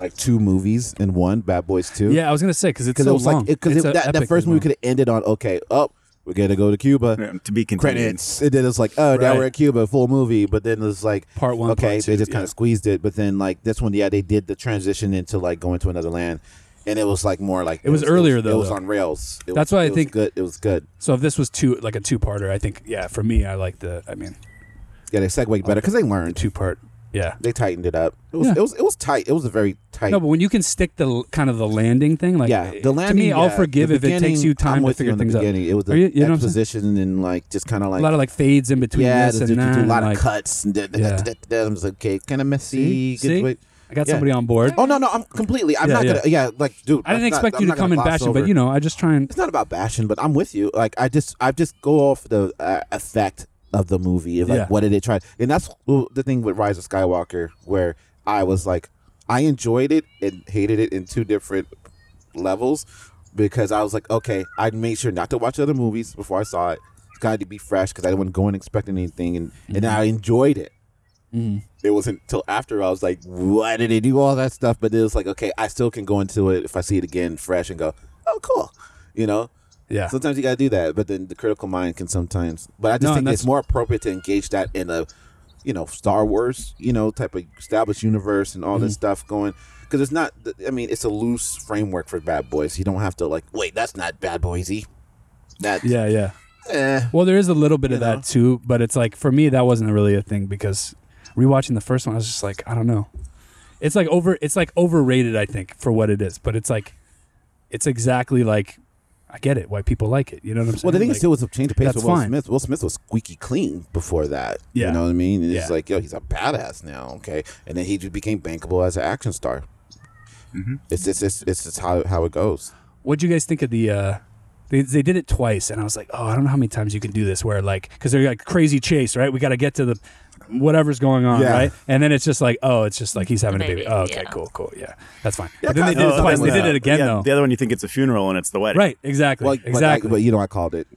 S8: like two movies in one, Bad Boys Two.
S7: Yeah, I was gonna say because it's
S8: because
S7: so
S8: it was
S7: long.
S8: like because
S7: It's a
S8: that, that
S7: epic
S8: first
S7: as
S8: movie
S7: well.
S8: could have ended on okay, oh, we're gonna go to Cuba.
S9: Yeah, to be continued.
S8: Credits. And then it's like, oh, now
S7: Right.
S8: we're at Cuba, full movie. But then it's like
S7: Part one,
S8: Okay,
S7: part
S8: they
S7: two,
S8: just kind
S7: yeah.
S8: of squeezed it. But then like this one, yeah, they did the transition into like going to another land, and it was like more like
S7: It was earlier,
S8: It was,
S7: though,
S8: it was
S7: though.
S8: on rails. It
S7: That's
S8: was,
S7: why I
S8: it was
S7: think-
S8: good. It was good.
S7: So if this was two like a two parter, I think yeah, for me I like the I mean
S8: Yeah, they segued better because they learned.
S7: two part. Yeah.
S8: They tightened it up. It was
S7: Yeah.
S8: it was it was tight. It was a very tight.
S7: No, but when you can stick the l- kind of the landing thing, like eh,
S8: yeah, the landing.
S7: to me, I'll
S8: yeah,
S7: forgive
S8: the
S7: if it takes
S8: beginning,
S7: you
S8: I'm
S7: time to
S8: with you
S7: figure
S8: on the
S7: things out.
S8: beginning. It was
S7: Are
S8: the
S7: you, you know what I'm saying?
S8: exposition and like just kind of like
S7: a lot of like fades in between
S8: yeah,
S7: this
S8: there's
S7: and
S8: a-
S7: that.
S8: a lot
S7: and, like,
S8: of cuts. and da- da- da-
S7: Yeah.
S8: da- da- da- da- It's okay, kind of messy.
S7: See,
S8: good
S7: see,
S8: way-
S7: I got
S8: Yeah.
S7: somebody on board.
S8: Oh no, no, I'm completely. I'm
S7: Yeah,
S8: not
S7: yeah.
S8: gonna. Yeah, like, dude,
S7: I didn't
S8: that's not-
S7: expect
S8: I'm
S7: you
S8: not
S7: to come and
S8: gonna gloss
S7: bash it, but
S8: over.
S7: you know, I just try and
S8: it's not about bashing. But I'm with you. Like, I just, I just go off the uh, effect of the movie. Of, like,
S7: Yeah.
S8: what did it try? And that's well, the thing with Rise of Skywalker, where I was like, I enjoyed it and hated it in two different levels because I was like, okay, I made sure not to watch other movies before I saw it. It's got to be fresh because I didn't want to go in expecting anything, and and I enjoyed it. It wasn't until after I was like, why did they do all that stuff? But it was like, okay, I still can go into it if I see it again fresh and go, oh, cool, you know.
S7: yeah.
S8: Sometimes you gotta do that, but then the critical mind can sometimes. But I just
S7: No,
S8: think
S7: and
S8: it's
S7: that's-
S8: more appropriate to engage that in a, you know, Star Wars, you know, type of established universe and all this
S7: Mm-hmm.
S8: stuff going. Because it's not. I mean, it's a loose framework for Bad Boys. You don't have to like. Wait, that's not Bad Boysy. That
S7: yeah, yeah.
S8: eh,
S7: Well, there is a little bit of
S8: You know?
S7: that too, but it's like for me that wasn't really a thing because rewatching the first one, I was just like, I don't know. It's like over. It's like overrated, I think, for what it is. But it's like, it's exactly like, I get it why people like it. You know what I'm saying?
S8: Well, the thing
S7: Like-
S8: is, it was a change of pace
S7: that's
S8: with Will
S7: fine.
S8: Smith. Will Smith was squeaky clean before that.
S7: Yeah.
S8: You know what I mean? And It's
S7: Yeah.
S8: like, yo, he's a badass now, okay? And then he just became bankable as an action star.
S7: Mm-hmm.
S8: It's, it's, it's, it's just how, how it goes.
S7: What'd you guys think of the? uh they, they did it twice, and I was like, oh, I don't know how many times you can do this. Where like, because they're like crazy chase, right? We got to get to the whatever's going on,
S8: Yeah.
S7: right? And then it's just like, oh, it's just like he's having a
S10: Baby,
S7: baby. Oh, okay,
S10: yeah.
S7: cool, cool, yeah, that's fine.
S8: Yeah,
S7: but then they
S8: kinda
S7: did
S8: did
S7: it twice.
S8: something
S7: They
S8: like
S7: did it
S8: that.
S7: again
S9: yeah,
S7: though.
S9: The other one you think it's a funeral and it's the wedding.
S7: Right, exactly,
S8: Well,
S7: exactly.
S8: But, I, but you know, I called it.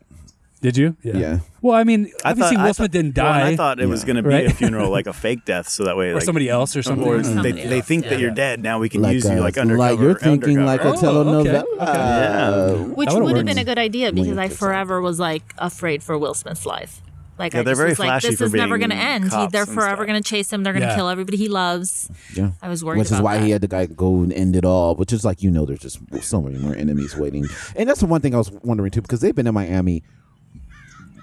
S7: Did you?
S8: Yeah.
S7: Well, I mean,
S9: I
S7: obviously
S9: thought, I
S7: Will
S9: thought-
S7: Smith didn't
S9: well, and
S7: die,
S9: I thought it was going to be
S7: Right?
S9: a funeral, like a fake death, so that way,
S7: or
S9: like,
S7: somebody else, or something. Mm.
S9: or
S7: I don't know.
S9: they,
S10: Somebody
S9: they
S10: else,
S9: think that
S10: yeah.
S9: you're dead. Now we can
S8: uh,
S9: use you like undercover. Oh, undercover.
S7: telenovela.
S8: telenovela.
S10: which
S7: That would've
S10: would have
S7: worked.
S10: been a good idea because I
S8: interesting.
S10: forever was like afraid for Will Smith's life. Like
S9: Yeah,
S10: I
S9: they're
S10: just
S9: very
S10: was like,
S9: flashy
S10: this
S9: for
S10: is never
S9: being
S10: going to end. He,
S9: cops
S10: they're
S9: and
S10: forever
S9: stuff.
S10: going to chase him. They're going to
S7: Yeah.
S10: kill everybody he loves.
S8: Yeah.
S10: I was worried
S8: Which is
S10: about
S8: why he
S10: that.
S8: had the guy go and end it all. Which is like you know, there's just so many more enemies waiting. And that's the one thing I was wondering too, because they've been in Miami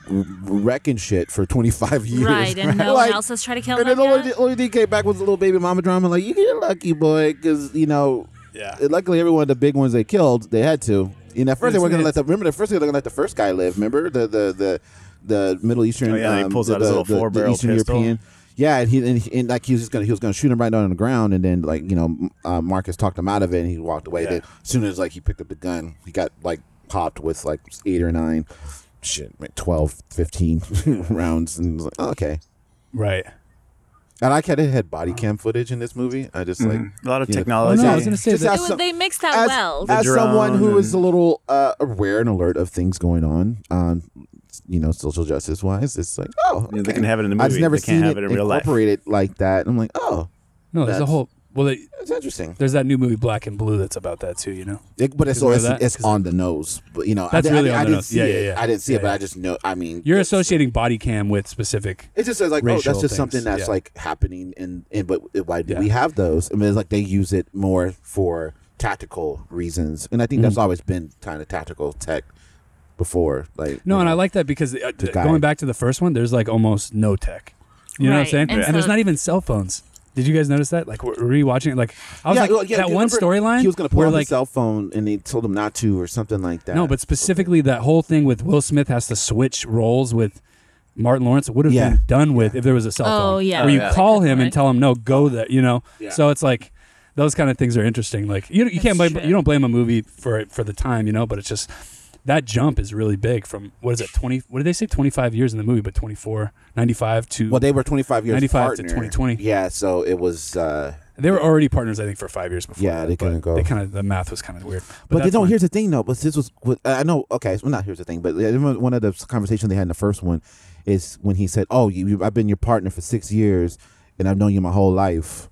S8: w- wrecking shit for 25 years.
S10: Right, and no one
S8: Like,
S10: else has tried to kill
S8: And
S10: him
S8: then the
S10: yet?
S8: only, only thing came back was a little baby mama drama. Like you get lucky, boy, because you know.
S7: Yeah.
S8: Luckily, every one of the big ones they killed, they had to. And at first, they
S7: It's-
S8: were gonna
S7: it's-
S8: let the remember the first thing they were gonna let the first guy live. Remember the the the, the Middle Eastern.
S9: Oh, yeah, he
S8: um,
S9: pulls
S8: the,
S9: out his
S8: the-
S9: little
S8: the- the
S9: four-barrel
S8: Eastern
S9: pistol.
S8: European. Yeah, and he and, he- and like he was just gonna he was gonna shoot him right down on the ground, and then like you know uh, Marcus talked him out of it, and he walked away.
S9: Yeah.
S8: Then as soon as like he picked up the gun, he got like popped with like eight or nine, shit, like 12, 15 rounds, and he was like, oh, okay.
S7: Right.
S8: And I kind of had body cam footage in this movie. I just like
S9: A lot of
S8: you
S9: Mm-hmm.
S8: know,
S9: technology.
S7: Oh, no, I was gonna say
S8: just
S7: that-
S8: as
S10: It was-
S8: some-
S10: they mixed that
S8: as,
S10: well.
S8: as
S9: The
S8: someone
S9: drone
S8: who is a
S9: and-
S8: little uh, aware and alert of things going on, um, you know, social justice wise, it's like oh,
S9: Yeah, they
S8: okay.
S9: can have it in the
S8: I just
S9: movie.
S8: never
S9: They
S8: seen
S9: can't have it in real life.
S8: incorporated like that. And I'm like, oh,
S7: No, there's a
S8: That's-
S7: whole. Well, they,
S8: that's interesting.
S7: there's that new movie Black and Blue that's about that too. You know.
S8: It- but it's,
S7: Is there
S8: it's,
S7: that?
S8: it's
S7: 'Cause-
S8: on the nose. But you know,
S7: That's
S8: I, did- I
S7: really
S8: did-
S7: on
S8: I
S7: the
S8: didn't
S7: nose.
S8: see
S7: Yeah,
S8: it.
S7: yeah, yeah.
S8: I didn't see
S7: Yeah,
S8: it, but
S7: yeah.
S8: I just know. I mean,
S7: You're
S8: it's-
S7: associating body cam with specific.
S8: It's just like, oh, that's
S7: racial
S8: just something
S7: things,
S8: that's
S7: yeah.
S8: like happening, and and but why do
S7: Yeah.
S8: we have those? I mean, it's like they use it more for tactical reasons, and I think
S7: Mm.
S8: that's always been kind of tactical tech before. Like,
S7: No,
S8: you
S7: and
S8: know.
S7: I like that because uh,
S8: The guy.
S7: going back to the first one, there's like almost no tech. You know what I'm
S10: Right,
S7: saying?
S10: and
S7: there's
S10: so-
S7: not even cell phones. Did you guys notice that? Like we're rewatching it. Like I was like
S8: well, yeah,
S7: that
S8: you
S7: one
S8: remember
S7: storyline.
S8: He was going to pull
S7: where,
S8: out
S7: like
S8: his cell phone, and they told him not to, or something like that.
S7: no, but specifically that whole thing with Will Smith has to switch roles with Martin Lawrence would have
S8: Yeah. Oh.
S7: been done with if there was a cell
S10: Oh,
S7: phone.
S10: yeah.
S7: where you
S10: Oh, yeah.
S7: call him and
S10: Right.
S7: tell him no, go there. You know, so it's like those kind of things are interesting. Like you, you can't
S10: That's
S7: blame,
S10: true.
S7: you don't blame a movie for it for the time, you know, but it's just that jump is really big from what is it twenty? What did they say? Twenty five years in the movie, but 24, 95 to
S8: well, they were 25 years
S7: 95 to
S8: partner.
S7: 2020.
S8: Yeah, so it was. Uh,
S7: They were already partners, I think, for five years before.
S8: Yeah,
S7: that,
S8: they
S7: but
S8: couldn't go.
S7: They kind of the math was kind of weird.
S8: But, they
S7: that's
S8: don't.
S7: fine.
S8: Here's the thing, though. But this was. was- I know. Okay, well, not here's the thing. But I remember one of the conversations they had in the first one is when he said, "Oh, you, you, I've been your partner for six years, and I've known you my whole life."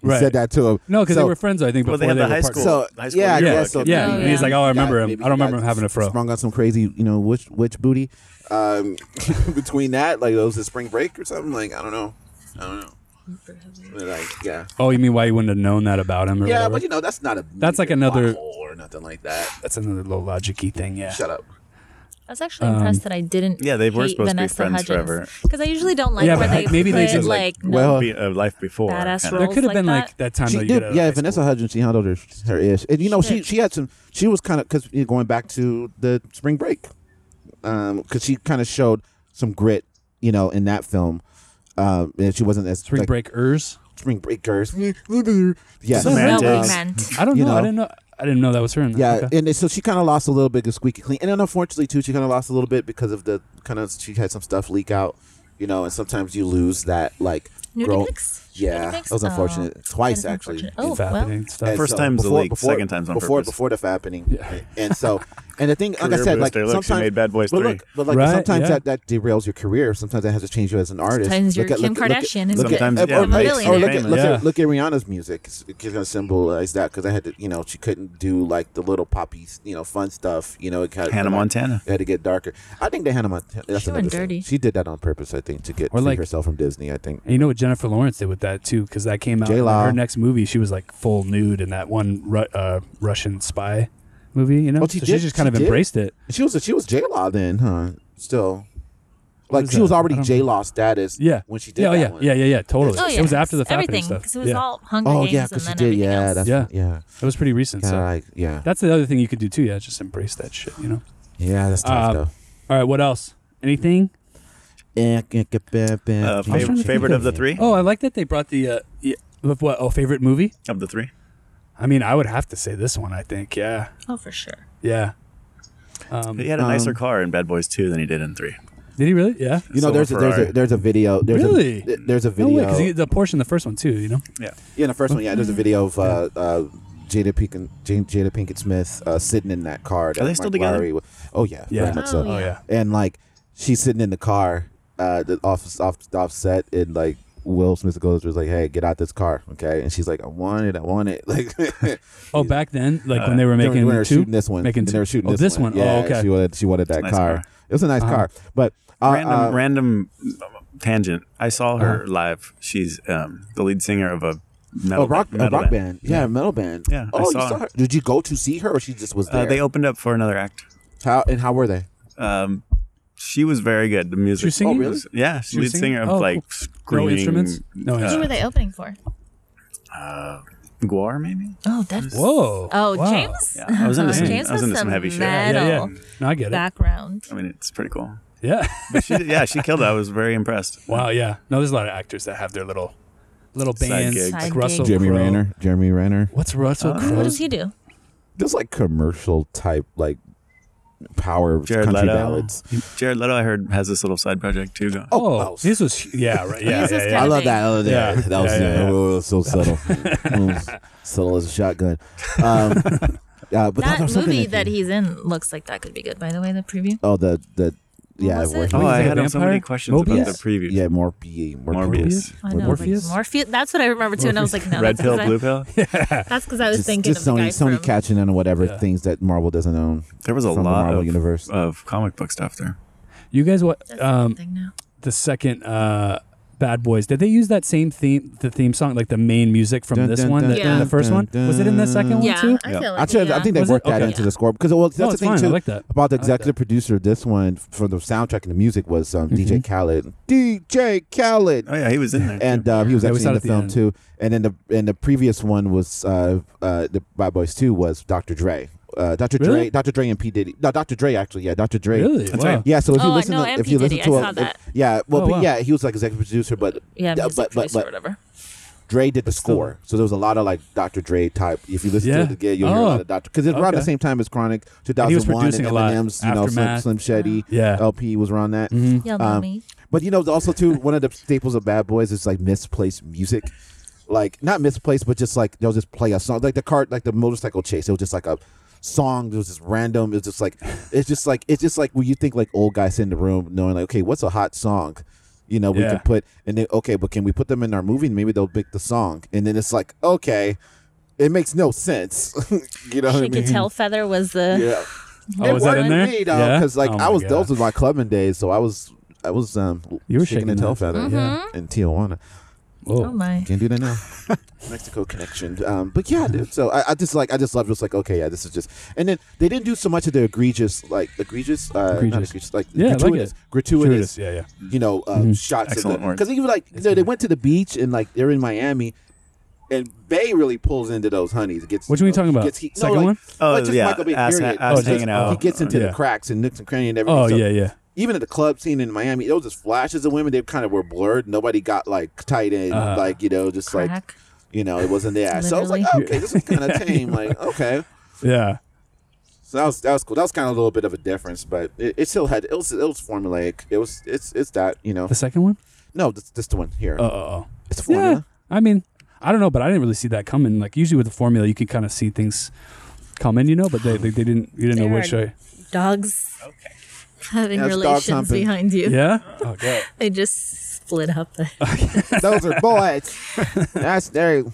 S8: He
S7: Right.
S8: said that to him.
S7: no, because
S8: So-
S7: they were friends. I think
S9: Well,
S7: before
S9: they had the
S7: were
S9: high
S7: partners.
S9: school.
S8: So
S9: High school
S8: yeah, I
S9: years.
S7: yeah,
S8: guess so.
S7: yeah.
S10: Oh,
S7: and
S10: yeah.
S7: He's like, oh, I
S8: Yeah,
S7: remember him.
S8: maybe
S7: I don't
S8: he
S7: remember
S8: got
S7: him having a fro.
S8: Sprung on some crazy, you know, which which booty. Um, between that, like it was a spring break or something. Like I don't know, I don't know. But, like yeah,
S7: Oh, you mean why you wouldn't have known that about him? Or
S8: yeah,
S7: whatever?
S8: but you know that's not a
S7: That's like another-
S8: plot hole or nothing like that.
S7: that's another low logicy thing. Yeah.
S8: Shut up.
S10: I was
S8: Um,
S10: actually impressed that I didn't.
S9: yeah, they were
S10: hate
S9: supposed to be
S10: Vanessa
S9: friends forever.
S10: Hudgens. Because I usually don't like
S7: Yeah,
S10: where
S7: but
S10: they
S7: maybe they
S10: put,
S7: just,
S10: like,
S7: like,
S10: no
S8: well-
S9: Be a life before.
S10: Badass
S9: kinda.
S10: role.
S7: There could have
S10: like
S7: been
S10: that?
S7: like that time.
S8: She
S7: that you
S8: did,
S7: get out of
S8: yeah.
S7: high
S8: Vanessa
S7: school.
S8: Hudgens, she handled her her ish, and you know she
S10: Shit.
S8: she had some. She was kind of because you know, going back to the spring break, because she kind of showed some grit, you know, in that film. Um, and she wasn't as
S7: Spring
S8: like,
S7: Breakers.
S8: spring breakers. yeah,
S10: No,
S9: Semantics.
S10: meant.
S7: I don't
S8: You
S7: know. I
S8: know.
S7: didn't know. I didn't know that was her. In that.
S8: Yeah,
S7: Okay.
S8: and so she kind of lost a little bit of squeaky clean, and then unfortunately too, she kind of lost a little bit because of the kind of she had some stuff leak out, you know, and sometimes you lose that like
S10: Nudie
S8: girl-
S10: pics?
S8: Yeah,
S10: Nudie
S8: that
S10: pics?
S8: was
S10: Oh,
S8: unfortunate twice
S10: that is
S8: actually.
S10: unfortunate. Oh,
S7: It's
S10: well.
S7: happening stuff.
S8: And
S9: First time's a leak, second time's on
S8: before,
S9: purpose.
S8: Before the happening, and so, and the thing, like I
S9: Career
S8: said, like
S9: booster, look,
S8: sometimes
S9: she made Bad Boys
S8: but
S9: 3.
S8: look, but like
S7: Right,
S8: sometimes
S7: yeah.
S8: that, that derails your career. Sometimes that has to change you as an artist.
S10: Sometimes you're Kim Kardashian and
S8: look at-
S9: Sometimes,
S8: or-
S9: yeah,
S8: or
S10: makes
S8: look
S10: you
S8: at-
S9: famous.
S8: look
S7: Yeah.
S8: at look at Rihanna's music. It's gonna symbolize that because I had to, you know, she couldn't do like the little poppy, you know, fun stuff. You know, it kind
S9: Hannah
S8: like,
S9: Montana.
S8: It had to get darker. I think the Hannah Montana. That's
S10: She went
S8: another thing.
S10: dirty.
S8: She did that on purpose, I think, to get
S7: Or,
S8: free
S7: like-
S8: herself from Disney. I think.
S7: And you know what Jennifer Lawrence did with that too, because that came out. in
S8: J-Law.
S7: Her next movie, she was like full nude in that one Ru- uh, Russian spy movie. You know,
S8: Oh, she
S7: so
S8: did-
S7: she just kind
S8: she
S7: of
S8: did?
S7: embraced it.
S8: She was she was J Law then, huh? Still, like
S7: is
S8: she was
S7: that? I
S8: already
S7: don't-
S8: J Law status.
S7: Yeah,
S8: when she did
S7: Yeah, oh,
S8: that
S7: yeah,
S8: one.
S7: yeah, yeah, yeah. Totally.
S10: Oh, yeah.
S7: It was after the Fappening
S10: Everything.
S7: stuff.
S10: Because it was
S7: yeah.
S10: all Hunger
S8: Oh
S10: Games
S8: yeah,
S10: and
S8: because she
S10: then
S8: did.
S10: everything
S8: Yeah,
S10: else.
S8: that's,
S7: Yeah.
S8: yeah, yeah.
S7: It was pretty recent.
S8: Kinda
S7: so
S8: like yeah,
S7: that's the other thing you could do too. Yeah, just embrace that shit. You know.
S8: yeah. That's tough
S7: Uh,
S8: stuff.
S7: All right. What else? Anything?
S9: Uh,
S8: Uh,
S7: trying to
S9: favorite,
S7: think
S9: favorite
S7: of-
S9: of the three?
S7: Oh, I like that they brought the uh, yeah, of what? Oh, favorite movie?
S9: Of the three?
S7: I mean, I would have to say this one. I think. Yeah.
S10: Oh, for sure.
S7: Yeah. Um,
S9: He had a nicer car in Bad Boys 2 than he did in 3.
S7: Did he really? Yeah.
S8: you
S9: Solar
S8: know, there's a, there's a
S9: Ferrari.
S8: there's a video. There's
S7: Really?
S8: A, th- there's a
S7: No way, Mm-hmm.
S8: video.
S7: because the Porsche in the first one too. You know.
S9: Yeah.
S8: yeah, the first one. Yeah, there's a video of uh, uh, Jada Pinkett Jada, Jada Pinkett Smith uh, sitting in that car. that
S9: they still
S8: Mark
S9: together?
S8: Lowry wa- Oh yeah,
S7: Yeah.
S8: very much so.
S10: Oh,
S7: yeah.
S8: And like she's sitting in the car, uh, the office off off set, and like Will Smith goes was like, "Hey, get out this car, okay?" And she's like, "I want it, I want it." Like
S7: Oh, back then, like when they were making
S8: when Uh, they were
S7: two,
S8: shooting this one,
S7: making
S8: they were
S7: two.
S8: shooting
S7: oh, this one. oh,
S8: Yeah,
S7: okay.
S8: she wanted she wanted that
S9: nice
S8: car.
S9: car.
S8: It was a nice car, but uh,
S9: Random,
S8: uh,
S9: random uh, tangent. I saw her
S7: Uh-huh.
S9: live. She's um, the lead singer of a metal,
S8: Oh, rock, a
S9: metal
S8: rock band. Yeah, metal band.
S9: Yeah, I
S8: Oh, you
S9: saw
S8: saw
S9: her.
S8: her. Did you go to see her, or she just was there?
S9: Uh, they opened up for another act.
S8: how and how were they?
S9: Um, she was very good. The music.
S7: was singing? Oh, really?
S9: was- yeah, she's
S7: was
S9: lead
S7: singing?
S9: singer of
S7: Oh,
S9: like
S7: cool.
S9: screaming.
S7: No instruments? No
S10: Who
S7: instruments.
S10: were they opening for?
S9: Guar maybe.
S10: Oh, that's.
S7: Whoa.
S10: Oh,
S7: Wow.
S10: James?
S9: Yeah, I was into some.
S10: James
S9: I was
S10: has
S9: into
S10: some
S9: some heavy shit.
S10: mad-
S7: Yeah, yeah.
S10: Metal.
S7: No, I get it.
S10: Background.
S9: I mean, it's pretty cool.
S7: Yeah.
S9: But she, yeah, she killed it. I was very impressed.
S7: wow. Yeah. No, there's a lot of actors that have their little, little bands.
S9: gigs.
S7: Like
S10: Side
S7: Russell
S10: gigs. Oh.
S8: Jeremy
S7: Crowe.
S8: Renner. Jeremy Renner.
S7: What's Russell Crowe?
S10: What does he do?
S8: Just like commercial type, like power
S9: Jared
S8: country
S9: Leto.
S8: ballads.
S9: Jared Leto, I heard, has this little side project too. Going.
S7: Oh,
S8: Oh,
S7: this was yeah, right, yeah,
S10: This
S7: yeah,
S10: is
S7: yeah.
S10: kind
S8: I
S10: of
S8: love
S10: thing.
S8: that. I love that.
S7: Yeah.
S8: That was,
S7: Yeah, yeah,
S8: yeah,
S7: yeah.
S8: it was so subtle. It was subtle as a shotgun. Um, uh, but that
S10: That
S8: was something
S10: movie that
S8: that
S10: he's in looks like that could be good, by the way, the preview.
S8: Oh, the the yeah.
S10: was it?
S8: Morpheus.
S9: Oh, I
S7: Is it
S9: had
S7: a
S9: so many
S7: vampire?
S9: questions
S7: Mobius?
S9: about the preview.
S8: yeah, Morphe,
S9: Morbius.
S10: I
S8: With
S10: know, like,
S7: Morpheus?
S10: Morpheus. That's what I remember too, and I was like, no.
S9: Red
S10: that's 'cause
S9: pill,
S10: I-
S9: blue pill.
S10: That's because I was
S8: Just,
S10: thinking
S8: just
S10: of the
S8: Sony,
S10: guy
S8: Sony
S10: from.
S8: catching on to whatever things that Marvel doesn't own.
S9: There was a
S8: from the
S9: lot
S8: Marvel
S9: of,
S8: universe.
S9: of comic book stuff there.
S7: You guys, what?
S10: That's
S7: Um,
S10: something now.
S7: the second uh, Bad Boys, did they use that same theme, the theme song, like the main music from
S8: Dun,
S7: this
S8: dun,
S7: one,
S8: dun,
S7: the, in
S10: dun,
S7: the first
S8: dun,
S7: one? Was it in the second
S10: Yeah,
S7: one too?
S10: I
S9: Yeah.
S10: feel like
S8: I, should, I
S10: yeah.
S8: think they
S7: Was it?
S8: worked that
S7: Okay.
S8: into the score because well, that's
S7: No,
S8: the
S7: it's
S8: thing
S7: fine. I
S8: too
S7: like that.
S8: about
S7: I
S8: the
S7: like that.
S8: executive producer of this one for the soundtrack and the music was um, DJ
S7: Mm-hmm.
S8: Khaled. DJ Khaled.
S9: Oh yeah, he was in there.
S8: and
S9: too.
S8: uh, he was
S7: Yeah, we
S8: actually
S7: saw
S8: in
S7: it
S8: the
S7: at the
S8: film
S7: end.
S8: too. And then the and the previous one was uh, uh, the Bad Boys Two was Dr. Dre. Uh, Dr. Dre,
S7: Really?
S8: Dr. Dre and P Diddy. No, Dr. Dre actually. Yeah, Dr. Dre.
S7: Really?
S9: That's
S7: Wow.
S9: right.
S8: Yeah, so if you
S10: Oh, I
S8: listen
S10: know,
S8: to
S10: and
S8: if
S10: P.
S8: you
S10: Diddy,
S8: listen to
S10: I
S8: a,
S10: saw
S8: if-
S10: that.
S8: yeah, well,
S7: Oh,
S8: but
S7: wow.
S8: yeah, he was like executive producer, but
S10: yeah,
S8: uh,
S10: music
S8: but, but,
S10: producer or
S8: but
S10: whatever.
S8: Dre did the
S7: still-
S8: score, so there was a lot of like Dr. Dre type. If you listen
S7: Yeah.
S8: to it again, you'll hear a
S7: Oh.
S8: lot of Dr. Because it's around the
S7: Okay.
S8: same time as Chronic, two
S7: he was
S8: thousand one, and
S7: producing a lot.
S8: Eminem's, you know, Slim,
S7: Aftermath.
S8: Slim Shady,
S7: Yeah. Mm-hmm.
S8: LP was around that.
S10: Yeah,
S8: Um,
S10: mommy.
S8: But you know, also too, one of the staples of Bad Boys is like misplaced music, like not misplaced, but just like they'll just play a song, like the cart, like the motorcycle chase. It was just like a song that was just random. It was just like it's just like it's just like when you think like old guys sit in the room, knowing like okay, what's a hot song. You know, we
S7: Yeah.
S8: can put and then okay, but can we put them in our movie? Maybe they'll pick the song, and then it's like okay, it makes no sense. you know, what I
S10: Shake
S8: mean?
S10: your tail feather was the
S8: Yeah.
S7: Oh, was that in there? Yeah?
S8: Because like
S7: Oh
S8: I
S7: my
S8: was,
S7: God.
S8: those was my clubbing days, so I was, I was, um,
S7: You were
S8: shaking,
S7: shaking Mm-hmm.
S8: a tail
S7: that.
S8: feather, yeah, in Tijuana.
S7: Whoa.
S10: oh my.
S8: Can't do that now. Mexico connection, um, but yeah, dude. So I, I just like, I just love, just like, okay, yeah, this is just, and then they didn't do so much of the egregious, like egregious, uh, not
S7: Egregious.
S8: egregious, like
S7: Yeah, I like
S8: gratuitous,
S7: it.
S8: gratuitous,
S7: Gratuitous, yeah, yeah. Mm-hmm.
S8: you know, uh, shots.
S9: Excellent word.
S8: Because even like, you know, they went to the beach and like they're in Miami. And Bay really pulls into those honeys. Gets
S7: Which one you
S8: those-
S7: talking about? Oh,
S8: Gets heat.
S9: Second
S8: no, like,
S9: one?
S8: like,
S9: Oh,
S8: just
S9: yeah,
S8: Michael Bay.
S9: ass-
S8: period.
S9: ass
S8: Just-
S9: hanging out.
S8: He gets into the
S7: Yeah.
S8: cracks and nooks and crannies and everything.
S7: Oh
S8: So
S7: yeah, yeah.
S8: even at the club scene in Miami, it was just flashes of women. They kind of were blurred. Nobody got like tight in,
S7: Uh,
S8: like you know, just like
S10: Crack.
S8: you know, it wasn't there. So I was like,
S10: Literally.
S8: okay, this is kind of tame. Like okay,
S7: Yeah.
S8: so that was that was cool. That was kind of a little bit of a difference, but it, it still had it was it was formulaic. It was it's it's that you know
S7: The second one?
S8: no this this the one here
S7: Uh oh.
S8: it's the
S7: Yeah.
S8: formula.
S7: I mean, I don't know, but I didn't really see that coming. Like usually with the formula you could kind of see things coming, you know, but they, they, they didn't you didn't know
S10: There
S7: which
S10: are
S7: way.
S10: Dogs having
S8: That's dog
S10: relations
S8: humping.
S10: behind you.
S7: Yeah? Oh god.
S10: They just split up.
S8: Those are boys. That's they're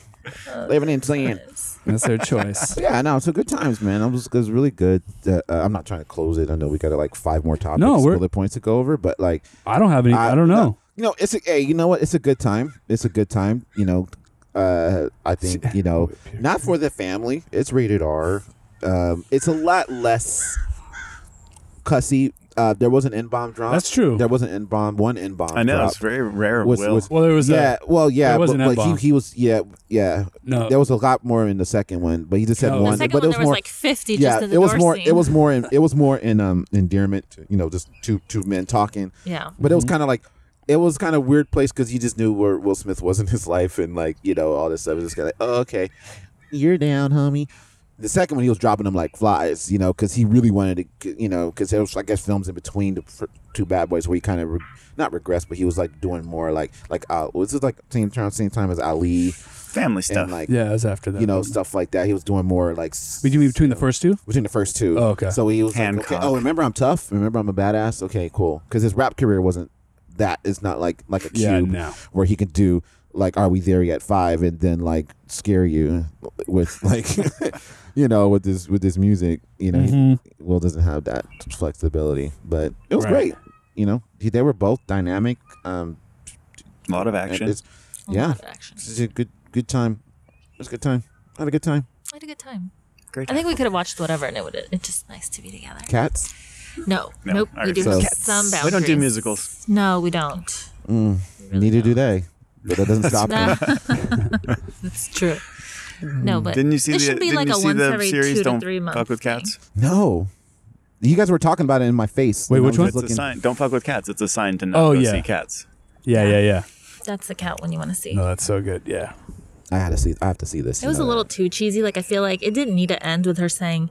S10: Oh,
S8: living in sin.
S7: That's their choice.
S8: Yeah, no, so good times, man. I was, it was really good. Uh, uh, I'm not trying to close it. I know we got like five more topics,
S7: No, we're-
S8: bullet points to go over, but like
S7: I don't have any I, don't
S8: no,
S7: know.
S8: you know, it's a hey. You know what? It's a good time. It's a good time. You know, uh, I think you know, not for the family. It's rated R. Um, it's a lot less cussy. Uh, there was an N bomb drop.
S7: That's true.
S8: There was an N bomb. One N bomb.
S9: I know
S8: drop.
S9: it's very rare.
S8: Was-
S9: Will.
S8: was-
S7: Well there was
S8: yeah,
S7: yeah.
S8: well, yeah,
S7: there was
S8: but,
S7: an
S8: but he,
S7: N-bomb.
S8: he was, yeah, yeah.
S7: No.
S8: there was a lot more in the second one, but he just said
S7: No. The
S8: one.
S10: The second
S8: but
S10: one,
S8: it
S10: there was
S8: more,
S10: like 50
S8: yeah,
S10: just in the
S8: it was
S10: door
S8: more.
S10: scene.
S8: It was more in. It was more in um endearment. You know, just two two men talking.
S10: Yeah.
S8: But it was kind of like, it was kind of weird place because you just knew where Will Smith was in his life and like you know all this stuff. It was just kind of like, oh, okay, you're down, homie. The second one, he was dropping them like flies, you know, because he really wanted to, you know, because there was, I guess, films in between the fir- two Bad Boys where he kind of re- not regressed, but he was like doing more like like uh, was this like same time same time as Ali
S9: Family stuff.
S8: and like
S7: Yeah, it was after that.
S8: you know stuff like that. He was doing more like s-
S7: But you mean between the first two?
S8: between the first two.
S7: Oh, okay.
S8: So he was like,
S9: Hancock.
S8: okay, oh, remember I'm tough. Remember I'm a badass. Okay, cool. Because his rap career wasn't that. It's not like like a cube
S7: Yeah, no.
S8: where he could do like Are We There Yet five and then like scare you with like you know with this with this music. You know, he- Will doesn't have that flexibility, but it was
S7: Mm-hmm. Right.
S8: great. You know, He- they were both dynamic. Um,
S9: a lot of
S8: and
S9: action.
S8: it's, yeah,
S10: Action.
S8: it's a good good time. It was a good time. I had a good time.
S10: I had a good time.
S9: Great.
S10: I think we could have watched whatever, and it would. It's just nice to be together.
S8: Cats.
S10: No,
S9: No,
S10: nope.
S9: I
S10: We do
S9: agree.
S10: have
S8: Cats.
S10: some boundaries.
S9: we don't do musicals.
S10: No, we don't.
S8: Neither do they. But that doesn't stop them.
S10: Nah. That's true. No, but
S9: Didn't you see
S10: this
S9: the?
S10: should be
S9: Didn't
S10: like
S9: you
S10: a
S9: see
S10: once
S9: the
S10: every
S9: series?
S10: two
S9: Don't
S10: to three months.
S9: fuck with
S10: thing.
S9: cats.
S8: No. You guys were talking about it in my face.
S7: Wait,
S8: and I
S7: which
S8: was
S9: It's
S7: one?
S8: just
S9: a
S8: looking-
S9: sign. Don't fuck with cats. It's a sign to not
S7: Oh,
S9: go
S7: yeah.
S9: see cats.
S7: Yeah, yeah, yeah.
S10: That's the cat one you want to see.
S7: No, that's so good. Yeah.
S8: I had to see. I have to see this.
S10: it
S8: you
S10: was a
S8: know
S10: little
S8: that.
S10: too cheesy. Like I feel like it didn't need to end with her saying,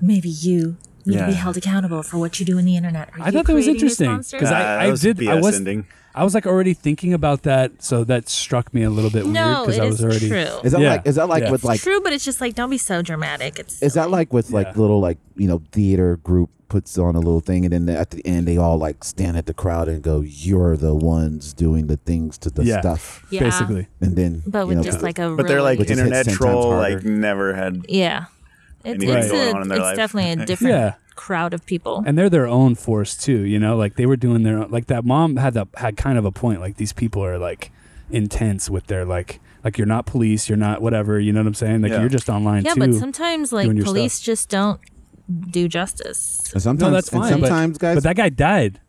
S10: "Maybe you." Need to be
S9: Yeah.
S10: held accountable for what you do on the internet. Are
S7: I
S10: you
S7: thought that was
S10: creating this
S7: interesting
S10: monster?
S7: because
S9: Uh,
S7: I,
S9: that
S7: I
S9: was
S7: did I
S9: BS
S7: was
S9: ending.
S7: I was like already thinking about that, so that struck me a little bit weird
S10: no,
S7: because
S10: it
S7: I
S10: is
S7: was already
S10: true.
S8: Is that
S7: Yeah.
S8: like? Is that like
S7: Yeah.
S8: with like?
S10: true, but it's just like don't be so dramatic. It's
S8: Is that like with like
S7: Yeah.
S8: little like you know theater group puts on a little thing and then at the end they all like stand at the crowd and go you're the ones doing the things to the
S7: Yeah.
S8: stuff
S10: yeah,
S7: basically.
S8: and then
S10: but
S8: you
S10: with
S8: know,
S10: just like a.
S9: But they're like
S8: Which is hit
S9: internet
S8: 10 times
S9: troll.
S8: harder.
S9: Like never had.
S10: yeah. It's,
S9: Anything
S10: it's,
S9: going
S10: a,
S9: on in
S10: it's
S9: their life.
S10: definitely a different
S7: Yeah,
S10: crowd of people.
S7: and they're their own force too you know like they were doing their own like that mom had that had kind of a point like these people are like intense with their like like you're not police you're not whatever you know what i'm saying like
S9: Yeah.
S7: you're just online
S10: yeah,
S7: too
S10: but sometimes like
S7: doing your
S10: police
S7: stuff.
S10: just don't do justice.
S8: And sometimes,
S7: no that's fine
S8: and
S7: but-
S8: sometimes, guys,
S7: but that guy died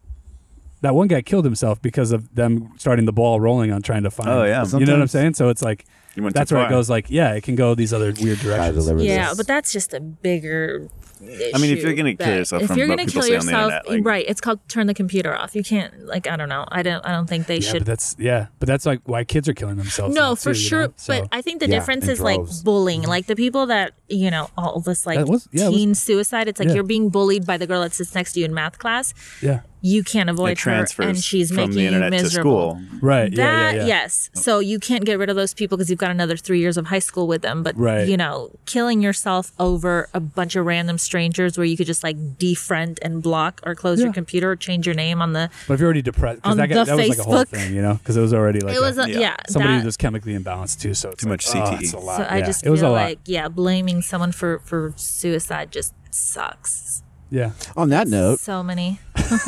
S7: that one guy killed himself because of them starting the ball rolling on trying to find
S9: Oh, yeah.
S7: you know what i'm
S8: Sometimes-
S7: saying so it's like
S9: You went too
S7: that's where
S9: far.
S7: it goes like yeah it can go these other weird
S8: I
S7: directions
S8: deliver
S10: Yeah,
S8: this.
S10: but that's just a bigger.
S9: I mean, if
S10: issue
S9: you're gonna kill
S10: that-
S9: yourself
S10: if
S9: from
S10: you're
S9: what
S10: gonna
S9: people
S10: kill
S9: say on the
S10: yourself,
S9: internet, like-
S10: right? It's called turn the computer off. You can't like I don't know. I don't I don't think they
S7: yeah,
S10: should
S7: but that's yeah, but that's like why kids are killing themselves. now,
S10: No, for
S7: too, you
S10: sure.
S7: know? So-
S10: but I think the
S8: Yeah,
S10: difference
S8: in
S10: is like
S8: droves.
S10: bullying. Like the people that, you know, all this like
S7: That was- yeah, it was-
S10: teen suicide, it's like
S7: yeah.
S10: you're being bullied by the girl that sits next to you in math class.
S7: yeah,
S10: You can't avoid her
S9: transfers
S10: and she's
S9: from
S10: making
S9: the
S10: you
S9: internet to
S10: miserable.
S9: school.
S7: right. Uh, yeah,
S10: That
S7: yeah, yeah.
S10: yes. So you can't get rid of those people because you've got another three years of high school with them. But
S7: Right.
S10: you know, killing yourself over a bunch of random strangers where you could just like defriend and block or close
S7: Yeah.
S10: your computer or change your name on the
S7: But if you're already depressed, because
S10: On
S7: that, guy-
S10: the
S7: that was like a whole
S10: Facebook.
S7: thing, you know, because it was already like
S10: it was
S7: a,
S10: a, yeah,
S9: yeah.
S7: somebody
S10: that-
S7: was chemically imbalanced too. So it's
S9: Too
S7: like,
S9: much E.
S7: oh,
S9: CTE.
S7: it's a lot.
S10: So I
S7: yeah.
S10: just
S7: it was a
S10: feel
S7: lot.
S10: like, yeah, blaming someone for for suicide just sucks.
S7: yeah,
S8: On that note,
S10: So many.
S8: you hear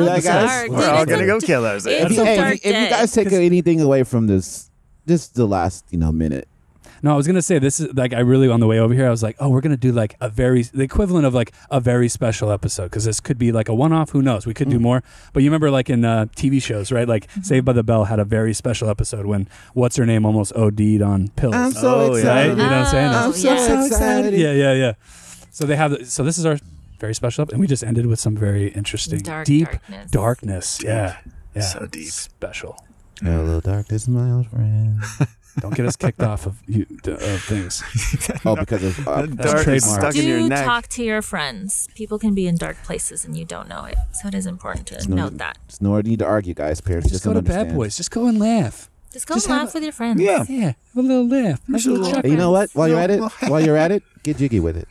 S10: I'm
S8: that, guys?
S10: sorry,
S9: We're all gonna go kill ourselves.
S10: It's a
S8: If you, hey, if
S10: dark
S8: you- if you
S10: day.
S8: guys take anything away from this, just the last you know minute.
S7: no, I was gonna say this is like I really on the way over here, I was like, oh, we're gonna do like a very the equivalent of like a very special episode because this could be like a one-off. Who knows? We could do more. But you remember like in uh, TV shows, right? Like Saved by the Bell had a very special episode when what's her name almost OD'd on pills.
S8: I'm so
S9: Oh, yeah.
S7: right? You
S8: excited.
S7: know what I'm saying?
S10: Oh,
S8: I'm so
S10: yeah.
S8: excited.
S7: Yeah, yeah, yeah. So they have. The, so this is our very special, ep- and we just ended with some very interesting,
S10: Dark
S7: deep
S10: darkness.
S7: darkness. Yeah, yeah.
S9: So deep.
S7: special.
S8: Hello, darkness, my old friend.
S7: Don't get us kicked off of you d- of things.
S8: Oh, because of uh,
S9: That dart is
S7: trademark.
S9: stuck in your
S10: Do
S9: neck.
S10: talk to your friends. People can be in dark places and you don't know it. So it is important to
S8: no-
S10: note that.
S8: it's no need to argue, guys. Parents
S7: Just
S8: just,
S7: go
S8: don't
S7: to
S8: understand.
S7: Bad Boys. Just go and laugh.
S10: Just go
S7: Just
S10: and
S7: have
S10: laugh
S7: a-
S10: with your friends.
S9: Yeah.
S7: Yeah, have a little laugh. Have a little chuckle.
S8: And you know what? While you're at it, while you're at it, get jiggy with it.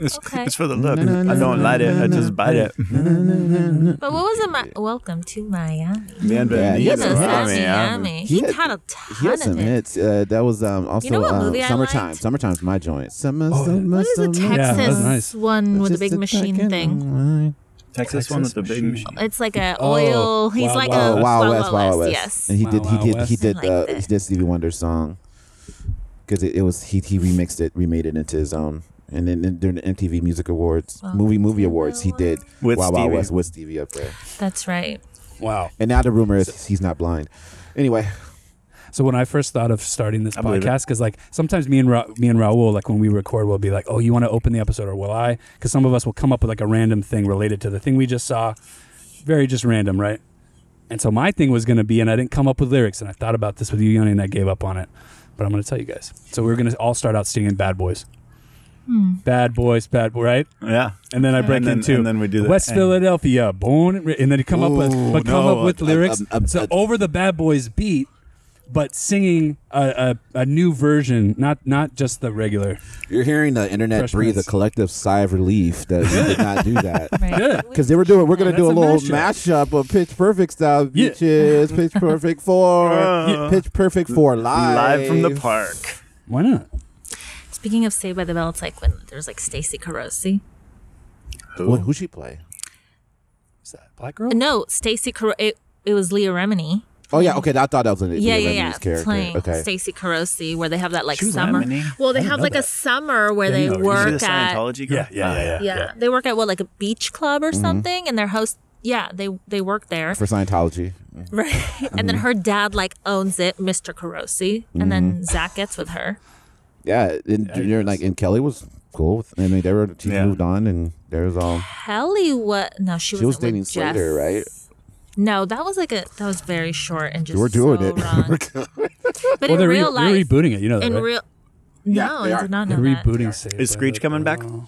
S9: It's,
S10: Okay.
S9: it's for the look.
S8: No, no,
S9: I don't
S8: no,
S9: light it.
S8: no,
S9: I
S8: no.
S9: just bite it.
S10: But what was it? Mi- Welcome to Miami.
S8: Yeah, he
S10: Yeah,
S8: has some hits.
S10: Miami. He,
S8: He had-
S10: had a
S8: He
S10: ton
S8: had some
S10: of it.
S8: hits. Uh, that was um, also
S10: know what
S8: um,
S10: movie I
S8: summertime.
S10: liked?
S8: Summertime's my joint. Summer,
S7: Oh, yeah.
S8: summer,
S10: What is the
S8: summer.
S7: Yeah, that was
S10: Texas
S7: nice.
S10: one with the
S8: Just
S10: big
S8: a
S10: machine
S8: second.
S10: thing?
S9: Texas one with the big machine.
S10: It's like a
S7: Oh,
S10: oil. He's
S7: Wild
S10: like
S7: Wild
S10: a
S8: Oh, Wild West,
S10: Wild West,
S8: Wild West.
S10: Yes.
S8: And he
S7: Wild
S8: did. He
S7: Wild
S8: did.
S7: West.
S8: He did.
S10: Like
S8: Uh,
S10: that.
S8: he did Stevie Wonder's song because it, it was he. He remixed it, remade it into his own. And then then during the MTV Music Awards, movie movie awards, he did
S9: With
S8: Wild Wild
S9: Stevie.
S8: West with Stevie up there.
S10: That's right.
S7: Wow.
S8: And now the rumor is he's not blind. Anyway,
S7: So when I first thought of starting this
S9: believe it.
S7: podcast, because like sometimes me and Ra- me and Raul, like when we record, we'll be like, "Oh, you want to open the episode, or will I?" Because some of us will come up with like a random thing related to the thing we just saw, very just random, right? And so my thing was going to be, and I didn't come up with lyrics, and I thought about this with you, Yanni, and I gave up on it. But I'm going to tell you guys. So we were going to all start out singing "Bad Boys," "Bad Boys," "Bad Boy," right?
S9: Yeah.
S7: And then I break
S9: then-
S7: into
S9: and then we do the
S7: West
S9: thing.
S7: Philadelphia, born and, ri- and then you come up with
S9: Ooh,
S7: but come
S9: no,
S7: up with
S9: uh,
S7: lyrics
S8: um, um,
S7: so
S8: uh,
S7: over the Bad Boys beat, but singing a, a, a new version, not not just the regular.
S8: you're hearing the internet
S7: Fresh
S8: breathe
S7: Prince.
S8: a collective sigh of relief that we did not do that.
S10: Right.
S7: Good.
S8: Because they were doing, we're gonna
S7: Yeah,
S8: do a
S7: that's a
S8: little mashup. of Pitch Perfect style,
S7: Yeah. Uh-huh.
S8: bitches. Pitch Perfect Four,
S9: Yeah.
S8: Pitch Perfect Four live,
S9: Live from the park.
S7: Why not?
S10: Speaking of Saved by the Bell, it's like when there's like Stacey Carosi.
S8: What, who she play?
S7: Is that black girl?
S10: Uh, No, Stacey Car- it, it was Leah Remini.
S8: Oh yeah, okay. I thought that was an
S10: Yeah,
S8: Leah
S10: yeah,
S8: Remini's
S10: yeah.
S8: character.
S10: Playing
S8: okay,
S10: Stacey Carosi, where they have that like
S9: was
S10: summer.
S9: Remini?
S10: Well, they
S7: didn't
S10: have
S7: know
S10: like a
S7: that.
S10: summer where
S7: Yeah,
S10: they
S7: you know,
S9: Is she the
S10: work at
S9: Scientology girl?
S7: Yeah, yeah, yeah, yeah.
S10: yeah, they work at what like a beach club or something, and their host yeah they they work there
S8: for Scientology.
S10: right, and then her dad like owns it, Mr. Carosi, and then Zach gets with her.
S8: Yeah, and you're like, and Kelly was cool. With, I mean, they were she
S9: Yeah.
S8: moved on, and there was all
S10: Kelly what? No, she,
S8: she was
S10: wasn't with
S8: dating Slater,
S10: Jeff.
S8: right?
S10: No, that was like a that was very short and just
S8: We're doing
S10: so
S8: it.
S10: wrong. but
S7: Well,
S10: in
S7: they're, re-
S10: real
S7: they're
S10: life,
S7: rebooting it. You know that,
S10: in
S7: right?
S10: real,
S8: Yeah,
S10: no,
S8: they
S10: I
S8: are.
S10: did not know
S7: they're
S10: that.
S7: rebooting. Saved
S9: Is
S7: by
S9: Screech
S7: the
S9: coming back?
S7: Bell.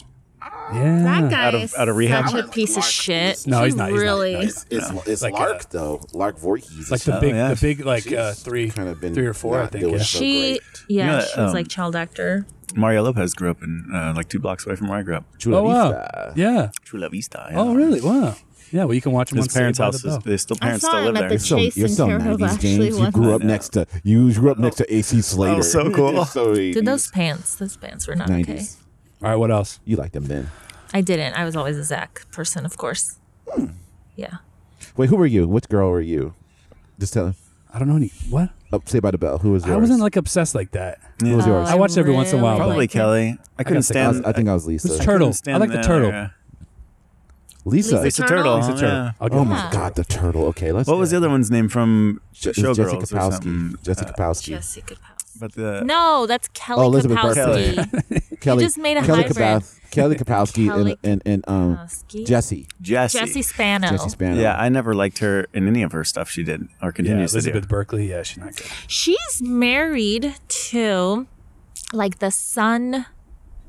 S7: Yeah.
S10: Hmm.
S6: That guy
S9: Out of-
S6: is
S9: out of rehab?
S6: such
S10: Such a piece of shit.
S7: No,
S10: He
S7: he's not, he's not,
S10: Really,
S7: no, he's-
S8: It's it's
S7: Like,
S8: Lark
S7: uh,
S8: though, Lark Voorhees.
S7: Like the big,
S9: Oh, yeah.
S7: the big, like uh,
S8: She's
S7: three,
S8: kind of been
S7: three or four, I
S8: not
S7: think.
S8: doing
S7: yeah.
S8: so
S10: she
S8: great.
S10: yeah,
S9: You know that,
S10: she was
S9: um,
S10: like child actor.
S9: Mario Lopez grew up in uh, like two blocks away from where I grew up.
S8: Chula
S7: Oh wow!
S9: uh,
S8: Vista.
S7: Yeah.
S9: Chula Vista. yeah.
S7: Oh really? Wow. Yeah. Well, you can watch him.
S9: His
S7: on Saved
S9: parents'
S7: by the
S9: house is
S7: Bell.
S9: they still parents
S10: saw
S9: still
S10: him
S9: live
S10: at
S9: there.
S10: the
S8: So
S10: Chase
S8: you're
S10: and
S8: so
S10: Terrell
S8: 90s,
S10: actually
S8: James. You
S10: was-
S8: grew up
S9: I know.
S8: next to you grew up next to AC Slater.
S9: so cool.
S8: so
S10: Dude, those pants, those pants were not okay.
S8: nineties.
S7: All right, what else?
S8: You like them then.
S10: I didn't. I was always a Zach person, of course. Yeah.
S8: Wait, who were you? Which girl were you? Just tell
S7: I don't know any. What?
S8: Oh, say by the bell. Who was yours?
S7: I wasn't like obsessed like that.
S8: Who was yours?
S7: I watch it every once in a
S10: really
S7: while, but-
S9: Probably
S10: liked it.
S9: Kelly. I couldn't
S7: guess I-
S8: I,
S9: stand.
S8: was- I think I was Lisa.
S7: Who's
S9: I couldn't
S7: turtle?
S9: stand
S7: I like the
S9: that
S7: turtle.
S9: era.
S8: Lisa.
S10: Lisa
S9: It's a turtle.
S10: Turtle.
S9: yeah.
S7: I'll
S8: Oh
S7: give
S8: my
S7: it.
S8: God, the turtle. Okay, let's.
S9: What was the other one's name from
S8: Je-
S9: Showgirls
S8: Jessica
S9: or
S8: Kapowski.
S9: something?
S10: Uh,
S8: Jessica Kapowski.
S10: Jessica Powell.
S9: But the
S10: No, that's Kelly
S8: Oh, Elizabeth
S10: Kapowski.
S8: Kelly.
S10: just made a
S8: Kelly
S10: hybrid.
S8: Kapow- Kelly Kapowski
S10: Kelly
S8: and and, and um
S10: Kapowski.
S8: Jesse.
S9: Jessie.
S10: Jesse Spano.
S8: Jesse Spano.
S9: Yeah, I never liked her in any of her stuff she did or
S7: Yeah,
S9: continues to do.
S7: Elizabeth Berkeley. Yeah, she's not good.
S10: She's married to like the son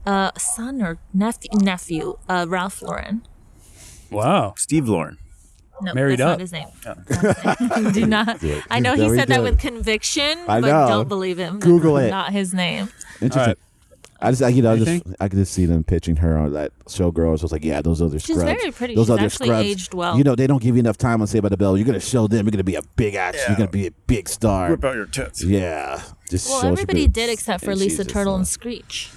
S10: uh son or nephew nephew uh Ralph Lauren.
S7: Wow.
S9: Steve Lauren.
S10: No,
S7: Married
S10: that's
S7: up.
S10: not his name. do not. I know he
S8: Very
S10: said that
S8: good.
S10: with conviction,
S8: I
S10: but
S8: know.
S10: don't believe him.
S8: Google
S10: That's
S8: it.
S10: Not his name.
S8: Interesting.
S7: All right.
S8: I just, I, you know, I just,
S7: Anything?
S8: I could just see them pitching her on that showgirls. I was like, yeah, those other
S10: She's
S8: scrubs.
S10: very pretty.
S8: Those
S10: She's
S8: other
S10: actually
S8: scrubs.
S10: aged well.
S8: You know, they don't give you enough time on Say by the Bell. You're gonna show them. You're gonna be a big action. You're gonna be a big star.
S9: out your tits.
S8: Yeah. Just
S10: Well,
S8: show us your
S10: everybody
S8: boobs.
S10: did except for
S8: And she's
S10: Lisa
S8: just,
S10: Turtle
S8: uh,
S10: and Screech.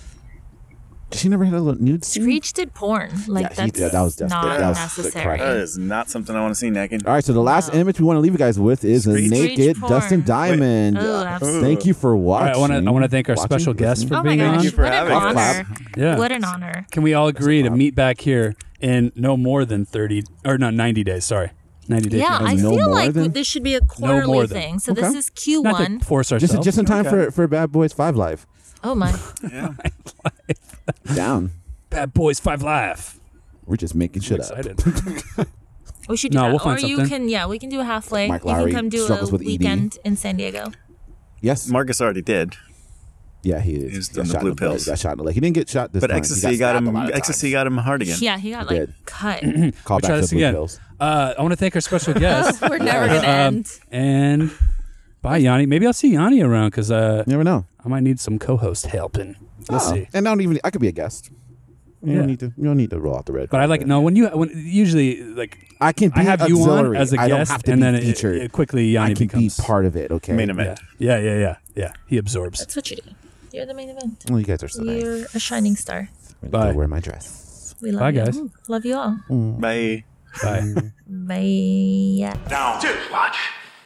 S8: She never had a little nude scene?
S10: Screech did porn. Like
S8: he
S10: that's
S8: did. That was desperate.
S10: not
S8: That was
S10: necessary.
S8: correct.
S9: That is not something I want to see naked.
S8: All right, so the last image we want to leave you guys with is a
S9: Screech.
S8: naked
S10: Screech porn.
S8: Dustin Diamond.
S10: Wait. Ooh, absolutely.
S8: Thank you for
S7: All right, I
S8: watching.
S7: want to. I want to thank our
S8: Watching?
S7: special guest
S8: Listening?
S7: for
S10: Oh my
S7: being
S10: gosh!
S7: on.
S9: you for
S10: what an
S9: having us.
S10: honor!
S7: Yeah.
S10: What an honor!
S7: Can we all agree to meet back here in no more than thirty or no ninety days? Sorry, ninety days.
S10: Yeah,
S7: from now.
S10: I
S8: no
S10: feel
S8: more
S10: like
S8: than-
S10: this should be a quarterly
S7: more than.
S10: thing. So
S8: Okay.
S10: this is Q
S7: not
S10: one.
S7: to force ourselves.
S8: just just in time for for Bad Boys Five Live.
S10: oh my!
S8: Down.
S7: Bad Boys Five Live.
S8: We're just making shit up.
S7: Excited.
S10: We should do
S7: No,
S10: that.
S7: we'll find
S10: or you
S7: something.
S10: can, yeah, we can do a halfway.
S8: Mike
S10: you
S8: Lowry
S10: can come do a
S8: struggles with E ED.
S10: weekend in San Diego.
S8: Yes.
S9: Marcus already did,
S8: Yeah, he is.
S9: He's
S8: He
S9: done
S8: got
S9: the
S8: shot in
S9: blue
S8: butt.
S9: pills.
S8: He got shot in the leg. He didn't get shot this
S9: but
S8: time. He
S9: ecstasy got,
S8: stabbed a
S9: him.
S8: lot of
S9: Ecstasy
S8: times.
S9: got him hard again.
S10: Yeah, he got like
S8: did.
S10: cut.
S8: Call
S7: Try
S8: back to
S7: this
S8: the blue
S7: again.
S8: pills.
S7: Uh, I want to thank our special guest.
S10: We're never gonna
S7: Um,
S10: end.
S7: and bye, Yanni. Maybe I'll see Yanni around because uh,
S8: You never know.
S7: I might need some co-host help. And we'll
S8: Oh,
S7: see.
S8: And I don't even. I could be a guest. You
S7: Yeah.
S8: don't need to. You don't need to roll out the red.
S7: But I
S8: carpet.
S7: like no when you when usually like
S8: I can. Be
S7: I have you on
S8: auxiliary.
S7: as a
S8: I
S7: guest,
S8: don't have to
S7: and
S8: be
S7: then it-
S8: featured.
S7: It, quickly Yanni
S8: I can
S7: becomes
S8: be part of it. Okay.
S9: Main
S7: Yeah,
S9: event.
S7: yeah, yeah, yeah, yeah. He absorbs.
S10: That's what you do. You're the main event.
S8: Well, you guys are so nice.
S10: You're a shining star.
S8: I'm gonna
S7: Bye.
S8: Wear my dress.
S10: We love
S7: Bye,
S10: you.
S7: guys.
S10: Mm, Love you all.
S9: Bye.
S7: Bye.
S10: Bye.
S1: Down. Just watch.